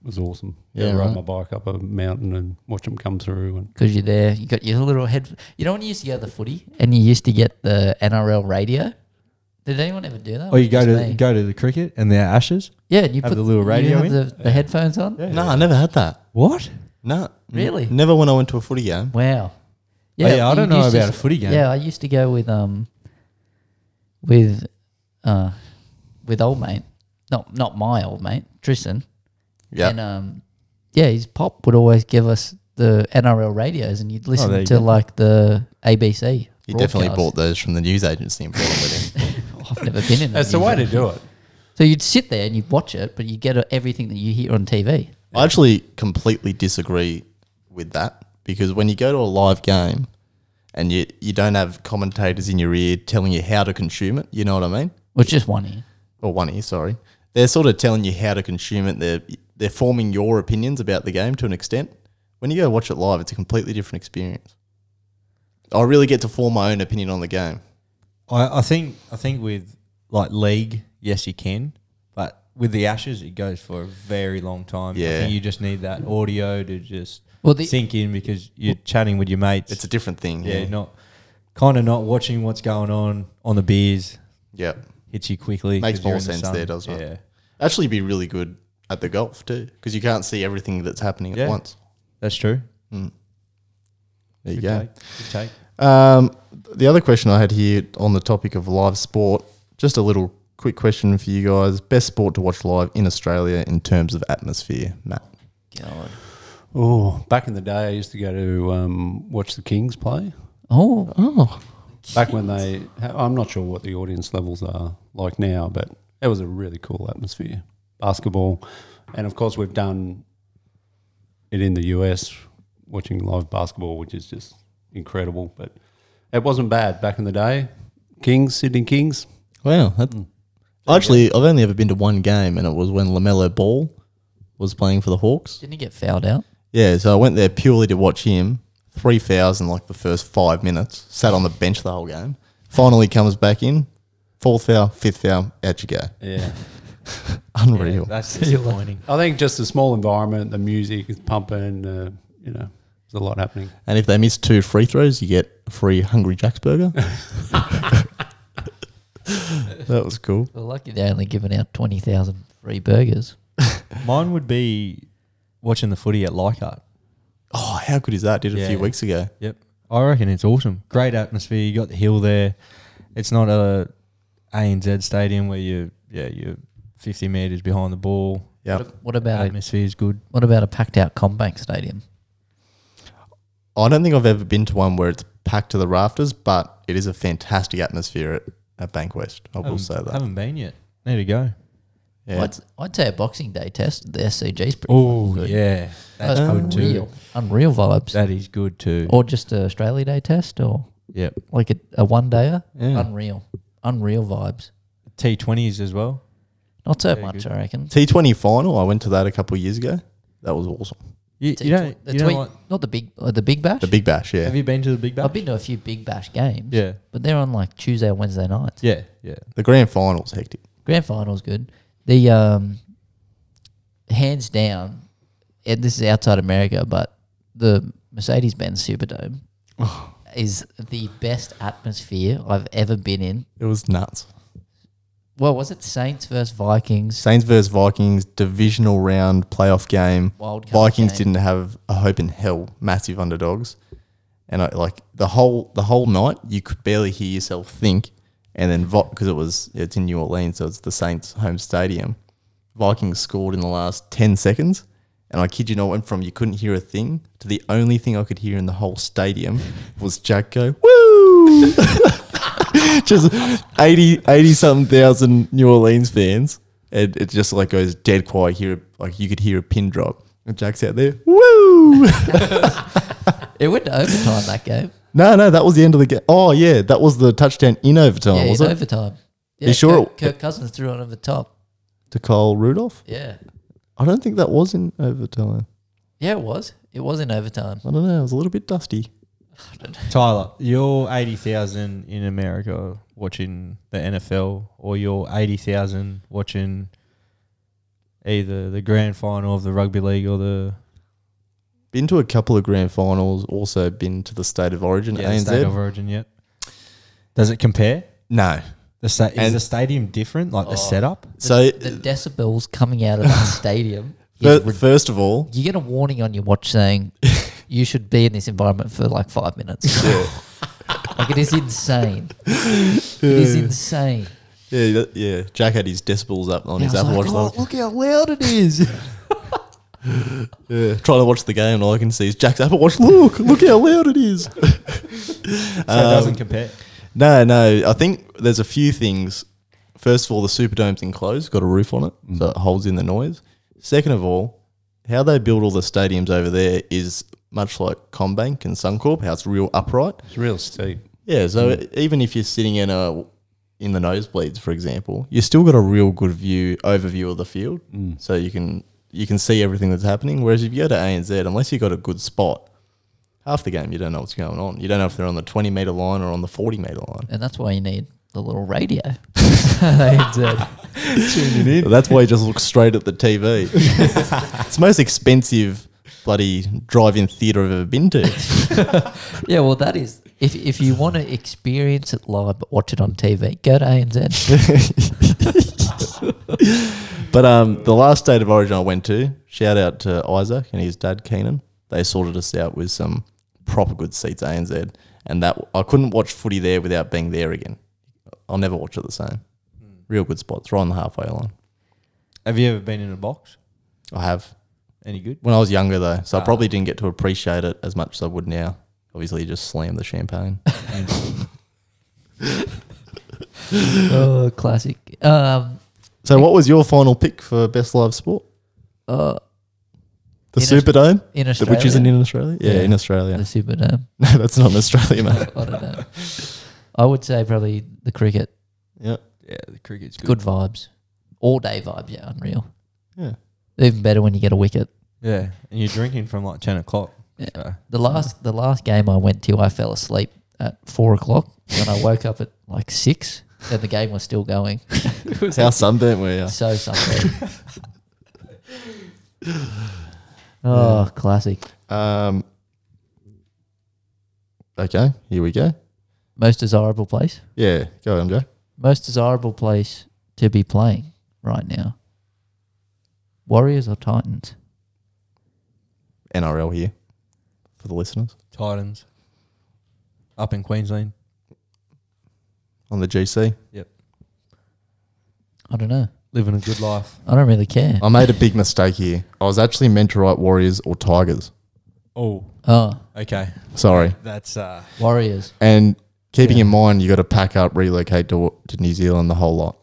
S1: was awesome. Yeah,
S2: Yeah,
S1: ride
S2: right.
S1: my bike up a mountain and watch them come through. And
S3: Because you're there, you got your little head. You know when you used to go to the footy and you used to get the NRL radio? Did anyone ever do that?
S5: Or Oh, you go
S3: Just
S5: to
S3: me?
S5: go to the cricket and their ashes.
S3: Yeah, and you
S5: Have
S3: put
S5: the little radio
S3: you have
S5: in?
S3: the, the headphones on.
S2: no, I never had that.
S5: What?
S2: No,
S3: Really?
S2: never when I went to a footy game.
S3: Wow.
S5: Oh, yeah, I
S3: you
S5: don't know
S3: used to
S5: about
S3: s-
S5: a footy game.
S3: Yeah, I used to go with um with uh with old mate. Not not my old mate, Tristan.
S2: Yeah,
S3: And um yeah, his pop would always give us the NRL radios and you'd listen
S5: Oh, there you
S3: to
S5: go.
S3: like the ABC.
S2: he definitely
S3: broadcast.
S2: bought those from the news agency and brought them with him.
S3: I've never been in
S1: that's the way to do it.
S3: So you'd sit there and you'd watch it, but you get uh, everything that you hear on TV.
S2: I actually completely disagree with that because when you go to a live game and you you don't have commentators in your ear telling you how to consume it, you know what I mean?
S3: Which just one ear.
S2: or one ear, sorry. They're sort of telling you how to consume it. They're they're forming your opinions about the game to an extent. When you go watch it live, it's a completely different experience. I really get to form my own opinion on the game.
S5: I, I think I think with like league, yes, you can, but with the ashes, it goes for a very long time. I
S2: Yeah.
S5: think you just need that audio to just
S3: Well, the-
S5: sink in because you're chatting with your mates.
S2: It's a different thing.
S5: yeah, not kind of not watching what's going on on the beers,
S2: yeah.
S5: hits you quickly.
S2: Makes
S5: 'cause you're
S2: more
S5: in the
S2: sense
S5: sun.
S2: there, doesn't it?
S5: Yeah.
S2: Actually, be really good at the golf too, because you can't see everything that's happening
S5: Yeah.
S2: at once. Mm.
S5: That's true.
S2: There you
S5: Good
S2: go.
S5: take. Good take.
S2: Um, the other question I had here on the topic of live sport, just a little quick question for you guys: best sport to watch live in Australia in terms of atmosphere, Matt?
S3: God.
S1: Oh, back in the day, I used to go to um, watch the Kings play.
S3: Oh,
S2: Oh,
S1: Back when they, I'm not sure what the audience levels are like now, but it was a really cool atmosphere. Basketball, and of course, we've done it in the US, watching live basketball, which is just incredible. But it wasn't bad back in the day. Kings, Sydney Kings.
S2: wow! That, Actually, I've only ever been to one game, and it was when Lamelo Ball was playing for the Hawks.
S3: didn't he get fouled out?
S2: Yeah, so I went there purely to watch him. Three fouls in like the first five minutes. Sat on the bench the whole game. Finally comes back in. Fourth foul, fifth foul, out you go.
S1: Yeah.
S5: Yeah,
S2: Unreal.
S5: that's disappointing.
S1: I think just the small environment, the music is pumping, uh, you know, there's a lot happening.
S2: And if they miss two free throws, you get a free Hungry Jack's burger. that was cool.
S3: Well, lucky they're only giving out 20,000 free burgers.
S5: Mine would be watching the footy at Leichhardt.
S2: Oh, how good is that? Did it a few
S5: Yeah.
S2: weeks ago.
S5: Yep. I reckon it's awesome. Great atmosphere. You got the hill there. It's not a ANZ stadium where you yeah, you're fifty meters behind the ball.
S2: Yeah.
S3: What about a,
S5: Atmosphere is good.
S3: what about a packed out Combank Stadium?
S2: I don't think I've ever been to one where it's packed to the rafters, but it is a fantastic atmosphere at, at Bankwest. I
S5: Um,
S2: will say that.
S5: Haven't been yet. Need to go.
S2: Yeah,
S3: I'd,
S2: it's-
S3: I'd say a Boxing Day test. The SCG's pretty
S5: Oh
S3: good.
S5: yeah. That's good too.
S3: unreal. Unreal vibes.
S5: That is good too.
S3: or just a Australia Day test or
S5: Yep.
S3: like a, a one dayer.
S5: Yeah.
S3: Unreal. Unreal vibes.
S5: T twenties as well.
S3: Not so
S5: Very
S3: much,
S5: good.
S3: I reckon.
S2: T20 final, I went to that a couple of years ago. That was awesome.
S5: You,
S3: T-
S5: you don't,
S3: the
S5: you don't
S3: tweet-
S5: like-
S3: not the big, uh, the Big Bash.
S2: The Big Bash, yeah.
S5: have you been to the big bash?
S3: I've been to a few Big Bash games.
S5: Yeah.
S3: but they're on like Tuesday or Wednesday nights.
S5: Yeah, yeah.
S2: The grand final's hectic.
S3: Grand final's good. The um, hands down, and this is outside America, but the Mercedes Benz Superdome
S2: Oh.
S3: is the best atmosphere I've ever been in.
S2: It was nuts.
S3: Well, was it Saints versus Vikings?
S2: Saints versus Vikings, divisional round playoff game.
S3: Wild card
S2: Vikings
S3: game.
S2: didn't have a hope in hell, massive underdogs. And I, like the whole the whole night, you could barely hear yourself think. And then because it was it's in New Orleans, so it's the Saints' home stadium. Vikings scored in the last ten seconds, and I kid you not, went from you couldn't hear a thing to the only thing I could hear in the whole stadium was Jack go woo, just 80, 80 something thousand New Orleans fans, and it just like goes dead quiet. Hear like you could hear a pin drop. And Jack's out there, woo.
S3: It went to overtime that game.
S2: No, no, that was the end of the game. Oh yeah, that was the touchdown in overtime,
S3: yeah,
S2: Oh, was
S3: in
S2: it?
S3: overtime. Yeah,
S2: You sure
S3: Kirk,
S2: it-
S3: Kirk Cousins threw it over the top.
S2: to Kyle Rudolph.
S3: Yeah,
S2: I don't think that was in overtime.
S3: yeah, it was. It was in overtime.
S2: I don't know. It was a little bit dusty.
S5: Tyler, you're eighty thousand in America watching the NFL, or you're eighty thousand watching either the grand final of the rugby league or the
S2: Been to a couple of grand finals. Also been to the state of origin.
S5: yeah, the
S2: ANZ.
S5: state of origin yet. Does it compare?
S2: no.
S5: The sta- is
S2: And-
S5: the stadium different? Like the setup?
S3: The,
S2: So
S3: the decibels coming out of that stadium.
S2: fir-
S3: is rid-
S2: first of all,
S3: you get a warning on your watch saying you should be in this environment for like five minutes.
S2: yeah,
S3: like it is insane. It is insane.
S2: yeah, that- yeah. Jack had his decibels up on
S3: Yeah,
S2: his
S3: I was
S2: Apple
S3: like,
S2: Watch.
S3: "Oh,
S2: like, look how loud it is. yeah, trying to watch the game, and all I can see is Jack's Apple Watch. Look, look how loud it is.
S5: So it doesn't compare.
S2: No, no. I think there's a few things. First of all, the Superdome's enclosed, got a roof on it, so it holds in the noise. Second of all, how they build all the stadiums over there is much like Combank and Suncorp, how it's real upright.
S1: It's real steep.
S2: Yeah, so even if you're sitting in a in the nosebleeds, for example, you still got a real good view overview of the field, so you can you can see everything that's happening. Whereas if you go to ANZ, unless you got a good spot, half the game you don't know what's going on. You don't know if they're on the twenty meter line or on the forty meter line.
S3: And that's why you need the little radio. It's, uh,
S2: Well, that's why you just look straight at the TV. it's the most expensive bloody drive-in theater I've ever been to.
S3: yeah, well, that is If, if you want to experience it live but watch it on TV, go to ANZ.
S2: But um, the last state of origin I went to, shout out to Isaac and his dad Keenan. They sorted us out with some proper good seats ANZ, and that I couldn't watch footy there without being there again. I'll never watch it the same. Real good spots, right on the halfway line.
S5: Have you ever been in a box?
S2: I have
S5: Any good?
S2: when I was younger though, so I
S5: Ah.
S2: probably didn't get to appreciate it as much as I would now. Obviously, you just slam the champagne.
S3: oh, classic. Um,
S2: so, what was your final pick for best live sport?
S3: uh,
S2: The
S3: In Aus-
S2: Superdome,
S3: in
S2: The-
S3: Australia,
S2: which isn't in Australia. Yeah,
S3: Yeah.
S2: in Australia.
S3: the Superdome.
S2: No, that's not in Australia, mate.
S3: I don't know. I would say probably the cricket.
S2: Yeah,
S5: Yeah, the cricket's
S3: Good vibes, all day vibes. Yeah, unreal.
S2: yeah.
S3: Even better when you get a wicket.
S5: Yeah, and you're drinking from like ten o'clock.
S3: Yeah.
S5: so-
S3: The last the last game I went to, I fell asleep at four o'clock, and I woke up at like six, and the game was still going.
S2: How sunburnt were you?
S3: So something. oh, classic.
S2: Um, okay, here we go.
S3: Most desirable place.
S2: Yeah, go on, Joe.
S3: Most desirable place to be playing right now. Warriors or Titans?
S2: NRL here for the listeners
S5: Titans. Up in Queensland.
S2: on the GC.
S3: I don't know.
S5: Living a good life.
S3: I don't really care.
S2: I made a big mistake here. I was actually meant to write Warriors or Tigers.
S5: Oh,
S3: Oh,
S5: okay.
S2: Sorry.
S5: That's uh
S3: Warriors.
S2: And keeping in mind, you got to pack up, relocate to, to New Zealand, the whole lot.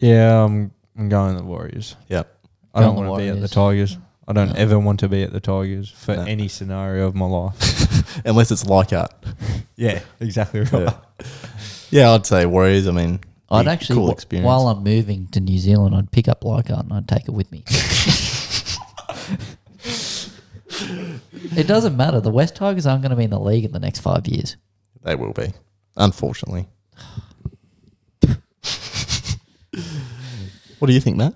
S5: Yeah, I'm I'm going the Warriors.
S2: Yep.
S5: I don't
S3: Going the
S5: want to be at the
S3: Warriors.
S5: Tigers. I don't
S3: No.
S5: ever want to be at the Tigers for
S2: No.
S5: any scenario of my life.
S2: Unless it's Leichhardt.
S5: yeah, exactly right.
S2: Yeah. yeah, I'd say Warriors. I mean,
S3: I'd
S2: big,
S3: actually,
S2: cool
S3: wh-
S2: experience.
S3: while I'm moving to New Zealand, I'd pick up Leichhardt and I'd take it with me. it doesn't matter. The West Tigers aren't going to be in the league in the next five years.
S2: they will be, unfortunately. what do you think, Matt?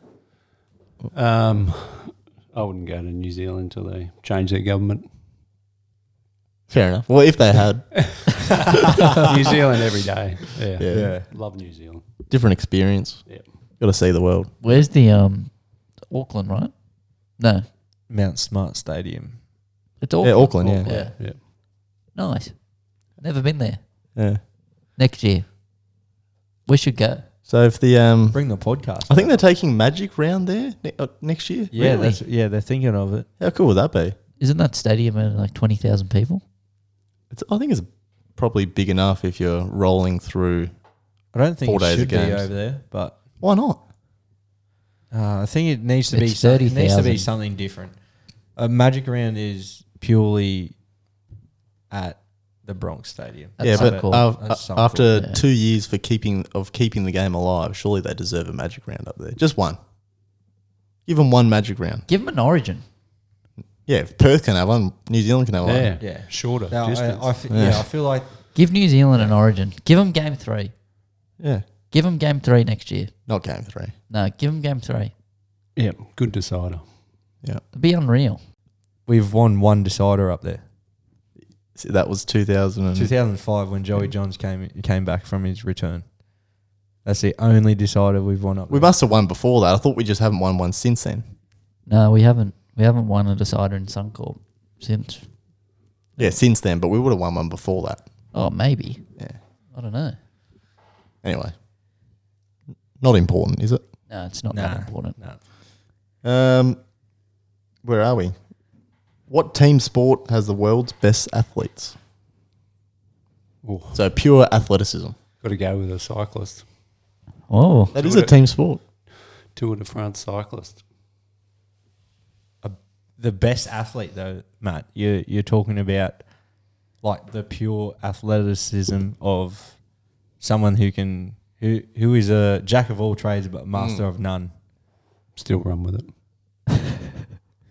S1: Um, I wouldn't go to New Zealand until they change their government.
S2: Fair enough. Well, if they had,
S1: New Zealand every day. Yeah.
S2: yeah.
S1: Love New Zealand.
S2: different experience.
S1: Yep.
S2: Got to see the world.
S3: Where's the um, Auckland, right? No,
S5: Mount Smart Stadium.
S3: it's Auckland.
S2: Yeah, Auckland. Yeah.
S3: Yeah.
S1: Yeah.
S3: Nice. Never been there.
S2: yeah.
S3: Next year, we should go.
S2: So if the um,
S5: Bring the podcast.
S2: I think they're taking Magic round there ne- uh, next year.
S5: Yeah,
S3: Really?
S5: that's yeah, they're thinking of it.
S2: How cool would that be?
S3: Isn't that stadium only like twenty thousand people?
S2: It's, I think it's probably big enough if you're rolling through.
S5: I don't think
S2: Four
S5: it
S2: days of
S5: should be
S2: games.
S5: over there, but
S2: Why not?
S5: Uh, I think it needs to be
S3: It's
S5: some- it needs to
S3: 30,000.
S5: be something different. A magic round is purely at the Bronx Stadium.
S3: That's
S2: yeah,
S3: so
S2: but uh,
S3: cool.
S2: af-
S5: That's so
S2: a- after
S3: cool. Yeah.
S2: two years for keeping of keeping the game alive, surely they deserve a Magic round up there. Just one. Give them one Magic round.
S3: Give them an origin.
S2: Yeah, if Perth can have one, New Zealand can have one.
S1: Yeah.
S5: Oh, Yeah.
S1: Shorter.
S5: Now,
S1: distance.
S5: I, I fe- yeah.
S2: Yeah.
S5: I feel like
S3: Give New Zealand an origin. Give them game three.
S2: Yeah,
S3: Give them game three next year.
S2: not game three.
S3: No, give them game three.
S1: yeah. Good decider.
S3: It'd be unreal.
S5: we've won one decider up there.
S2: See, that was two thousand
S5: Mm-hmm.
S2: and
S5: 2005 when Joey Johns came came back from his return. That's the only decider we've won up.
S2: We
S5: there.
S2: must have won before that. I thought we just haven't won one since then.
S3: No, we haven't. We haven't won a decider in Suncorp since.
S2: Yeah, since then, but we would have won one before that.
S3: Oh, maybe.
S2: Yeah.
S3: I don't know.
S2: Anyway, not important, is it?
S3: No, it's not
S5: Nah.
S3: that important.
S5: No.
S2: Um, where are we? What team sport has the world's best athletes?
S1: Ooh.
S2: So pure athleticism.
S1: Got to go with a cyclist.
S3: Oh,
S2: That
S1: Tour
S2: is a
S1: de-
S2: team sport.
S1: Tour de France cyclist.
S5: The best athlete though, Matt, you you're talking about like the pure athleticism of someone who can who who is a jack of all trades but master of none.
S1: Still run with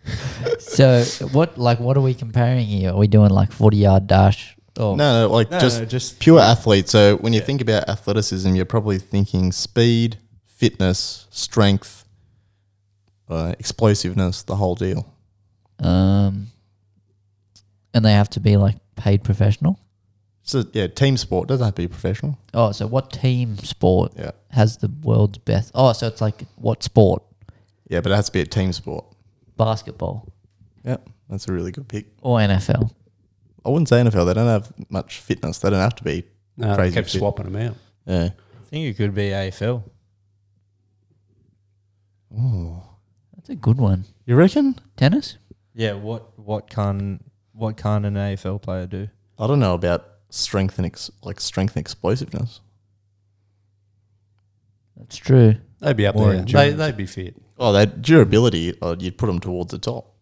S1: it.
S3: so what? Like, what are we comparing here? Are we doing like forty-yard dash? Or
S2: No, no, like
S5: No,
S2: just
S5: no, just
S2: pure athlete. So when you think about athleticism, you're probably thinking speed, fitness, strength, uh, explosiveness, the whole deal.
S3: Um, and they have to be like paid professional.
S2: So yeah, team sport doesn't have to be professional.
S3: Oh, so what team sport
S2: Yeah,
S3: has the world's best? Oh, so it's like what sport?
S2: yeah, but it has to be a team sport.
S3: Basketball
S2: Yep, that's a really good pick.
S3: or NFL?
S2: I wouldn't say NFL. They don't have much fitness. They don't have to be.
S1: No, they
S2: Crazy
S1: kept
S2: shit.
S1: swapping them out.
S2: Yeah.
S5: I think it could be AFL.
S2: Oh,
S3: That's a good one.
S2: you reckon?
S3: Tennis?
S5: Yeah, what what can what can an AFL player do?
S2: I don't know about strength and ex- like strength and explosiveness.
S3: That's true.
S1: They'd be up
S5: More
S1: there. They,
S5: endurance.
S1: they'd be fit.
S2: Oh, that durability. Oh, you'd put them towards the top,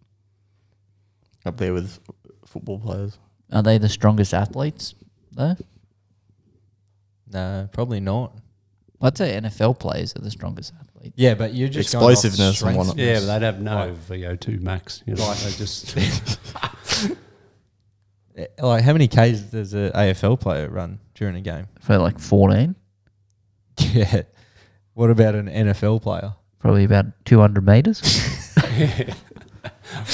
S2: up there with football players.
S3: Are they the strongest athletes though?
S5: No, probably not.
S3: I'd say NFL players are the strongest athletes.
S5: Yeah, but you're just
S2: Explosiveness and
S5: going off
S2: whatnot.
S5: strength.
S1: Yeah, but they'd have no
S5: Right.
S1: VO2 max. You know,
S5: Right.
S1: they just
S5: Eh, Like how many Ks does an AFL player run during a game?
S3: For like fourteen,
S5: Yeah. What about an NFL player?
S3: probably about two hundred meters.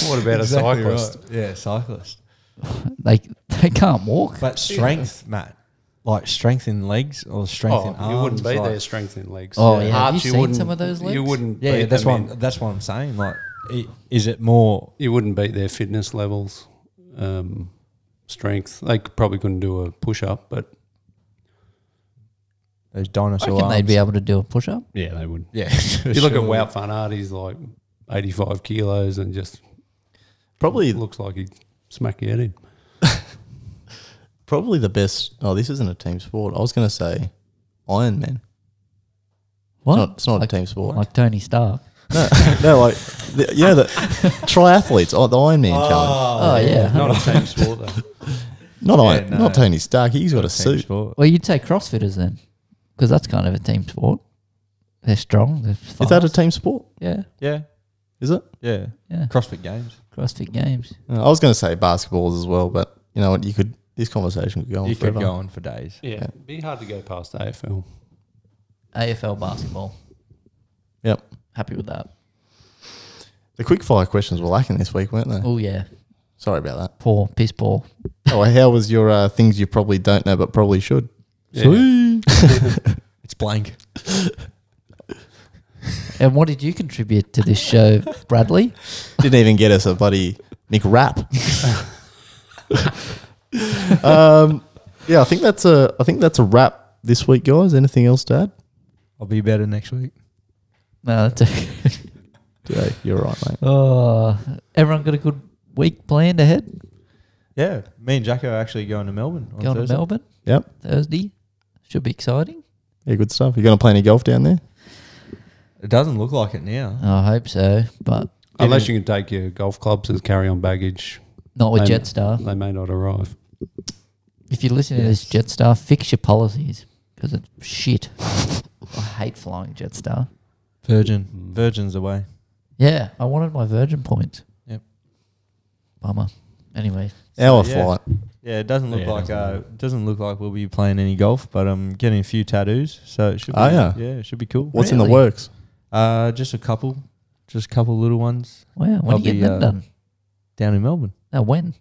S1: what about a cyclist?
S5: Yeah, cyclist.
S3: they they can't walk.
S5: But strength, Matt. Like strength in legs or strength in
S1: Oh,
S5: arms.
S1: you wouldn't be
S5: like-
S1: there strength in legs.
S3: Oh, yeah. Have you seen
S1: wouldn't-
S3: some of those
S1: You
S3: legs?
S1: wouldn't.
S5: Yeah, yeah
S1: beat
S5: that's
S1: them
S5: what
S1: in-
S5: I'm, that's what I'm saying. Like, i- is it more?
S1: You wouldn't beat their fitness levels, um, strength. They could- probably couldn't do a push up, but
S5: Those
S3: I
S5: dinosaur
S3: reckon
S5: arms.
S3: they'd be able to do a push up.
S1: yeah, they would.
S5: yeah.
S1: You look at Wout Van Aert, he's like eighty-five kilos and just
S2: Probably,
S1: looks like he smack you at him.
S2: probably the best. Oh, this isn't a team sport. I was going to say Iron Man.
S3: What?
S2: Not, it's not
S3: Like-
S2: a team sport.
S3: Like Tony Stark.
S2: no, no, like the, yeah, the triathletes. Oh, the Iron Man challenge.
S3: Oh, yeah.
S1: Not a team sport though.
S2: Not
S5: Yeah,
S2: Iron,
S5: no.
S2: not Tony Stark. He's got a
S5: Team
S2: suit.
S5: sport.
S3: Well, you'd say CrossFitters then, because that's kind of a team sport. They're strong. They're fast.
S2: Is that a team sport?
S3: yeah?
S5: Yeah,
S2: Is it?
S5: yeah.
S3: Yeah.
S5: CrossFit Games.
S3: CrossFit Games.
S2: Uh, I was going to say basketballs as well, but you know what? You could. This conversation could go on
S5: you
S2: forever.
S5: could go on for days.
S1: Yeah, it'd be hard to go past AFL.
S3: AFL basketball.
S2: Yep.
S3: Happy with that.
S2: The quick fire questions were lacking this week, weren't they?
S3: Oh yeah.
S2: Sorry about that.
S3: Poor piss poor.
S2: Oh, how was your uh, things you probably don't know but probably should?
S1: Yeah.
S5: It's blank.
S3: And what did you contribute to this show, Bradley?
S2: Didn't even get us a bloody Nick rap. um, yeah, I think that's a I think that's a wrap this week, guys. Anything else to add?
S5: I'll be better next week.
S3: No, that's a,
S2: Yeah, you're right, mate.
S3: oh, everyone got a good week planned ahead.
S5: Yeah, me and Jacko are actually going to Melbourne. On
S3: Going
S5: Thursday.
S3: to Melbourne.
S2: Yep.
S3: Thursday. Should be exciting.
S2: Yeah, good stuff. You going to play any golf down there?
S5: It doesn't look like it now.
S3: I hope so, but
S1: Unless you can take your golf clubs as carry-on baggage,
S3: not with
S1: Um,
S3: Jetstar.
S1: they may not arrive.
S3: If you're listening to this Jetstar, fix your policies because it's shit. I hate flying Jetstar.
S5: Virgin, Virgin's away.
S3: Yeah, I wanted my Virgin points.
S5: Yep.
S3: Bummer. Anyway,
S2: Our
S5: yeah.
S2: flight.
S5: Yeah, it doesn't look
S1: Yeah, it
S5: like
S1: doesn't
S5: uh, doesn't look like we'll be playing any golf, but I'm getting a few tattoos, so it should. Be,
S2: Oh, yeah.
S5: it should be cool.
S2: What's in the
S3: Really?
S2: works?
S5: Uh, just a couple, just a couple little ones
S3: wow, when
S5: I'll
S3: are you getting
S5: be,
S3: that
S5: uh,
S3: done?
S5: down in Melbourne.
S3: No, when?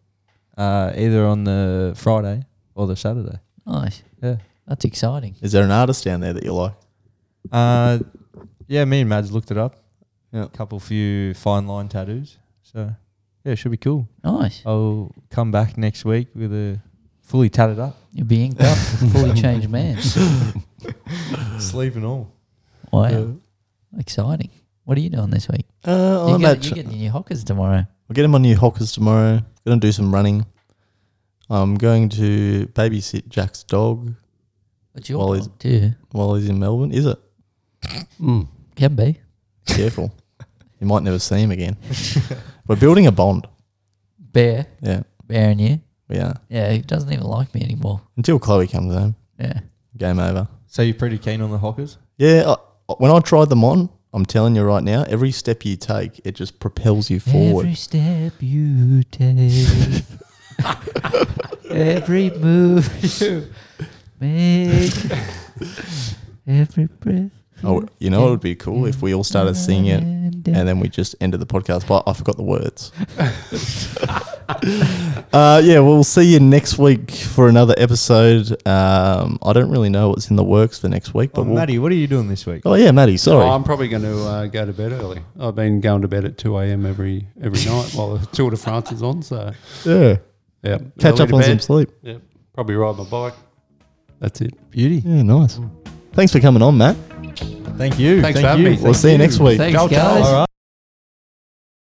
S5: Uh, either on the Friday or the Saturday.
S3: Nice.
S5: Yeah.
S3: That's exciting.
S2: Is there an artist down there that you like?
S5: Uh, yeah, me and Mads looked it up.
S2: Yeah.
S5: couple few fine line tattoos. So yeah, it should be cool.
S3: Nice.
S5: I'll come back next week with a fully tatted up,
S3: You're being inked up, fully changed man.
S5: sleeve and all.
S3: Wow. Exciting. What are you doing this week?
S2: Uh,
S3: You
S2: I'm
S3: get,
S2: actu-
S3: you're getting your hockers tomorrow.
S2: I'll get him on new hawkers tomorrow. Gonna do some running. I'm going to babysit Jack's dog
S3: It's your
S2: Well,
S3: well,
S2: is-
S3: dog too.
S2: while he's in Melbourne. Is it?
S3: Can be.
S2: Careful. you might never see him again. We're building a bond.
S3: Bear.
S2: Yeah,
S3: Bear and you.
S2: we are.
S3: Yeah, he doesn't even like me anymore.
S2: Until Chloe comes home,
S3: Yeah.
S2: game over.
S5: So you're pretty keen on the hockers?
S2: Yeah, I, when I tried them on, I'm telling you right now, every step you take, it just propels you forward.
S3: Every step you take, every move you make, every breath.
S2: Oh, you know, it would be cool if we all started singing it
S3: and
S2: and then we just ended the podcast. But I forgot the words. Uh, yeah, we'll see you next week for another episode. Um, I don't really know what's in the works for next week, but
S5: Well,
S2: we'll,
S5: Maddie, what are you doing this week?
S2: oh yeah, Maddie, sorry.
S1: Oh, I'm probably going to uh, go to bed early. I've been going to bed at 2 a.m. every every night while the Tour de France is on. So,
S2: yeah,
S1: yeah.
S2: catch
S1: early
S2: up
S1: to
S2: on
S1: bed.
S2: some sleep.
S1: Yeah. Probably ride my bike. That's it.
S5: Beauty.
S2: Yeah, nice. Thanks for coming on, Matt.
S5: Thank you.
S1: Thanks
S5: Thank
S1: for having
S5: you.
S1: me.
S2: We'll see you next week.
S3: Thanks,
S1: Ciao, ciao.
S3: guys.
S5: All right.